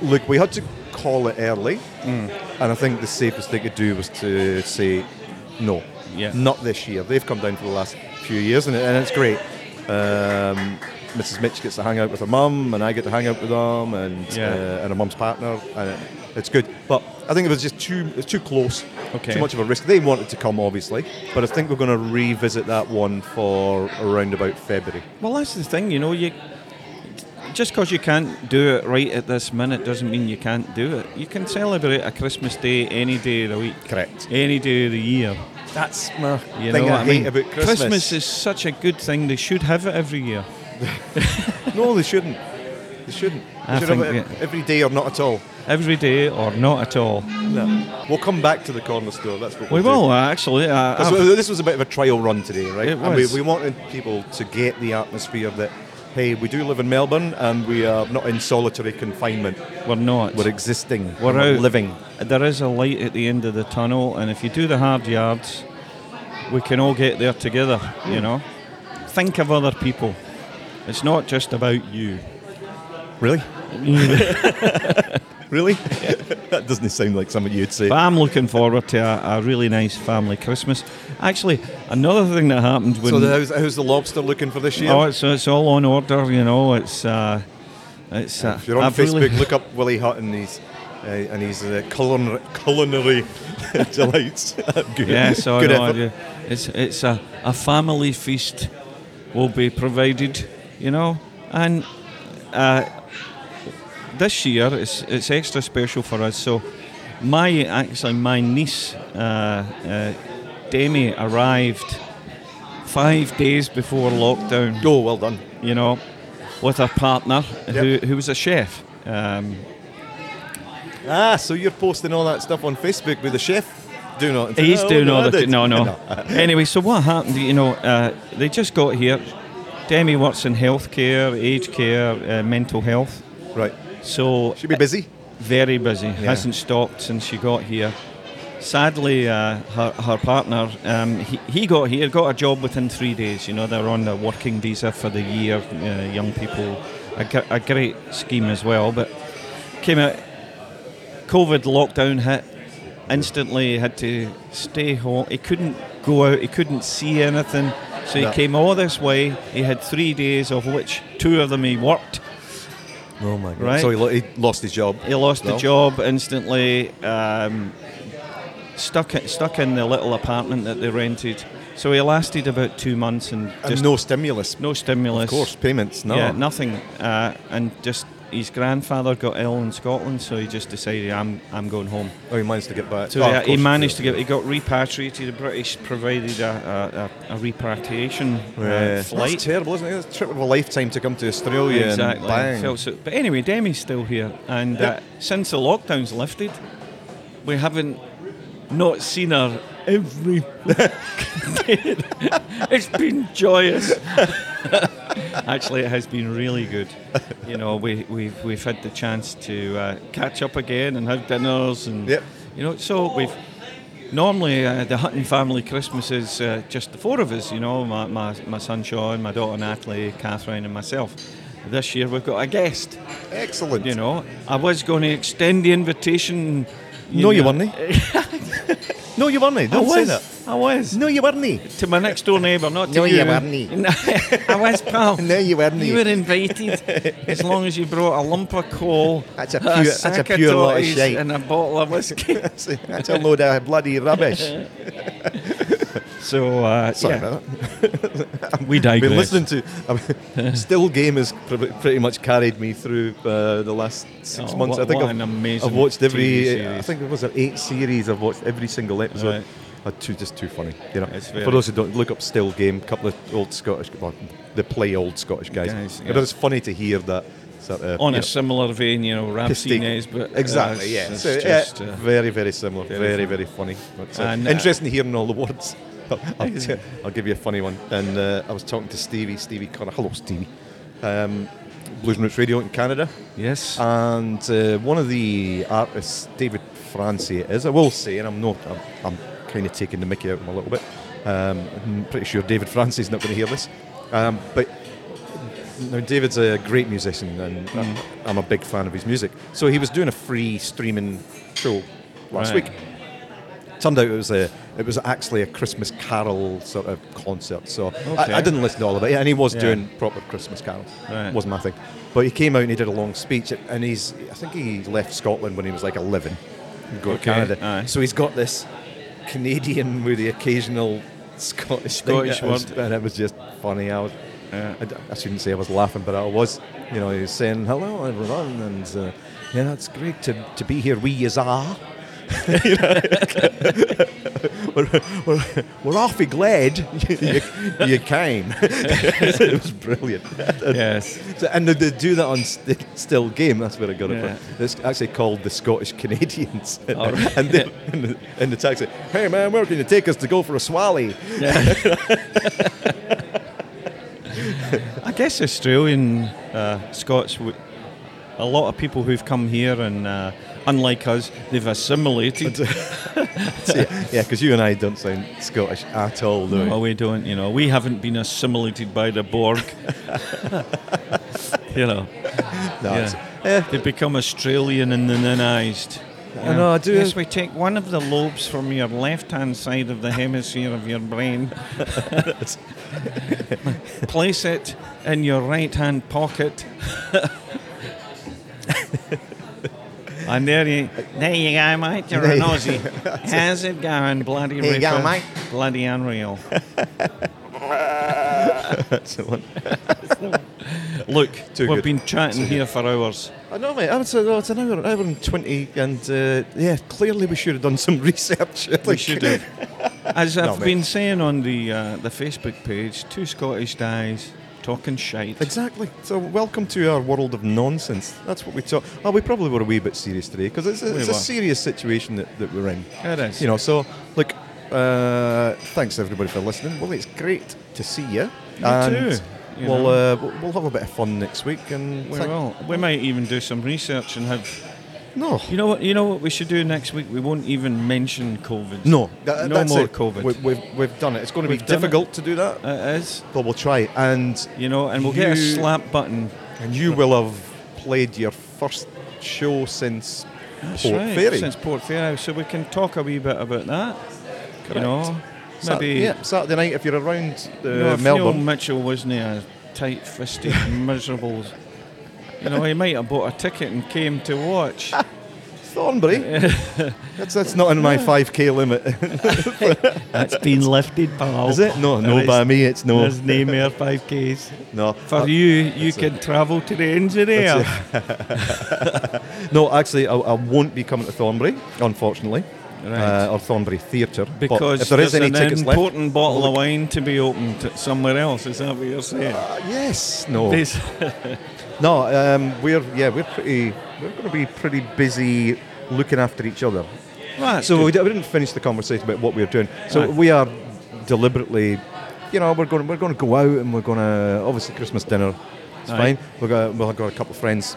[SPEAKER 5] Look, we had to call it early, and I think the safest thing to do was to say no,
[SPEAKER 4] Yeah.
[SPEAKER 5] not this year. They've come down for the last few years, and, it- and it's great. Um, Mrs. Mitch gets to hang out with her mum, and I get to hang out with them, and
[SPEAKER 4] Yeah.
[SPEAKER 5] uh, and her mum's partner, and it, it's good. But I think it was just too it's too close,
[SPEAKER 4] Okay.
[SPEAKER 5] too much of a risk. They wanted to come, obviously, but I think we're going to revisit that one for around about February.
[SPEAKER 4] Well, that's the thing, you know, you just because you can't do it right at this minute doesn't mean you can't do it. You can celebrate a Christmas day any day of the week.
[SPEAKER 5] Correct.
[SPEAKER 4] Any day of the year.
[SPEAKER 5] That's my thing
[SPEAKER 4] You know
[SPEAKER 5] I,
[SPEAKER 4] what I
[SPEAKER 5] hate
[SPEAKER 4] mean?
[SPEAKER 5] about Christmas.
[SPEAKER 4] is such a good thing. They should have it every year.
[SPEAKER 5] No, they shouldn't. They shouldn't. They
[SPEAKER 4] I
[SPEAKER 5] should have
[SPEAKER 4] think,
[SPEAKER 5] it every day or not at all.
[SPEAKER 4] Every day or not at all.
[SPEAKER 5] No. We'll come back to the corner store. That's what
[SPEAKER 4] We
[SPEAKER 5] we'll do.
[SPEAKER 4] will, actually. Uh, I-
[SPEAKER 5] This
[SPEAKER 4] I've-
[SPEAKER 5] was- this was a bit of a trial run today, right?
[SPEAKER 4] It
[SPEAKER 5] And we,
[SPEAKER 4] was.
[SPEAKER 5] we wanted people to get the atmosphere that, hey, we do live in Melbourne and we are not in solitary confinement.
[SPEAKER 4] We're not.
[SPEAKER 5] We're existing.
[SPEAKER 4] We're out.
[SPEAKER 5] living.
[SPEAKER 4] There is a light at the end of the tunnel, and if you do the hard yards, we can all get there together, you know? Think of other people. It's not just about you. *laughs*
[SPEAKER 5] Really? really? *laughs* that doesn't sound like something you'd say.
[SPEAKER 4] But I'm looking forward to a, a really nice family Christmas. Actually, another thing that happened when
[SPEAKER 5] so the, how's, how's the lobster looking for this year?
[SPEAKER 4] oh, it's, it's all on order, you know. It's uh, it's. Uh,
[SPEAKER 5] If you're on
[SPEAKER 4] I've
[SPEAKER 5] Facebook,
[SPEAKER 4] really-
[SPEAKER 5] look up Willie Hutton. He's uh, and he's uh, culinary, culinary *laughs* delights. *laughs* good,
[SPEAKER 4] yeah, so
[SPEAKER 5] good
[SPEAKER 4] no,
[SPEAKER 5] effort.
[SPEAKER 4] yeah. it's it's a, a family feast will be provided, you know, and uh, this year it's it's extra special for us. So my actually my niece uh, uh, Demi arrived five days before lockdown
[SPEAKER 5] Oh, well done.
[SPEAKER 4] you know, with her partner
[SPEAKER 5] Yep.
[SPEAKER 4] who, who was a chef. Um,
[SPEAKER 5] Ah, so you're posting all that stuff on Facebook with the chef? Do not. Oh,
[SPEAKER 4] he's
[SPEAKER 5] No,
[SPEAKER 4] doing
[SPEAKER 5] no, I
[SPEAKER 4] all the
[SPEAKER 5] did. Ah,
[SPEAKER 4] no, no.
[SPEAKER 5] *laughs*
[SPEAKER 4] *laughs* anyway, so what happened? You know, uh, they just got here. Demi works in healthcare, aged care, uh, mental health.
[SPEAKER 5] Right.
[SPEAKER 4] So
[SPEAKER 5] Should be busy.
[SPEAKER 4] very busy. Hasn't stopped since she got here. Sadly, uh, her, her partner, um, he, he got here, got a job within three days. You know, they're on a working visa for the year, uh, young people a, gr- a great scheme as well. But came out, COVID lockdown hit, instantly had to stay home. He couldn't go out, he couldn't see anything. So he
[SPEAKER 5] Yeah.
[SPEAKER 4] came all this way. He had three days, of which two of them he worked.
[SPEAKER 5] Oh my god!
[SPEAKER 4] Right.
[SPEAKER 5] So he, lo- he lost his job.
[SPEAKER 4] He lost
[SPEAKER 5] No?
[SPEAKER 4] the job instantly. Um, stuck i- stuck in the little apartment that they rented. So he lasted about two months and
[SPEAKER 5] And
[SPEAKER 4] just
[SPEAKER 5] no stimulus.
[SPEAKER 4] no stimulus.
[SPEAKER 5] Of course, payments. No.
[SPEAKER 4] Yeah, nothing. Uh, and just his grandfather got ill in Scotland, so he just decided I'm I'm going home.
[SPEAKER 5] Oh, he managed to get back.
[SPEAKER 4] So
[SPEAKER 5] Oh,
[SPEAKER 4] yeah,
[SPEAKER 5] of
[SPEAKER 4] he
[SPEAKER 5] course
[SPEAKER 4] managed to get. uh, He got repatriated. The British provided a, a, a, a repatriation uh,
[SPEAKER 5] Yeah. That's
[SPEAKER 4] flight.
[SPEAKER 5] terrible, isn't it? It's a trip of a lifetime to come to Australia. and
[SPEAKER 4] Exactly.
[SPEAKER 5] bang.
[SPEAKER 4] Felt so- but anyway, Demi's still here, and uh,
[SPEAKER 5] Yep.
[SPEAKER 4] since the lockdown's lifted, we haven't not seen her every. *laughs* it's been joyous. *laughs* Actually, it has been really good. You know, we, we've we've had the chance to uh, catch up again and have dinners and
[SPEAKER 5] Yep.
[SPEAKER 4] you know. So we've normally uh, the Hutton family Christmas is uh, just the four of us. You know, my, my my son Sean, my daughter Natalie, Catherine, and myself. This year we've got a guest.
[SPEAKER 5] Excellent.
[SPEAKER 4] You know, I was going to extend the invitation.
[SPEAKER 5] no, you
[SPEAKER 4] know.
[SPEAKER 5] weren't. eh?
[SPEAKER 4] *laughs*
[SPEAKER 5] no, you weren't. eh?
[SPEAKER 4] I
[SPEAKER 5] Don't say
[SPEAKER 4] was.
[SPEAKER 5] that.
[SPEAKER 4] I was.
[SPEAKER 5] No, you weren't. eh?
[SPEAKER 4] to my next door neighbour, not to
[SPEAKER 5] No,
[SPEAKER 4] you.
[SPEAKER 5] you weren't.
[SPEAKER 4] *laughs* No, I was, pal.
[SPEAKER 5] No, you weren't.
[SPEAKER 4] You were invited as long as you brought a lump of coal,
[SPEAKER 5] That's a pure- that's a
[SPEAKER 4] sack of
[SPEAKER 5] pure lot of
[SPEAKER 4] totties
[SPEAKER 5] shite.
[SPEAKER 4] and a bottle of whiskey.
[SPEAKER 5] That's a load of uh, bloody rubbish.
[SPEAKER 4] *laughs* so, uh,
[SPEAKER 5] Sorry
[SPEAKER 4] yeah,
[SPEAKER 5] about that.
[SPEAKER 4] we
[SPEAKER 5] I've
[SPEAKER 4] digress.
[SPEAKER 5] been listening to.
[SPEAKER 4] *laughs*
[SPEAKER 5] I've- still, game has pr- pretty much carried me through uh, the last six
[SPEAKER 4] Oh,
[SPEAKER 5] months.
[SPEAKER 4] what-
[SPEAKER 5] I think
[SPEAKER 4] what
[SPEAKER 5] I've,
[SPEAKER 4] an amazing
[SPEAKER 5] I've watched
[SPEAKER 4] TV
[SPEAKER 5] every. eh,
[SPEAKER 4] series.
[SPEAKER 5] I think it was an eight series. I've watched every single episode.
[SPEAKER 4] Right.
[SPEAKER 5] Uh, too, just too funny. You know.
[SPEAKER 4] It's
[SPEAKER 5] For
[SPEAKER 4] very-
[SPEAKER 5] those who don't look up, still game. A couple of old Scottish. Well, they play old Scottish guys.
[SPEAKER 4] Guys,
[SPEAKER 5] But
[SPEAKER 4] yeah.
[SPEAKER 5] it's funny to hear that. uh, Sort of,
[SPEAKER 4] On
[SPEAKER 5] you
[SPEAKER 4] a
[SPEAKER 5] know,
[SPEAKER 4] similar vein, you know,
[SPEAKER 5] Pistic.
[SPEAKER 4] Ramsey but uh,
[SPEAKER 5] exactly,
[SPEAKER 4] it's-
[SPEAKER 5] yeah.
[SPEAKER 4] it's
[SPEAKER 5] So, yeah,
[SPEAKER 4] just, uh,
[SPEAKER 5] very, very similar. Very,
[SPEAKER 4] very
[SPEAKER 5] very funny. But, uh,
[SPEAKER 4] And, uh,
[SPEAKER 5] interesting hearing all the words. *laughs* I'll, I'll- I'll give you a funny one. And uh, I was talking to Stevie, Stevie Connor. Hello, Stevie. Um, Blues and Roots Radio in Canada.
[SPEAKER 4] yes.
[SPEAKER 5] And uh, one of the artists, David Francie, it is, I will say, and I'm not, I'm, I'm kind of taking the mickey out of him a little bit. Um, I'm pretty sure David Francie's not going to hear this. Um, but now, David's a great musician, and
[SPEAKER 4] Mm.
[SPEAKER 5] I, am a big fan of his music. So he was doing a free streaming show last
[SPEAKER 4] Right.
[SPEAKER 5] week. Turned out it was a, it was actually a Christmas Carol sort of concert. So
[SPEAKER 4] Okay.
[SPEAKER 5] I, I didn't listen to all of it, and he was
[SPEAKER 4] Yeah.
[SPEAKER 5] doing proper Christmas carols.
[SPEAKER 4] Right.
[SPEAKER 5] Wasn't my thing. But he came out and he did a long speech, and he's I think he left Scotland when he was like 11, and go to
[SPEAKER 4] Okay,
[SPEAKER 5] Canada.
[SPEAKER 4] aye.
[SPEAKER 5] So he's got this Canadian with the occasional Scottish thing
[SPEAKER 4] Scottish
[SPEAKER 5] that was-
[SPEAKER 4] word.
[SPEAKER 5] and it was just funny. I was,
[SPEAKER 4] Yeah.
[SPEAKER 5] I, d- I shouldn't say I was laughing, but I was. You know, he was saying hello everyone, and uh, yeah, it's great to, to be here. We is are. *laughs* You know? we're, we're, we're awfully glad *laughs* you, you came. *laughs* it was brilliant.
[SPEAKER 4] yes.
[SPEAKER 5] So- and they, they do that on st- Still Game. That's where I got
[SPEAKER 4] Yeah.
[SPEAKER 5] it from. It's actually called the Scottish Canadians. *laughs*
[SPEAKER 4] All right.
[SPEAKER 5] and, they, in, the, in the taxi, hey man, where can you take us to go for a swally?
[SPEAKER 4] I guess Australian uh, Scots, w- a lot of people who've come here and uh, unlike us,
[SPEAKER 5] *laughs*
[SPEAKER 4] they've assimilated.
[SPEAKER 5] So, yeah, because you and I don't sound Scottish at all, do we?
[SPEAKER 4] Well, we don't, you know. We haven't been assimilated by the Borg. you know,
[SPEAKER 5] No,
[SPEAKER 4] yeah.
[SPEAKER 5] it's- *laughs* eh,
[SPEAKER 4] they become Australian and nanised.
[SPEAKER 5] I know, I do.
[SPEAKER 4] Yes, we take one of the lobes from your left-hand side of the hemisphere of your brain, *laughs* place it in your right-hand pocket, *laughs* and there you, there you go, mate. You're an
[SPEAKER 5] *laughs*
[SPEAKER 4] Aussie. How's it going, bloody
[SPEAKER 5] There you go,
[SPEAKER 4] ripper?
[SPEAKER 5] mate.
[SPEAKER 4] Bloody unreal.
[SPEAKER 5] that's the *laughs* one.
[SPEAKER 4] Look,
[SPEAKER 5] Too
[SPEAKER 4] we've
[SPEAKER 5] good.
[SPEAKER 4] been chatting here for
[SPEAKER 5] *laughs*
[SPEAKER 4] hours.
[SPEAKER 5] I know, mate. I would say, oh, it's an hour, hour and 20, and uh, yeah, clearly we should have done some *laughs* research.
[SPEAKER 4] We should have. As I've
[SPEAKER 5] mate.
[SPEAKER 4] been saying on the uh, the Facebook page, two Scottish guys talking shite.
[SPEAKER 5] Exactly. So, welcome to our world of nonsense. That's what we talk. Oh, we probably were a wee bit serious today because it's, a,
[SPEAKER 4] We
[SPEAKER 5] it's a
[SPEAKER 4] were.
[SPEAKER 5] serious situation that, that we're in.
[SPEAKER 4] It is.
[SPEAKER 5] You know, so look, uh, thanks everybody for listening. Well, it's great to see you.
[SPEAKER 4] You
[SPEAKER 5] and
[SPEAKER 4] too, you
[SPEAKER 5] we'll,
[SPEAKER 4] know.
[SPEAKER 5] uh, we'll we'll have a bit of fun next week. And
[SPEAKER 4] we
[SPEAKER 5] thank-
[SPEAKER 4] will. We might even do some research and have.
[SPEAKER 5] No.
[SPEAKER 4] You know what? You know what we should do next week. We won't even mention COVID.
[SPEAKER 5] No, tha-
[SPEAKER 4] no
[SPEAKER 5] that's
[SPEAKER 4] more
[SPEAKER 5] it.
[SPEAKER 4] COVID.
[SPEAKER 5] We, we've, we've done it. It's going to be
[SPEAKER 4] We've done
[SPEAKER 5] difficult to do that,
[SPEAKER 4] it is,
[SPEAKER 5] but we'll try. And
[SPEAKER 4] you know, and we'll get a
[SPEAKER 5] You-
[SPEAKER 4] slap button
[SPEAKER 5] And you will have played your first show since Port Fairy.
[SPEAKER 4] Since Port Fairy, so we can talk a wee bit about that. You know,
[SPEAKER 5] Sat-
[SPEAKER 4] maybe
[SPEAKER 5] yeah, Saturday night if you're around uh,
[SPEAKER 4] you know, if Neil
[SPEAKER 5] Melbourne.
[SPEAKER 4] Mitchell wasn't a *laughs* tight-fisted, miserable. You know, he might have bought a ticket and came to *laughs* watch. *laughs*
[SPEAKER 5] Thornbury. that's, that's not in my 5k limit. *laughs*
[SPEAKER 4] That's been lifted, pal.
[SPEAKER 5] Is it? No, no, by me it's no.
[SPEAKER 4] There's
[SPEAKER 5] *laughs*
[SPEAKER 4] no more five Ks.
[SPEAKER 5] No.
[SPEAKER 4] For
[SPEAKER 5] Uh,
[SPEAKER 4] you, you
[SPEAKER 5] that's
[SPEAKER 4] can travel to the engineer. *laughs*
[SPEAKER 5] No, actually, I, I won't be coming to Thornbury, unfortunately.
[SPEAKER 4] Right.
[SPEAKER 5] Uh, or Thornbury Theatre. But
[SPEAKER 4] Because
[SPEAKER 5] if there is
[SPEAKER 4] there's
[SPEAKER 5] any
[SPEAKER 4] an
[SPEAKER 5] tickets left.
[SPEAKER 4] important bottle of wine to be opened somewhere else. Is that what you're saying?
[SPEAKER 5] Uh, yes, no.
[SPEAKER 4] There's-
[SPEAKER 5] No, um, we're, yeah, we're pretty, we're going to be pretty busy looking after each other.
[SPEAKER 4] Right,
[SPEAKER 5] So we
[SPEAKER 4] good.
[SPEAKER 5] d- we didn't finish the conversation about what we were doing. So
[SPEAKER 4] Aye.
[SPEAKER 5] we are deliberately, you know, we're going we're going to go out and we're going to obviously Christmas dinner. It's
[SPEAKER 4] Aye.
[SPEAKER 5] fine. We're going we've got a couple of friends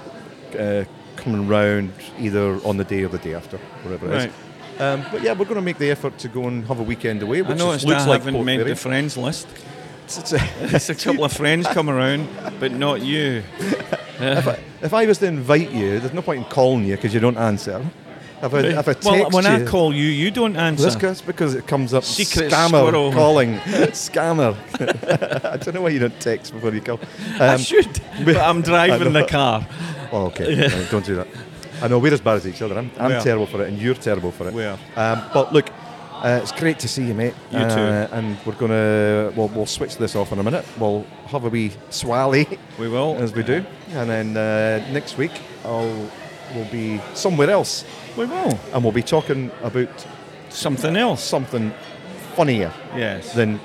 [SPEAKER 5] uh, coming round either on the day or the day after, wherever it is.
[SPEAKER 4] Right.
[SPEAKER 5] Um, but yeah, we're going to make the effort to go and have a weekend away,
[SPEAKER 4] I
[SPEAKER 5] which
[SPEAKER 4] noticed
[SPEAKER 5] is, looks
[SPEAKER 4] I
[SPEAKER 5] like
[SPEAKER 4] haven't
[SPEAKER 5] Port
[SPEAKER 4] made
[SPEAKER 5] Fairy.
[SPEAKER 4] the
[SPEAKER 5] *laughs*
[SPEAKER 4] friends list.
[SPEAKER 5] It's- it's-
[SPEAKER 4] It's a couple of friends come around, but not you.
[SPEAKER 5] *laughs* if I was to invite you, there's no point in calling you because you don't answer. If I, if I text
[SPEAKER 4] well, when I
[SPEAKER 5] you-
[SPEAKER 4] call you, you don't answer.
[SPEAKER 5] That's that's because it comes up
[SPEAKER 4] Secret
[SPEAKER 5] scammer
[SPEAKER 4] squirrel.
[SPEAKER 5] calling. *laughs* scammer. *laughs* I don't know why you don't text before you call.
[SPEAKER 4] I
[SPEAKER 5] Um, *laughs*
[SPEAKER 4] should,
[SPEAKER 5] we-
[SPEAKER 4] but I'm driving
[SPEAKER 5] I know.
[SPEAKER 4] the car.
[SPEAKER 5] Oh, okay. No, don't do that. I know we're as bad as each other. I'm, I'm
[SPEAKER 4] We are.
[SPEAKER 5] terrible for it, and you're terrible for it.
[SPEAKER 4] We are.
[SPEAKER 5] Um, but look, uh, it's great to see you, mate.
[SPEAKER 4] You
[SPEAKER 5] Uh,
[SPEAKER 4] too.
[SPEAKER 5] And we're gonna we'll, we'll switch this off in a minute. We'll have a wee swally *laughs*
[SPEAKER 4] We will.
[SPEAKER 5] as we do, and then uh, next week I'll we'll be somewhere else,
[SPEAKER 4] We will.
[SPEAKER 5] and we'll be talking about
[SPEAKER 4] Something else.
[SPEAKER 5] something funnier
[SPEAKER 4] Yes.
[SPEAKER 5] than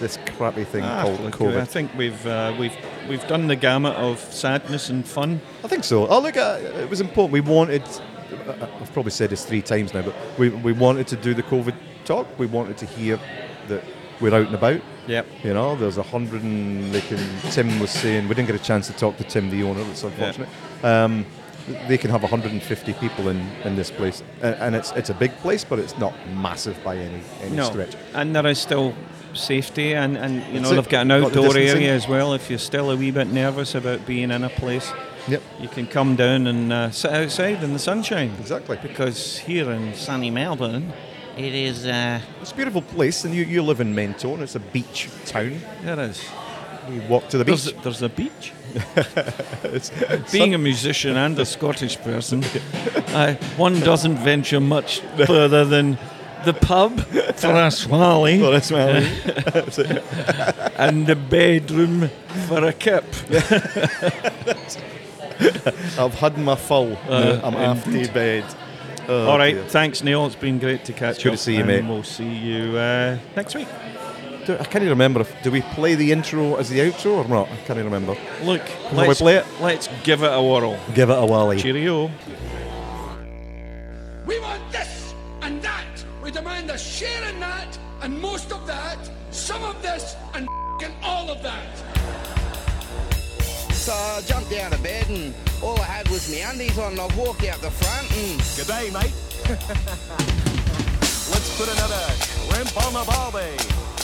[SPEAKER 5] this crappy thing
[SPEAKER 4] Ah,
[SPEAKER 5] called
[SPEAKER 4] look,
[SPEAKER 5] COVID.
[SPEAKER 4] I think we've uh, we've we've done the gamut of sadness and fun.
[SPEAKER 5] I think so. Oh, look, uh, it was important. We wanted, I- I've probably said this three times now, but we, we wanted to do the COVID talk. We wanted to hear that we're out and about.
[SPEAKER 4] Yep.
[SPEAKER 5] You know, there's a hundred and they can, Tim was saying, we didn't get a chance to talk to Tim, the owner, it's unfortunate. Um, they can have 150 people in, in this place. And, and it's it's a big place, but it's not massive by any, any
[SPEAKER 4] No.
[SPEAKER 5] stretch.
[SPEAKER 4] And there is still safety, and, and you know
[SPEAKER 5] That's it.
[SPEAKER 4] they've got an
[SPEAKER 5] Got the
[SPEAKER 4] outdoor
[SPEAKER 5] distancing.
[SPEAKER 4] area as well. If you're still a wee bit nervous about being in a place,
[SPEAKER 5] Yep,
[SPEAKER 4] you can come down and uh, sit outside in the sunshine.
[SPEAKER 5] exactly.
[SPEAKER 4] Because here in sunny Melbourne, it is. Uh,
[SPEAKER 5] It's a beautiful place, and you, you live in Mentone. It's a beach town.
[SPEAKER 4] there is.
[SPEAKER 5] You walk to the
[SPEAKER 4] There's,
[SPEAKER 5] beach.
[SPEAKER 4] there's a beach.
[SPEAKER 5] *laughs* It's-
[SPEAKER 4] Being a musician and a Scottish person, I, one doesn't venture much further than the pub for a swally
[SPEAKER 5] Well, that's my-
[SPEAKER 4] *laughs* and the bedroom for a kip.
[SPEAKER 5] I've had my full.
[SPEAKER 4] Uh,
[SPEAKER 5] I'm after bed. Oh,
[SPEAKER 4] All right,
[SPEAKER 5] dear.
[SPEAKER 4] thanks, Neil. It's been great to catch
[SPEAKER 5] It's good
[SPEAKER 4] up.
[SPEAKER 5] to see you,
[SPEAKER 4] and
[SPEAKER 5] mate.
[SPEAKER 4] We'll see you uh, next week.
[SPEAKER 5] Do- I can't even remember. If, do we play the intro as the outro or not? I can't even remember.
[SPEAKER 4] Look,
[SPEAKER 5] we
[SPEAKER 4] let's,
[SPEAKER 5] play it?
[SPEAKER 4] let's give it a whirl.
[SPEAKER 5] Give it a wally.
[SPEAKER 4] Cheerio.
[SPEAKER 1] We want this and that. We demand a share in that and most of that, some of this and f***ing all of that.
[SPEAKER 2] So I jumped out of bed and all I had was my undies on and I walked out the front and
[SPEAKER 3] *laughs* G'day, mate. Let's put another shrimp on the barbie.